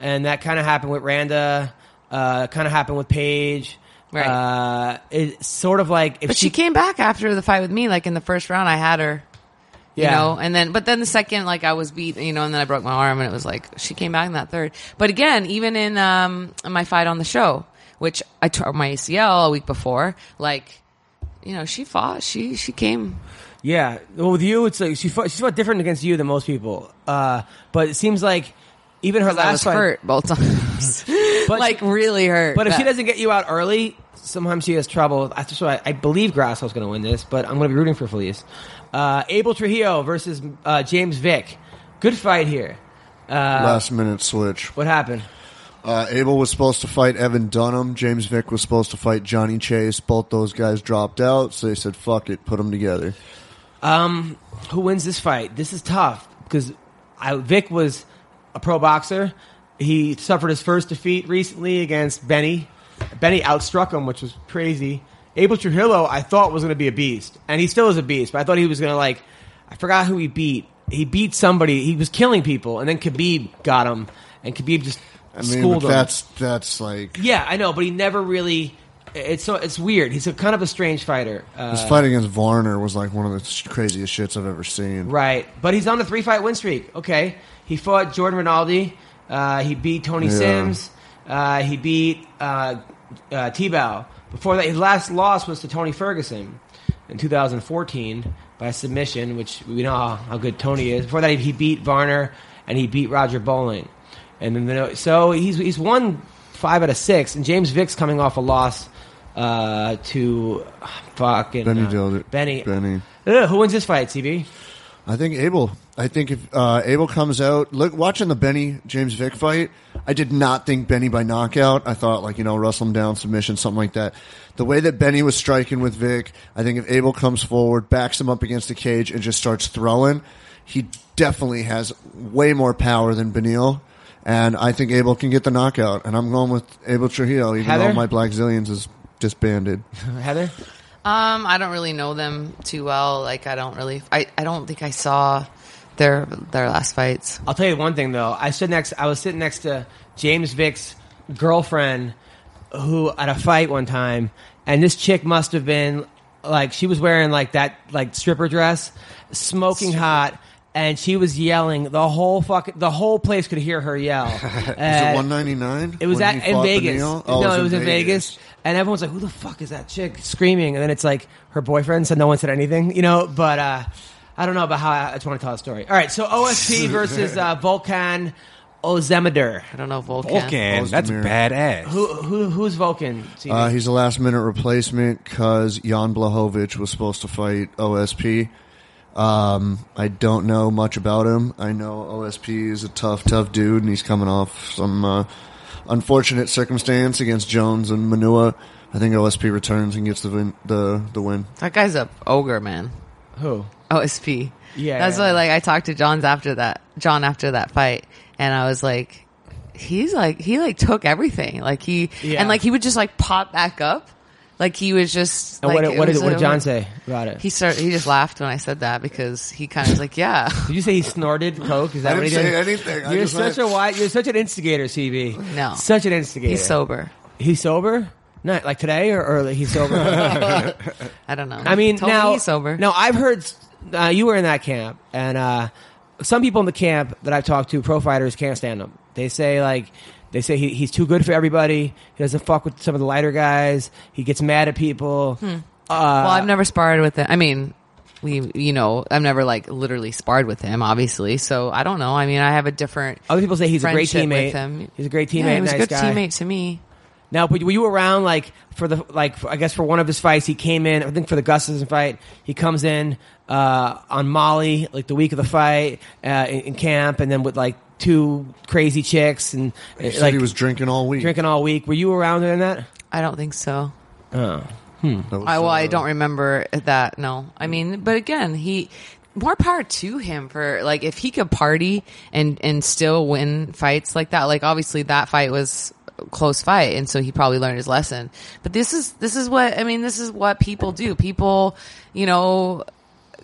Speaker 1: and that kind of happened with Randa. Uh, kind of happened with Paige.
Speaker 3: Right.
Speaker 1: Uh, it's sort of like if
Speaker 3: But she came back after the fight with me. Like in the first round, I had her. You
Speaker 1: Yeah.
Speaker 3: know, and then but then the second, like I was beat, you know, and then I broke my arm, and it was like she came back in that third. But again, even in um my fight on the show, which I tore my ACL a week before, like. You know, she fought. She she came.
Speaker 1: Yeah, well, with you, it's like she fought, she fought different against you than most people. Uh, but it seems like even her
Speaker 3: 'cause I
Speaker 1: last
Speaker 3: was
Speaker 1: fight.
Speaker 3: hurt both times,
Speaker 1: But
Speaker 3: like really hurt.
Speaker 1: But if she doesn't get you out early, sometimes she has trouble. That's why I, I believe Grasso's going to win this, but I'm going to be rooting for Felice. Uh, Abel Trujillo versus uh, James Vick. Good fight here. Uh,
Speaker 4: last minute switch.
Speaker 1: What happened?
Speaker 4: Uh, Abel was supposed to fight Evan Dunham. James Vick was supposed to fight Johnny Chase. Both those guys dropped out, so they said, "Fuck it, put them together."
Speaker 1: Who wins this fight? This is tough because I, Vic was a pro boxer. He suffered his first defeat recently against Benny. Benny outstruck him, which was crazy. Abel Trujillo, I thought was going to be a beast, and he still is a beast. But I thought he was going to like, I forgot who he beat. He beat somebody. He was killing people, and then Khabib got him, and Khabib just
Speaker 4: I mean,
Speaker 1: schooled
Speaker 4: but
Speaker 1: him.
Speaker 4: that's that's like
Speaker 1: yeah, I know, but he never really. It's so it's weird. He's a kind of a strange fighter. Uh,
Speaker 4: his fight against Varner was like one of the sh- craziest shits I've ever seen.
Speaker 1: Right, but he's on a three-fight win streak. Okay, he fought Jordan Rinaldi. Uh, he beat Tony
Speaker 4: Yeah.
Speaker 1: Sims. Uh, he beat uh, uh, T-Bow. Before that, his last loss was to Tony Ferguson in 2014 by submission, which we know how, how good Tony is. Before that, he, he beat Varner and he beat Roger Bowling. And then the, so he's he's won five out of six. And James Vick's coming off a loss uh, to fucking
Speaker 4: Benny
Speaker 1: uh,
Speaker 4: dealt it.
Speaker 1: Benny.
Speaker 4: Benny.
Speaker 1: Ugh, who wins this fight, CB?
Speaker 4: I think Abel. I think if uh, Abel comes out, look, watching the Benny James Vick fight, I did not think Benny by knockout. I thought like you know wrestle him down, submission, something like that. The way that Benny was striking with Vick, I think if Abel comes forward, backs him up against the cage, and just starts throwing, he definitely has way more power than Benil. And I think Abel can get the knockout. And I'm going with Abel Trujillo, even
Speaker 1: Heather?
Speaker 4: though my Black Zillions is disbanded.
Speaker 1: Heather?
Speaker 3: Um, I don't really know them too well. Like, I don't really. I, I don't think I saw their their last fights.
Speaker 1: I'll tell you one thing though. I stood next. I was sitting next to James Vick's girlfriend, who at a fight one time, and this chick must have been like she was wearing like that like stripper dress, smoking hot, and she was yelling. The whole fuck, the whole place could hear her yell.
Speaker 4: Is it
Speaker 1: And-
Speaker 4: 199?
Speaker 1: it was
Speaker 4: when
Speaker 1: at
Speaker 4: he
Speaker 1: in
Speaker 4: fought Oh,
Speaker 1: Vegas.
Speaker 4: Benil?
Speaker 1: no, it was in Vegas. and everyone's like, "Who the fuck is that chick screaming?" And then it's like her boyfriend said no one said anything, you know. But uh, I don't know about how. I just want to tell a story. All right, so OSP versus uh, Volkan Ozemidor.
Speaker 3: I don't know Volkan.
Speaker 2: Vulcan,
Speaker 4: Ozdemir.
Speaker 2: that's badass.
Speaker 1: Who, who who's Vulcan? Stevie?
Speaker 4: Uh, he's a last minute replacement because Jan Blahovic was supposed to fight OSP. Um, I don't know much about him. I know OSP is a tough, tough dude, and he's coming off some uh, unfortunate circumstance against Jones and Manua. I think OSP returns and gets the win, the the win.
Speaker 3: That guy's a ogre, man.
Speaker 1: who?
Speaker 3: OSP.
Speaker 1: Yeah,
Speaker 3: That's
Speaker 1: yeah.
Speaker 3: why, like, I talked to John's after that. John after that fight, and I was like, he's like, he like took everything, like he,
Speaker 1: Yeah.
Speaker 3: and like he would just like pop back up, like he was just.
Speaker 1: And
Speaker 3: like,
Speaker 1: what did-
Speaker 3: it
Speaker 1: what did
Speaker 3: was
Speaker 1: what
Speaker 3: a-
Speaker 1: did John say about it?
Speaker 3: He started. He just laughed when I said that because he kind of was like, yeah.
Speaker 1: did you say he snorted coke? Is that
Speaker 4: I
Speaker 1: what he
Speaker 4: didn't
Speaker 1: did?
Speaker 4: say anything. I
Speaker 1: You're
Speaker 4: just
Speaker 1: such
Speaker 4: went-
Speaker 1: a wide, You're such an instigator, CB.
Speaker 3: No.
Speaker 1: such an instigator.
Speaker 3: He's sober.
Speaker 1: He's sober. Not like today or, or he's sober.
Speaker 3: I don't know.
Speaker 1: I mean,
Speaker 3: Told me
Speaker 1: now
Speaker 3: he's sober.
Speaker 1: Now I've heard uh, you were in that camp, and uh, some people in the camp that I've talked to, pro fighters, can't stand him. They say like they say he, he's too good for everybody. He doesn't fuck with some of the lighter guys. He gets mad at people.
Speaker 3: Hmm.
Speaker 1: Uh,
Speaker 3: Well, I've never sparred with him. I mean, we, you know, I've never like literally sparred with him, obviously. So I don't know. I mean, I have a different.
Speaker 1: Other people say he's a great
Speaker 3: friendship
Speaker 1: teammate.
Speaker 3: With him.
Speaker 1: He's a great teammate.
Speaker 3: Yeah, he was
Speaker 1: nice
Speaker 3: a good
Speaker 1: guy.
Speaker 3: teammate to me.
Speaker 1: Now, but were you around like for the like for- I guess for one of his fights he came in. I think for the Gustafson fight he comes in uh, on Molly like the week of the fight uh, in, in camp, and then with like two crazy chicks and
Speaker 4: He said
Speaker 1: like
Speaker 4: he was drinking all week.
Speaker 1: drinking all week. Were you around during that?
Speaker 3: I don't think so.
Speaker 4: That was,
Speaker 3: I well, I
Speaker 4: uh,
Speaker 3: don't remember that. No, I mean, but again, he more power to him for like if he could party and and still win fights like that. Like obviously that fight was a close fight, and so he probably learned his lesson. But this is this is what I mean. This is what people do. People, you know.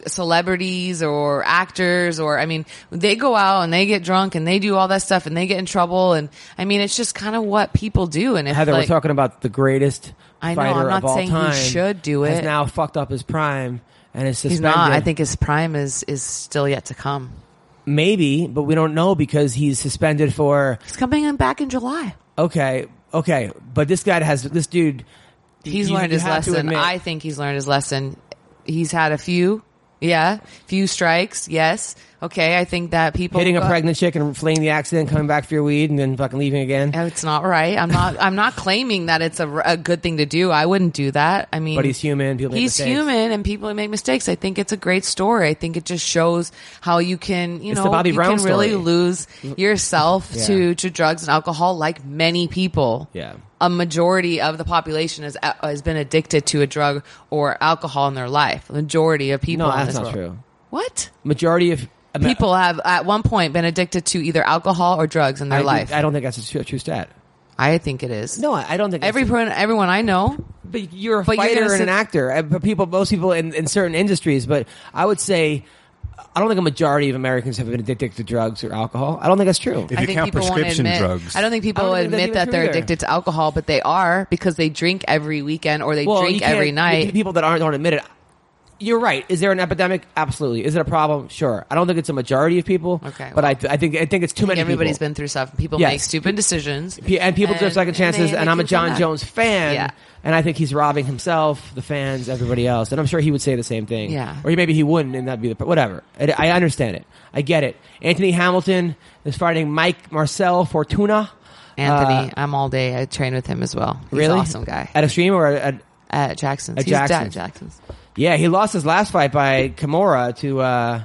Speaker 3: Celebrities or actors, or I mean, they go out and they get drunk and they do all that stuff and they get in trouble. And I mean, it's just kind of what people do. And if
Speaker 1: Heather,
Speaker 3: like,
Speaker 1: we're talking about the greatest
Speaker 3: I know, I'm
Speaker 1: fighter
Speaker 3: not
Speaker 1: of all
Speaker 3: saying he
Speaker 1: time.
Speaker 3: should do
Speaker 1: Has
Speaker 3: it.
Speaker 1: now fucked up his prime and is suspended.
Speaker 3: He's not. I think his prime is is still yet to come.
Speaker 1: maybe, but we don't know because he's suspended for
Speaker 3: He's coming in back in July.
Speaker 1: okay, okay. But this guy has this dude.
Speaker 3: He's
Speaker 1: you-
Speaker 3: learned
Speaker 1: you
Speaker 3: his
Speaker 1: have to
Speaker 3: lesson.
Speaker 1: admit-
Speaker 3: I think he's learned his lesson. He's had a few, yeah, few strikes. Yes, okay. I think that people
Speaker 1: hitting a
Speaker 3: go-
Speaker 1: pregnant chick and fleeing the accident, coming back for your weed, and then fucking leaving again.
Speaker 3: Oh, It's not right. I'm not. I'm not claiming that it's a, a good thing to do. I wouldn't do that. I mean,
Speaker 1: But he's human. People make
Speaker 3: he's
Speaker 1: mistakes.
Speaker 3: human, and people make mistakes. I think it's a great story. I think it just shows how you can, you
Speaker 1: It's
Speaker 3: know,
Speaker 1: the Bobby
Speaker 3: you
Speaker 1: Brown
Speaker 3: can really
Speaker 1: story. Mm.
Speaker 3: lose yourself
Speaker 1: Yeah.
Speaker 3: to to drugs and alcohol, like many people.
Speaker 1: Yeah.
Speaker 3: a majority of the population has has been addicted to a drug or alcohol in their life. The majority of people.
Speaker 1: No,
Speaker 3: in
Speaker 1: that's
Speaker 3: this
Speaker 1: not
Speaker 3: world.
Speaker 1: true.
Speaker 3: What?
Speaker 1: Majority of I mean,
Speaker 3: People have at one point been addicted to either alcohol or drugs in
Speaker 1: I,
Speaker 3: their life.
Speaker 1: I don't think that's a true, true stat.
Speaker 3: I think it is.
Speaker 1: No, I I don't think that's true.
Speaker 3: Everyone, everyone I know.
Speaker 1: But you're a
Speaker 3: But you're
Speaker 1: fighter
Speaker 3: gonna
Speaker 1: and an
Speaker 3: sit-
Speaker 1: actor. Uh, but People, most people in, in certain industries. But I would say, I don't think a majority of Americans have been addicted to drugs or alcohol. I don't think that's true.
Speaker 2: if
Speaker 3: I
Speaker 2: you
Speaker 3: think
Speaker 2: count
Speaker 3: people won't
Speaker 2: prescription
Speaker 3: admit.
Speaker 2: drugs,
Speaker 3: I don't think people
Speaker 1: I don't think that's
Speaker 3: admit
Speaker 1: even
Speaker 3: that
Speaker 1: true
Speaker 3: they're
Speaker 1: either.
Speaker 3: addicted to alcohol, but they are because they drink every weekend or they
Speaker 1: you
Speaker 3: drink
Speaker 1: can't-
Speaker 3: every
Speaker 1: you-
Speaker 3: night.
Speaker 1: People that aren't don't admit it. You're right. Is there an epidemic? Absolutely. Is it a problem? Sure. I don't think it's a majority of people.
Speaker 3: Okay,
Speaker 1: but
Speaker 3: well,
Speaker 1: I, I think I think it's too many.
Speaker 3: Everybody's
Speaker 1: people.
Speaker 3: been through stuff. People
Speaker 1: Yes.
Speaker 3: make stupid decisions,
Speaker 1: P- and people
Speaker 3: and-
Speaker 1: just like a
Speaker 3: and
Speaker 1: chances.
Speaker 3: they-
Speaker 1: And,
Speaker 3: they
Speaker 1: I'm a
Speaker 3: can come
Speaker 1: John
Speaker 3: back.
Speaker 1: Jones fan.
Speaker 3: Yeah.
Speaker 1: And I think he's robbing himself, the fans, everybody else. And I'm sure he would say the same thing.
Speaker 3: Yeah.
Speaker 1: Or he- maybe he wouldn't, and that'd be the pr- whatever. I, I understand it. I get it. Anthony Hamilton is fighting Mike Marcel Fortuna. Uh,
Speaker 3: Anthony. I'm all day. I train with him as well. He's
Speaker 1: really
Speaker 3: an awesome guy
Speaker 1: At Extreme or at, at-
Speaker 3: at Jackson's.
Speaker 1: At
Speaker 3: He's at
Speaker 1: Jackson's.
Speaker 3: Jackson's.
Speaker 1: yeah, he lost his last fight by Kimura to uh,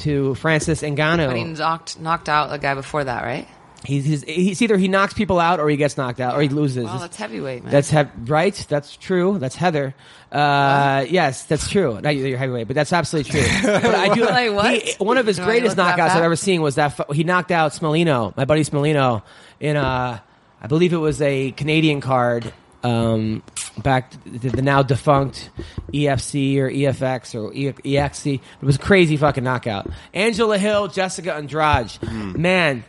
Speaker 1: to Francis Ngannou.
Speaker 3: But he knocked knocked out a guy before that, right?
Speaker 1: he's, he's, he's either he knocks people out or he gets knocked out or he loses.
Speaker 3: Wow, that's heavyweight, man.
Speaker 1: That's hev- right. That's true. That's Heather. Uh, yes, that's true. Not you- you're heavyweight, but that's absolutely true. But I do
Speaker 3: Like what?
Speaker 1: he- one of his
Speaker 3: You wanna
Speaker 1: greatest
Speaker 3: look that
Speaker 1: knockouts I've
Speaker 3: up?
Speaker 1: ever seen was that fu- he knocked out Smolino, my buddy Smolino, in a, I believe it was a Canadian card. Um, back to the, the now defunct EFC or EFX or e- EXC. It was a crazy fucking knockout. Angela Hill, Jessica Andrade.
Speaker 3: Hmm.
Speaker 1: Man,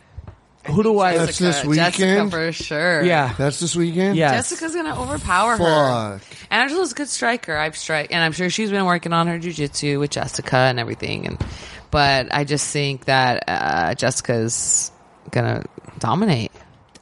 Speaker 1: who do I?
Speaker 4: That's this weekend?
Speaker 3: Jessica for sure.
Speaker 1: yeah.
Speaker 4: That's this weekend.
Speaker 1: Yes.
Speaker 3: Jessica's gonna overpower her. Angela's a good striker. I've strike, and I'm sure she's been working on her jujitsu with Jessica and everything. And but I just think that uh, Jessica's gonna dominate.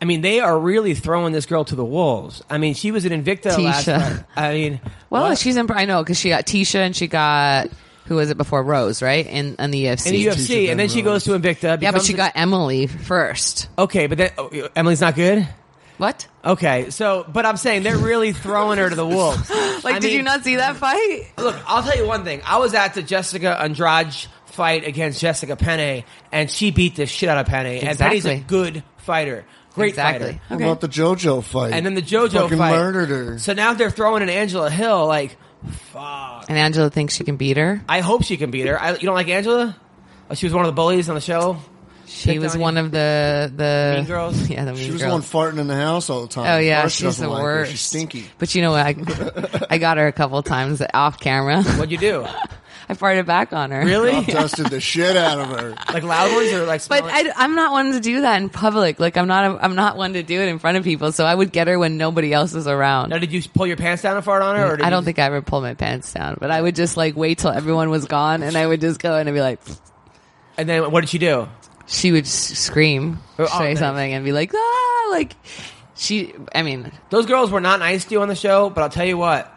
Speaker 1: I mean, they are really throwing this girl to the wolves. I mean, she was an Invicta last
Speaker 3: Tisha.
Speaker 1: night. I mean,
Speaker 3: Well,
Speaker 1: what?
Speaker 3: she's in. I know because she got Tisha and she got who was it before Rose, right? In in the UFC.
Speaker 1: in the UFC, and then she goes to Invicta.
Speaker 3: yeah, but
Speaker 1: becomes
Speaker 3: she
Speaker 1: a-
Speaker 3: got Emily first.
Speaker 1: okay. But then oh, Emily's not good.
Speaker 3: What?
Speaker 1: Okay, so but I'm saying they're really throwing her to the wolves.
Speaker 3: Like, did you not see that fight?
Speaker 1: Look, I'll tell you one thing. I was at the Jessica Andrade fight against Jessica Penne, and she beat the shit out of Penne. And Penne's a
Speaker 3: Exactly.
Speaker 1: good fighter, great
Speaker 3: Exactly.
Speaker 1: fighter.
Speaker 4: How
Speaker 3: Okay.
Speaker 4: about the JoJo fight?
Speaker 1: And then the JoJo
Speaker 4: Fucking
Speaker 1: fight
Speaker 4: murdered her.
Speaker 1: So now they're throwing an Angela Hill. Like,
Speaker 3: And Angela thinks she can beat her.
Speaker 1: I hope she can beat her. I, you don't like Angela? Oh, She was one of the bullies on the show.
Speaker 3: She
Speaker 1: Picked
Speaker 3: was
Speaker 1: on
Speaker 3: one
Speaker 1: you.
Speaker 3: of the the
Speaker 1: Mean girls?
Speaker 3: Yeah, the mean
Speaker 4: she was the one
Speaker 3: girls.
Speaker 4: farting in the house all the time.
Speaker 3: Oh yeah,
Speaker 4: Of course she
Speaker 3: she's
Speaker 4: doesn't
Speaker 3: the
Speaker 4: like her.
Speaker 3: worst.
Speaker 4: She's stinky.
Speaker 3: But you know what? I, I got her a couple times off camera.
Speaker 1: What'd you do?
Speaker 3: I farted back on her.
Speaker 1: Really?
Speaker 4: Bob dusted the shit out of her.
Speaker 1: like loud ones or like?
Speaker 3: But
Speaker 1: smaller-
Speaker 3: I, am not one to do that in public. Like I'm not. A, I'm not one to do it in front of people. So I would get her when nobody else is around.
Speaker 1: now, did you pull your pants down and fart on her? Or did
Speaker 3: I don't
Speaker 1: you-
Speaker 3: think I ever pulled my pants down. But I would just like wait till everyone was gone, and I would just go in and be like,
Speaker 1: And then what did she do?
Speaker 3: she would s- scream,
Speaker 1: Oh,
Speaker 3: say
Speaker 1: nice.
Speaker 3: something, and be like, ah, like she. I mean,
Speaker 1: Those girls were not nice to you on the show, but I'll tell you what,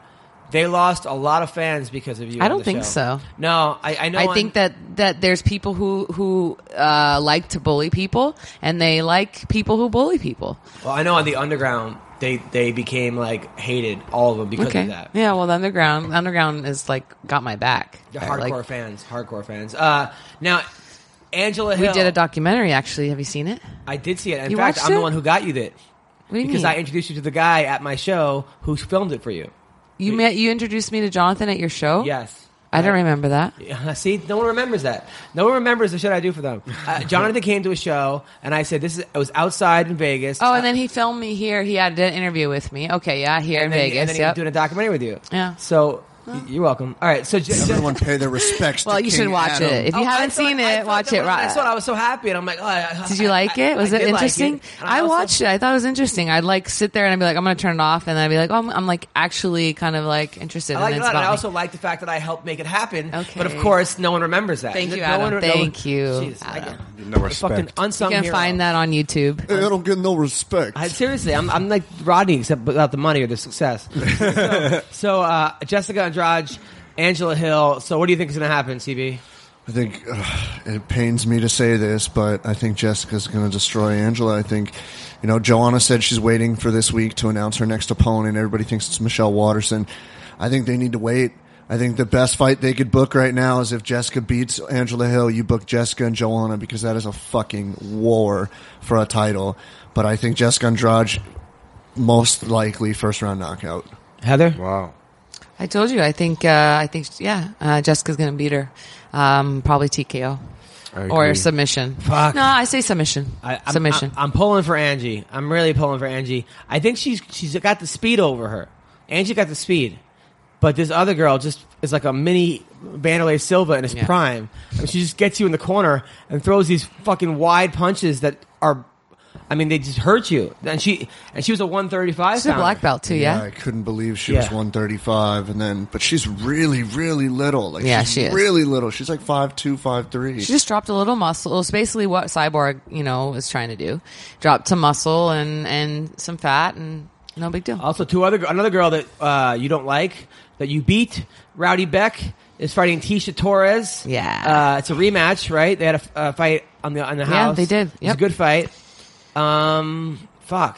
Speaker 1: they lost a lot of fans because of you.
Speaker 3: I
Speaker 1: on
Speaker 3: don't
Speaker 1: the
Speaker 3: think
Speaker 1: show.
Speaker 3: so.
Speaker 1: No, I, I know.
Speaker 3: I think that that there's people who who uh, like to bully people, and they like people who bully people.
Speaker 1: Well, I know on the underground they they became like hated all of them because
Speaker 3: Okay.
Speaker 1: of that.
Speaker 3: Yeah. Well, the underground underground is like got my back.
Speaker 1: The
Speaker 3: They're,
Speaker 1: hardcore
Speaker 3: like-
Speaker 1: fans, hardcore fans. Uh, now, Angela
Speaker 3: we
Speaker 1: Hill.
Speaker 3: did a documentary. Actually, have you seen it?
Speaker 1: I did see it. In
Speaker 3: You
Speaker 1: fact,
Speaker 3: watched
Speaker 1: I'm the
Speaker 3: it?
Speaker 1: one who got you that
Speaker 3: What do you
Speaker 1: because
Speaker 3: mean?
Speaker 1: I introduced you to the guy at my show who filmed it for you.
Speaker 3: you met you introduced me to Jonathan at your show.
Speaker 1: Yes.
Speaker 3: Oh. I don't remember that.
Speaker 1: Yeah, See, no one remembers that. No one remembers the shit I do for them. Uh, Jonathan came to a show, and I said, "This is." I was outside in Vegas.
Speaker 3: Oh, and then he filmed me here. He had an interview with me. Okay, yeah, here in
Speaker 1: And then-
Speaker 3: Vegas.
Speaker 1: and then he
Speaker 3: yep.
Speaker 1: was doing a documentary with you.
Speaker 3: Yeah.
Speaker 1: So y- you're welcome. All right. So just,
Speaker 4: Everyone pay their respects.
Speaker 3: well,
Speaker 4: to
Speaker 3: you
Speaker 4: King
Speaker 3: should watch
Speaker 4: Adam.
Speaker 3: it. If you haven't seen it, watch it.
Speaker 1: Right.
Speaker 3: Right.
Speaker 1: I saw it. I was so happy, and I'm like, oh, I, I-
Speaker 3: Did you
Speaker 1: I-
Speaker 3: like it? Was
Speaker 1: I
Speaker 3: it
Speaker 1: did like
Speaker 3: interesting?
Speaker 1: And
Speaker 3: I,
Speaker 1: also-
Speaker 3: watched it. I thought it was interesting. I'd like sit there and I'd be like, I'm gonna turn it off, and I'd be like, oh, I'm, I'm like actually kind of like interested.
Speaker 1: I like it
Speaker 3: and
Speaker 1: a
Speaker 3: it's
Speaker 1: lot. And
Speaker 3: about
Speaker 1: I
Speaker 3: me.
Speaker 1: also like the fact that I helped make it happen.
Speaker 3: Okay.
Speaker 1: But of course, no one remembers that.
Speaker 3: Thank you,
Speaker 1: no
Speaker 3: Adam.
Speaker 1: One,
Speaker 3: Thank
Speaker 1: no,
Speaker 3: you,
Speaker 1: Jeez, I
Speaker 3: Adam.
Speaker 1: get-
Speaker 2: No respect.
Speaker 1: fucking unsung
Speaker 3: you can
Speaker 1: hero.
Speaker 3: find that on YouTube.
Speaker 4: They don't get no respect.
Speaker 1: I, seriously, I'm, I'm like Rodney, except without the money or the success. so so, uh, Jessica Andrade, Angela Hill. So, what do you think is going to happen, CB?
Speaker 4: I think uh, it pains me to say this, but I think Jessica's going to destroy Angela. I think, you know, Joanna said she's waiting for this week to announce her next opponent. Everybody thinks it's Michelle Watterson. I think they need to wait. I think the best fight they could book right now is if Jessica beats Angela Hill, you book Jessica and Joanna because that is a fucking war for a title. But I think Jessica Andrade, most likely first round knockout.
Speaker 1: Heather?
Speaker 2: Wow.
Speaker 3: I told you. I think. Uh, I think. Yeah. Uh, Jessica's gonna beat her. Um, probably TKO
Speaker 2: I
Speaker 3: or
Speaker 2: agree.
Speaker 3: submission.
Speaker 1: Fuck.
Speaker 3: No, I say submission.
Speaker 1: I, I'm,
Speaker 3: submission.
Speaker 1: I, am pulling for Angie. I'm really pulling for Angie. I think she's she's got the speed over her. Angie got the speed, but this other girl just is like a mini Vanderlei Silva in his
Speaker 3: Yeah.
Speaker 1: prime. I mean, she just gets you in the corner and throws these fucking wide punches that are, I mean, they just hurt you. And she and she was a 135.
Speaker 3: She's a
Speaker 1: pounder.
Speaker 3: black belt too. Yeah.
Speaker 4: uh, I couldn't believe she was
Speaker 1: Yeah.
Speaker 4: 135, and then but she's really, really little. Like
Speaker 3: Yeah,
Speaker 4: she's
Speaker 3: she is.
Speaker 4: really little. She's like five two, five three.
Speaker 3: She just dropped a little muscle. It's basically what Cyborg, you know, is trying to do. Dropped some muscle and and some fat and no big deal.
Speaker 1: Also, two other another girl that uh, you don't like that you beat, Rowdy Beck is fighting Tisha Torres.
Speaker 3: Yeah.
Speaker 1: uh, it's a rematch, right? They had a f- a fight on the on the
Speaker 3: Yeah,
Speaker 1: house.
Speaker 3: they did.
Speaker 1: It's a
Speaker 3: Yep.
Speaker 1: good fight. Um, Fuck.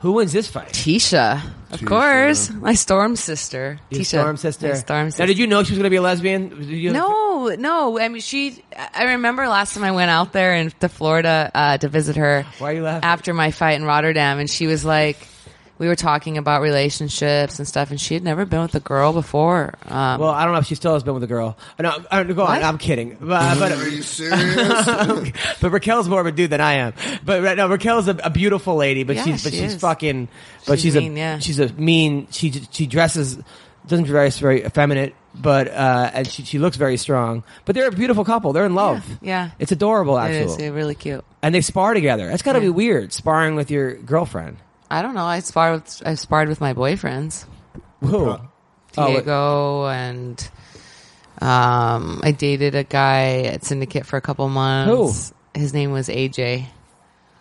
Speaker 1: Who wins this fight?
Speaker 3: Tisha, of
Speaker 4: Tisha.
Speaker 3: course, my storm sister.
Speaker 1: Your
Speaker 3: Tisha,
Speaker 1: Storm sister.
Speaker 3: My storm sister.
Speaker 1: Now, did you know she was going to be a lesbian? Did you-
Speaker 3: No, no. I mean, she. I remember last time I went out there and to Florida uh, to visit her.
Speaker 1: Why are you laughing?
Speaker 3: After my fight in Rotterdam, and she was like, we were talking about relationships and stuff, and she had never been with a girl before. Um,
Speaker 1: Well, I don't know if she still has been with a girl. Uh, No, I don't, go on.
Speaker 3: What?
Speaker 1: I'm kidding. But,
Speaker 4: Are
Speaker 1: but,
Speaker 4: you serious?
Speaker 1: Um, but Raquel's more of a dude than I am. But right now, Raquel's a, a beautiful lady, but
Speaker 3: Yeah,
Speaker 1: she's but
Speaker 3: she
Speaker 1: she's
Speaker 3: is.
Speaker 1: fucking. But she's,
Speaker 3: She's mean,
Speaker 1: a
Speaker 3: yeah.
Speaker 1: she's a mean. She she dresses doesn't dress very effeminate, but uh, and she she looks very strong. But they're a beautiful couple. They're in love.
Speaker 3: yeah.
Speaker 1: it's adorable
Speaker 3: it is
Speaker 1: actually.
Speaker 3: uh, really cute.
Speaker 1: And they spar together. That's got to
Speaker 3: Yeah.
Speaker 1: be weird sparring with your girlfriend.
Speaker 3: I don't know. I sparred. With, I sparred with my boyfriends,
Speaker 1: Who? Oh, wait.
Speaker 3: Diego, and um, I dated a guy at Syndicate for a couple months. Who? His name was AJ.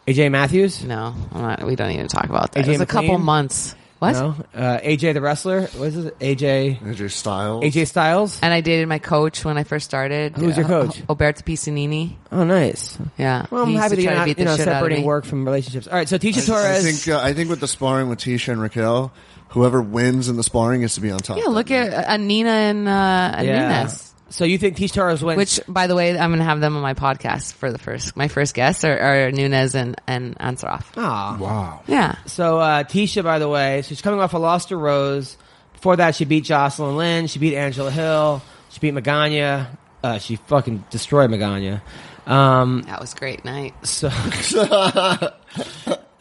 Speaker 1: AJ Matthews.
Speaker 3: No, I'm not, we don't even talk about that.
Speaker 1: AJ
Speaker 3: it was a couple
Speaker 1: McLean?
Speaker 3: months. What?
Speaker 1: No, uh, AJ the wrestler. What is it? AJ
Speaker 4: Andrew Styles.
Speaker 1: AJ Styles.
Speaker 3: And I dated my coach when I first started.
Speaker 1: Who's your
Speaker 3: Uh,
Speaker 1: coach?
Speaker 3: Alberto Picinini.
Speaker 1: Oh, nice.
Speaker 3: Yeah.
Speaker 1: Well, I'm
Speaker 3: He used
Speaker 1: happy that
Speaker 3: try
Speaker 1: you're not
Speaker 3: beat the
Speaker 1: you know,
Speaker 3: shit out of
Speaker 1: separating
Speaker 3: me.
Speaker 1: work from relationships. All right, so Tisha
Speaker 4: I
Speaker 1: Torres.
Speaker 4: think uh, I think with the sparring with Tisha and Raquel, whoever wins in the sparring gets to be on top.
Speaker 3: Yeah, look at uh, Nina and uh, Nunes.
Speaker 1: So you think Tisha Torres wins?
Speaker 3: Which, by the way, I'm going to have them on my podcast for the first. My first guests are, are Nunes and, and Ansaroff.
Speaker 1: Aw.
Speaker 2: Wow.
Speaker 3: Yeah.
Speaker 1: Ah. So uh, Tisha, by the way, she's coming off a loss to Rose. Before that, she beat Jocelyn Lynn. She beat Angela Hill. She beat Magana. Uh, she fucking destroyed Magana. Um,
Speaker 3: That was a great night.
Speaker 1: so uh,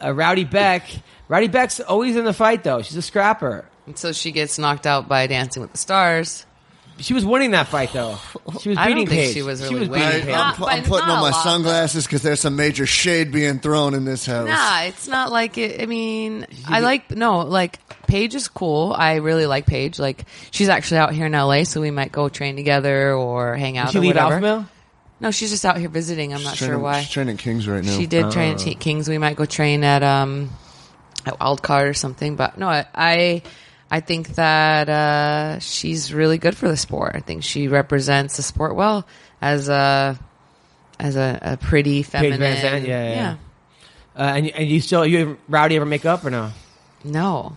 Speaker 1: Rowdy Beck. Rowdy Beck's always in the fight though. She's a scrapper.
Speaker 3: And so she gets knocked out by Dancing with the Stars.
Speaker 1: She was winning that fight though. She was beating
Speaker 3: I don't think
Speaker 1: Paige.
Speaker 3: she was really
Speaker 1: beating
Speaker 3: winning.
Speaker 4: I,
Speaker 1: Paige.
Speaker 3: Not
Speaker 4: am
Speaker 3: by-
Speaker 4: putting
Speaker 3: not a
Speaker 4: on my
Speaker 3: lot, though.
Speaker 4: sunglasses because there's some major shade being thrown in this house.
Speaker 3: Nah, it's not like it. I mean, I like no, like Paige is cool. I really like Paige. Like she's actually out here in LA, so we might go train together or hang out.
Speaker 1: Did she
Speaker 3: or
Speaker 1: leave
Speaker 3: whatever.
Speaker 1: Alpha Male?
Speaker 3: No, she's just out here visiting. I'm
Speaker 4: She's
Speaker 3: not
Speaker 4: training,
Speaker 3: sure why.
Speaker 4: She's training Kings right now.
Speaker 3: She did train
Speaker 1: Oh.
Speaker 3: at T- Kings. We might go train at um at Wildcard or something. But no, I I, I think that uh, she's really good for the sport. I think she represents the sport well as a as a, a pretty
Speaker 1: Van
Speaker 3: feminine.
Speaker 1: Zandt, yeah, yeah, yeah. Uh, and and you still you Rowdy ever make up or no?
Speaker 3: No,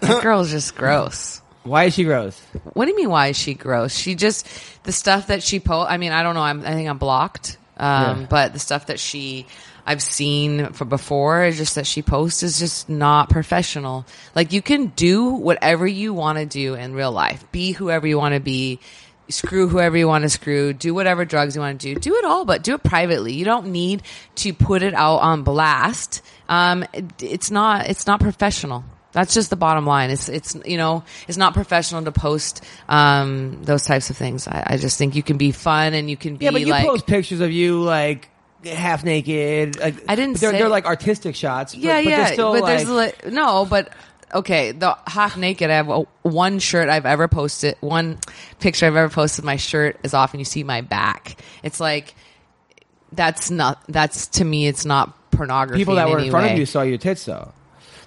Speaker 3: that girl's just gross.
Speaker 1: Why is she Rose?
Speaker 3: What do you mean? Why is she gross? She just the stuff that she po. I mean, I don't know. I'm, I think I'm blocked. Um,
Speaker 1: Yeah.
Speaker 3: But the stuff that she I've seen for before is just that she posts is just not professional. Like you can do whatever you want to do in real life, be whoever you want to be. Screw whoever you want to screw, do whatever drugs you want to do, do it all, but do it privately. You don't need to put it out on blast. Um, it- it's not, it's not professional. That's just the bottom line. It's it's you know it's not professional to post um, those types of things. I, I just think you can be fun and you can be
Speaker 1: Yeah, but you
Speaker 3: like
Speaker 1: post pictures of you like half naked. Like,
Speaker 3: I didn't
Speaker 1: They're,
Speaker 3: say-
Speaker 1: they're like artistic shots. but-
Speaker 3: yeah
Speaker 1: but,
Speaker 3: yeah.
Speaker 1: They're still
Speaker 3: but
Speaker 1: like,
Speaker 3: there's li- no but okay the half naked. I have a, one shirt I've ever posted one picture I've ever posted. My shirt is off and you see my back. It's like that's not that's to me it's not pornography.
Speaker 1: people that
Speaker 3: in
Speaker 1: were
Speaker 3: any
Speaker 1: in front
Speaker 3: way.
Speaker 1: of you saw your tits though.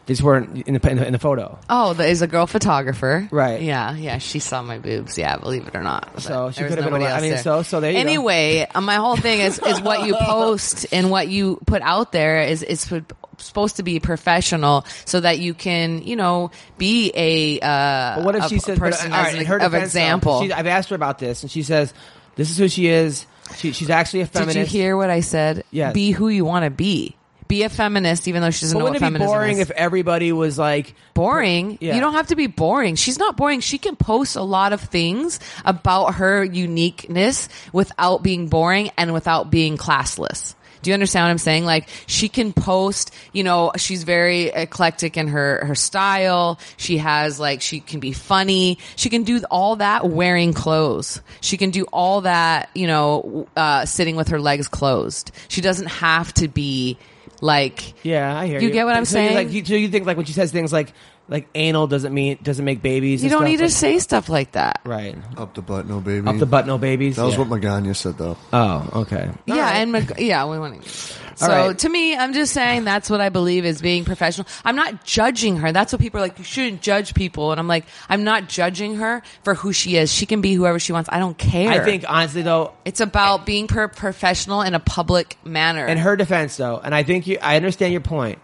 Speaker 1: These weren't in the in the, in the photo.
Speaker 3: Oh, there is a girl photographer.
Speaker 1: Right.
Speaker 3: Yeah, yeah. She saw my boobs. Yeah, believe it or not. But
Speaker 1: So she
Speaker 3: there was
Speaker 1: could have been
Speaker 3: nobody
Speaker 1: a lot- I
Speaker 3: else
Speaker 1: mean,
Speaker 3: there.
Speaker 1: so- so there you go.
Speaker 3: anyway, uh, my whole thing is is what you post and what you put out there is is p- supposed to be professional so that you can you know be a uh
Speaker 1: But what if
Speaker 3: a
Speaker 1: she says but,
Speaker 3: person
Speaker 1: all
Speaker 3: as
Speaker 1: right,
Speaker 3: an-
Speaker 1: in her
Speaker 3: of
Speaker 1: defense, though,
Speaker 3: example
Speaker 1: she- I've asked her about this, and she says this is who she is. She, she's actually a feminist.
Speaker 3: did you hear what i said
Speaker 1: Yes.
Speaker 3: be who you want to be be a feminist even though she doesn't
Speaker 1: But
Speaker 3: know what
Speaker 1: wouldn't it be
Speaker 3: feminism
Speaker 1: boring
Speaker 3: is.
Speaker 1: if everybody was like
Speaker 3: boring.
Speaker 1: Yeah.
Speaker 3: You don't have to be boring. She's not boring. She can post a lot of things about her uniqueness without being boring and without being classless. Do you understand what I'm saying? Like she can post, you know, she's very eclectic in her her style. She has like she can be funny. She can do all that wearing clothes. She can do all that, you know, uh, sitting with her legs closed. She doesn't have to be like
Speaker 1: Yeah, I hear you.
Speaker 3: You get what I'm
Speaker 1: So you're
Speaker 3: saying?
Speaker 1: Like, you, so you think like when she says things like like anal doesn't mean doesn't make babies.
Speaker 3: you
Speaker 1: and
Speaker 3: don't
Speaker 1: stuff,
Speaker 3: need to
Speaker 1: like-
Speaker 3: say stuff like that.
Speaker 1: right
Speaker 4: Up the butt, no baby.
Speaker 1: up the butt, no babies.
Speaker 4: That was
Speaker 1: Yeah.
Speaker 4: what Magana said, though.
Speaker 1: Oh, okay.
Speaker 3: yeah, and Mag- yeah, we want to. So
Speaker 1: right.
Speaker 3: to me, I'm just saying that's what I believe is being professional. I'm not judging her. That's what people are like. You shouldn't judge people, and I'm like, I'm not judging her for who she is. She can be whoever she wants. I don't care.
Speaker 1: I think honestly though,
Speaker 3: it's about being per- professional in a public manner.
Speaker 1: in her defense though, and I think you, I understand your point.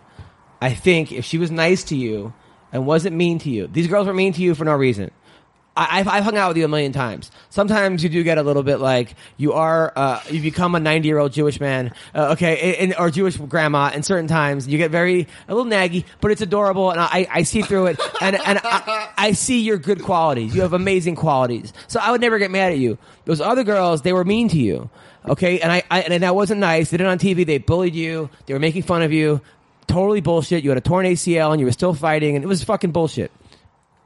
Speaker 1: I think if she was nice to you and wasn't mean to you, these girls were mean to you for no reason. I, I've, I've hung out with you a million times. Sometimes you do get a little bit like you are, uh, you become a 90 year old Jewish man, uh, okay, and, or Jewish grandma. And certain times you get very, a little naggy, but it's adorable. And I, I see through it and, and I, I see your good qualities. You have amazing qualities. So I would never get mad at you. Those other girls, they were mean to you. Okay. And I, I and that wasn't nice. They did it on TV. They bullied you. They were making fun of you. Totally bullshit. You had a torn ACL and you were still fighting and it was fucking bullshit.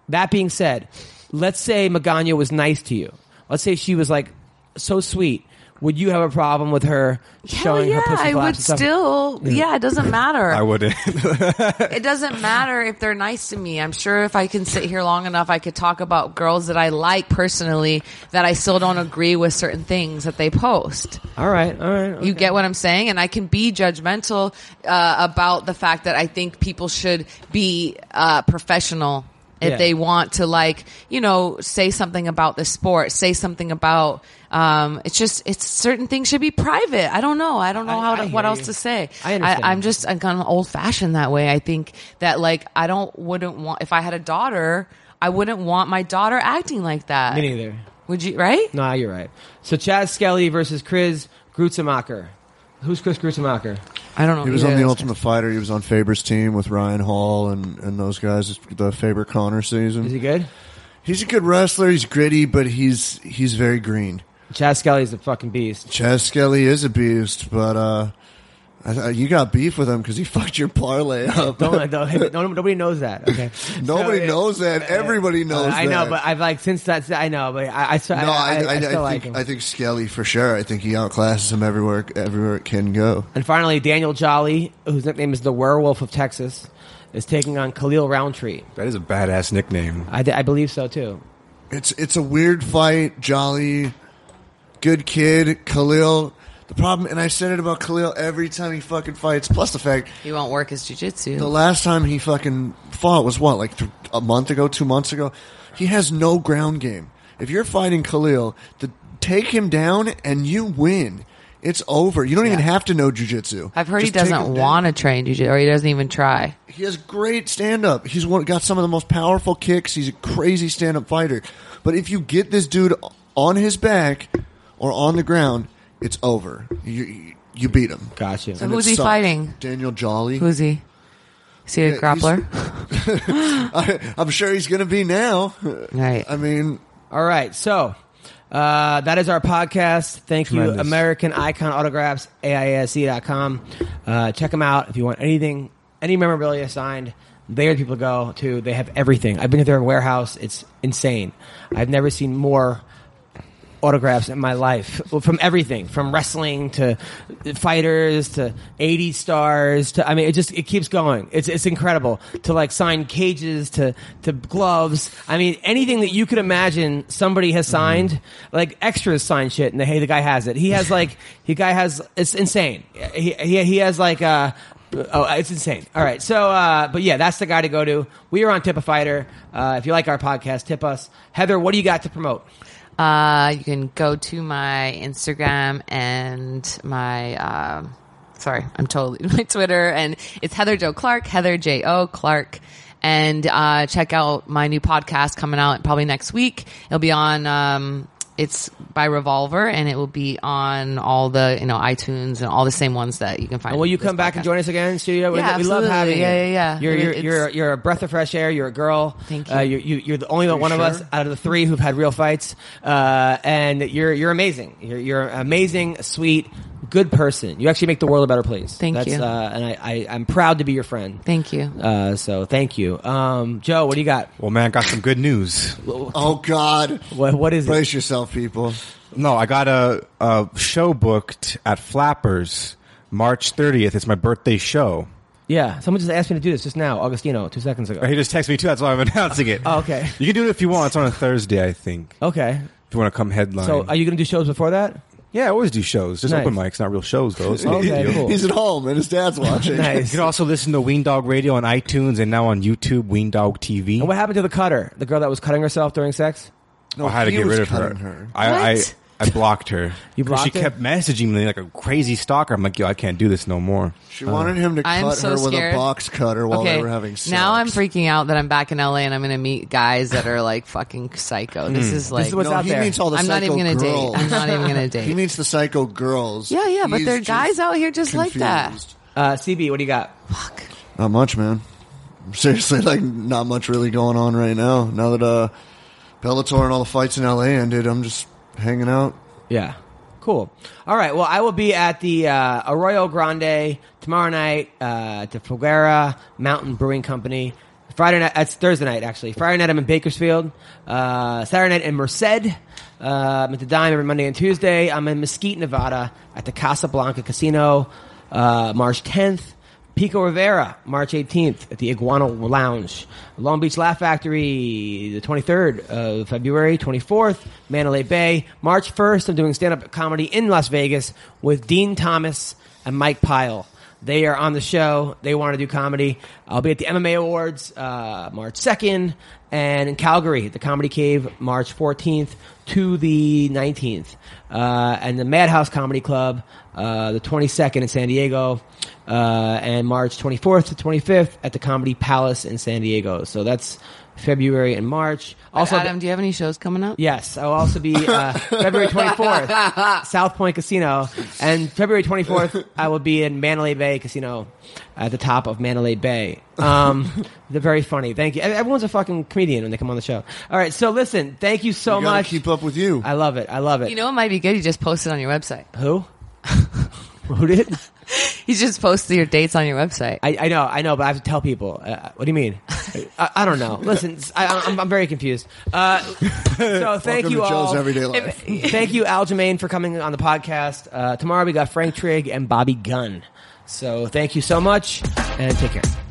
Speaker 1: That being said, let's say Magana was nice to you. Let's say she was like so sweet. Would you have a problem with her
Speaker 3: Hell
Speaker 1: showing
Speaker 3: yeah,
Speaker 1: her pussy
Speaker 3: I
Speaker 1: flaps
Speaker 3: would
Speaker 1: and stuff?
Speaker 3: still. Yeah, it doesn't matter.
Speaker 2: I wouldn't.
Speaker 3: it doesn't matter if they're nice to me. I'm sure if I can sit here long enough, I could talk about girls that I like personally that I still don't agree with certain things that they post.
Speaker 1: All right, all right.
Speaker 3: You get what I'm saying? And I can be judgmental uh, about the fact that I think people should be uh, professional if
Speaker 1: Yeah.
Speaker 3: they want to, like, you know, say something about the sport, say something about. Um, it's just, it's certain things should be private. I don't know. I don't know
Speaker 1: I-
Speaker 3: how
Speaker 1: I
Speaker 3: to, what
Speaker 1: hear
Speaker 3: else
Speaker 1: you.
Speaker 3: to say.
Speaker 1: I understand.
Speaker 3: I'm just, I'm kind of old fashioned that way. I think that, like, I don't, wouldn't want, if I had a daughter, I wouldn't want my daughter acting like that.
Speaker 1: Me neither.
Speaker 3: Would you, right?
Speaker 1: No, you're right. So Chaz Skelly versus Chris Grutzemacher. Who's Chris Grutzemacher?
Speaker 3: I don't know.
Speaker 4: He was
Speaker 3: either
Speaker 4: on
Speaker 3: of
Speaker 4: the
Speaker 3: those
Speaker 4: Ultimate Fighter. He was on Faber's team with Ryan Hall and, and those guys. The Faber Connor season.
Speaker 1: Is he good?
Speaker 4: He's a good wrestler. He's gritty, but he's he's very green.
Speaker 1: Chaz Skelly's a fucking beast.
Speaker 4: Chaz Skelly is a beast, but uh, I, I, you got beef with him because he fucked your parlay up.
Speaker 1: Don't, don't, don't- nobody knows that. Okay. So
Speaker 4: Nobody
Speaker 1: it-
Speaker 4: knows that. Everybody knows.
Speaker 1: I know,
Speaker 4: that.
Speaker 1: but I've like since that's I know, but I I, I,
Speaker 4: no, I,
Speaker 1: I, I,
Speaker 4: I, I
Speaker 1: still
Speaker 4: think
Speaker 1: like him.
Speaker 4: I think Skelly for sure. I think he outclasses him everywhere everywhere it can go.
Speaker 1: And finally, Daniel Jolly, whose nickname is the Werewolf of Texas, is taking on Khalil Roundtree.
Speaker 2: that is a badass nickname.
Speaker 1: I, I believe so too.
Speaker 4: It's it's a weird fight. Jolly, good kid, Khalil. The problem, and I said it about Khalil every time he fucking fights. Plus the fact
Speaker 3: He won't work his jujitsu.
Speaker 4: the last time he fucking fought was what like th- a month ago, two months ago. He has no ground game. If you're fighting Khalil, the, take him down and you win. It's over. You don't even have to know jujitsu.
Speaker 3: I've heard
Speaker 4: Just
Speaker 3: he
Speaker 4: take him
Speaker 3: doesn't
Speaker 4: down.
Speaker 3: want to train jujitsu, or he doesn't even try.
Speaker 4: He has great stand up. He's one, got some of the most powerful kicks. He's a crazy stand up fighter. But if you get this dude on his back or on the ground, it's over. You you beat him.
Speaker 1: Gotcha.
Speaker 4: And
Speaker 3: who's
Speaker 4: it
Speaker 3: he
Speaker 4: sucks.
Speaker 3: fighting?
Speaker 4: Daniel Jolly.
Speaker 3: Who's he? Is he a
Speaker 4: Yeah,
Speaker 3: grappler?
Speaker 4: I, I'm sure he's going to be now.
Speaker 3: Right.
Speaker 4: I mean,
Speaker 1: All right, so uh, that is our podcast. Thank you,
Speaker 2: Tremendous.
Speaker 1: American Icon Autographs, AISE.com. E Uh, check them out if you want anything, any memorabilia signed. They are the people to go to. They have everything. I've been to their warehouse. It's insane. I've never seen more autographs in my life Well, from everything from wrestling to fighters to 80 stars to i mean it just it keeps going it's it's incredible to like sign cages to to gloves i mean anything that you could imagine somebody has signed like extras sign shit and they hey the guy has it he has like the guy has it's insane he he, he has like uh Oh, it's insane. All right. So, uh, but yeah, that's the guy to go to. We are on Tip a Fighter. Uh, if you like our podcast, tip us. Heather, what do you got to promote?
Speaker 3: Uh, you can go to my Instagram and my. Um, sorry, I'm totally my Twitter, and it's Heather Joe Clark, Heather J O Clark, and uh, check out my new podcast coming out probably next week. It'll be on. Um, it's by Revolver, and it will be on all the you know iTunes and all the same ones that you can find.
Speaker 1: And will you
Speaker 3: this
Speaker 1: come back and
Speaker 3: podcast.
Speaker 1: join us again in studio? We-
Speaker 3: Yeah,
Speaker 1: we love
Speaker 3: absolutely.
Speaker 1: having
Speaker 3: Yeah,
Speaker 1: you.
Speaker 3: yeah, yeah.
Speaker 1: You're, you're,
Speaker 3: It's-
Speaker 1: you're, you're a breath of fresh air. You're a girl.
Speaker 3: Thank
Speaker 1: Uh,
Speaker 3: you.
Speaker 1: you, you you're the only one of
Speaker 4: sure?
Speaker 1: us out of the three who've had real fights, uh, and you're you're amazing. You're, you're an amazing, sweet, good person. You actually make the world a better place.
Speaker 3: Thank
Speaker 1: That's,
Speaker 3: you.
Speaker 1: Uh, and I, I I'm proud to be your friend.
Speaker 3: Thank you.
Speaker 1: Uh, so thank you, um, Joe. What do you got?
Speaker 2: Well, man, I got some good news.
Speaker 4: oh God,
Speaker 1: What, what is it?
Speaker 4: brace yourself, people.
Speaker 2: No, I got a, a show booked at Flappers March 30th. It's my birthday show.
Speaker 1: Yeah, someone just asked me to do this just now, Augustino, two seconds ago.
Speaker 2: He just texted me too. That's why I'm announcing it.
Speaker 1: Oh, okay.
Speaker 2: You can do it if you want. It's on a Thursday, I think.
Speaker 1: Okay,
Speaker 2: If you want to come headline.
Speaker 1: so are you going to do shows before that?
Speaker 2: yeah, I always do shows. Just
Speaker 1: Nice.
Speaker 2: open mics, not real shows though. It's no
Speaker 1: Okay,
Speaker 2: big deal.
Speaker 1: cool.
Speaker 4: He's at home and his dad's watching.
Speaker 2: You
Speaker 1: Nice.
Speaker 2: can also listen to Wean Dog Radio on iTunes and now on YouTube, Wean Dog TV.
Speaker 1: Oh, And what happened to the cutter, the girl that was cutting herself during sex?
Speaker 4: No,
Speaker 2: Oh, I had to
Speaker 4: he
Speaker 2: get
Speaker 4: was
Speaker 2: rid of her.
Speaker 4: cutting her.
Speaker 2: I, I
Speaker 3: What?
Speaker 2: I I blocked her.
Speaker 1: You blocked
Speaker 2: she
Speaker 1: her?
Speaker 2: kept messaging me like a crazy stalker. I'm like, yo, I can't do this no more.
Speaker 4: She wanted him to
Speaker 3: I'm
Speaker 4: cut
Speaker 3: so
Speaker 4: her with
Speaker 3: scared.
Speaker 4: a box cutter while
Speaker 3: okay.
Speaker 4: they were having sex.
Speaker 3: Now I'm freaking out that I'm back in LA and I'm going to meet guys that are like fucking psycho. This
Speaker 4: Hmm.
Speaker 3: is like
Speaker 1: is what's
Speaker 4: no,
Speaker 1: out
Speaker 4: he
Speaker 1: there.
Speaker 4: means all the
Speaker 3: I'm not
Speaker 4: psycho
Speaker 3: even gonna
Speaker 4: girls.
Speaker 3: date. I'm not even going to
Speaker 4: he
Speaker 3: date.
Speaker 4: means the psycho girls.
Speaker 3: Yeah, yeah, but
Speaker 4: He's
Speaker 3: there are
Speaker 4: just
Speaker 3: guys out here just like that.
Speaker 4: confused.
Speaker 1: Uh, CB, what do you got?
Speaker 4: Not much, man. Seriously, like not much really going on right now. Now that uh, Bellator and all the fights in LA ended, I'm just hanging out.
Speaker 1: Yeah. Cool. All right. Well, I will be at the uh, Arroyo Grande tomorrow night. Uh, the Foguera Mountain Brewing Company. Friday night. That's Thursday night, actually. Friday night I'm in Bakersfield. Uh, Saturday night in Merced. Uh, I'm at the Dime every Monday and Tuesday. I'm in Mesquite, Nevada, at the Casablanca Casino, uh, March 10th. Pico Rivera, March 18th at the Iguana Lounge. Long Beach Laugh Factory, the 23rd of February, 24th, Mandalay Bay. March 1st, I'm doing stand up comedy in Las Vegas with Dean Thomas and Mike Pyle. They are on the show. They want to do comedy. I'll be at the MMA Awards uh, March 2nd and in Calgary, the Comedy Cave, March 14th to the 19th. Uh, and the Madhouse Comedy Club, uh, the 22nd in San Diego, uh, and March 24th to 25th at the Comedy Palace in San Diego. So that's February and March. Also,
Speaker 3: Adam, do you have any shows coming up?
Speaker 1: Yes, I will also be uh, February 24th, South Point Casino, and February 24th, I will be in Mandalay Bay Casino at the top of Mandalay Bay. Um, they're very funny. Thank you. Ev- Everyone's a fucking comedian when they come on the show. All right, so listen, thank you so
Speaker 4: You gotta
Speaker 1: much.
Speaker 4: keep up with you.
Speaker 1: I love it. I love it.
Speaker 3: You know, it might be good. You just post it on your website.
Speaker 1: Who? Who did?
Speaker 3: You just post your dates on your website.
Speaker 1: I, I know, I know, but I have to tell people. Uh, what do you mean? I, I don't know. Listen, I, I'm, I'm very confused. Uh, so thank
Speaker 4: Welcome
Speaker 1: you
Speaker 4: to
Speaker 1: all.
Speaker 4: Joe's everyday life.
Speaker 1: Thank you, Al Jermaine, for coming on the podcast. Uh, tomorrow we got Frank Trigg and Bobby Gunn. So thank you so much, and take care.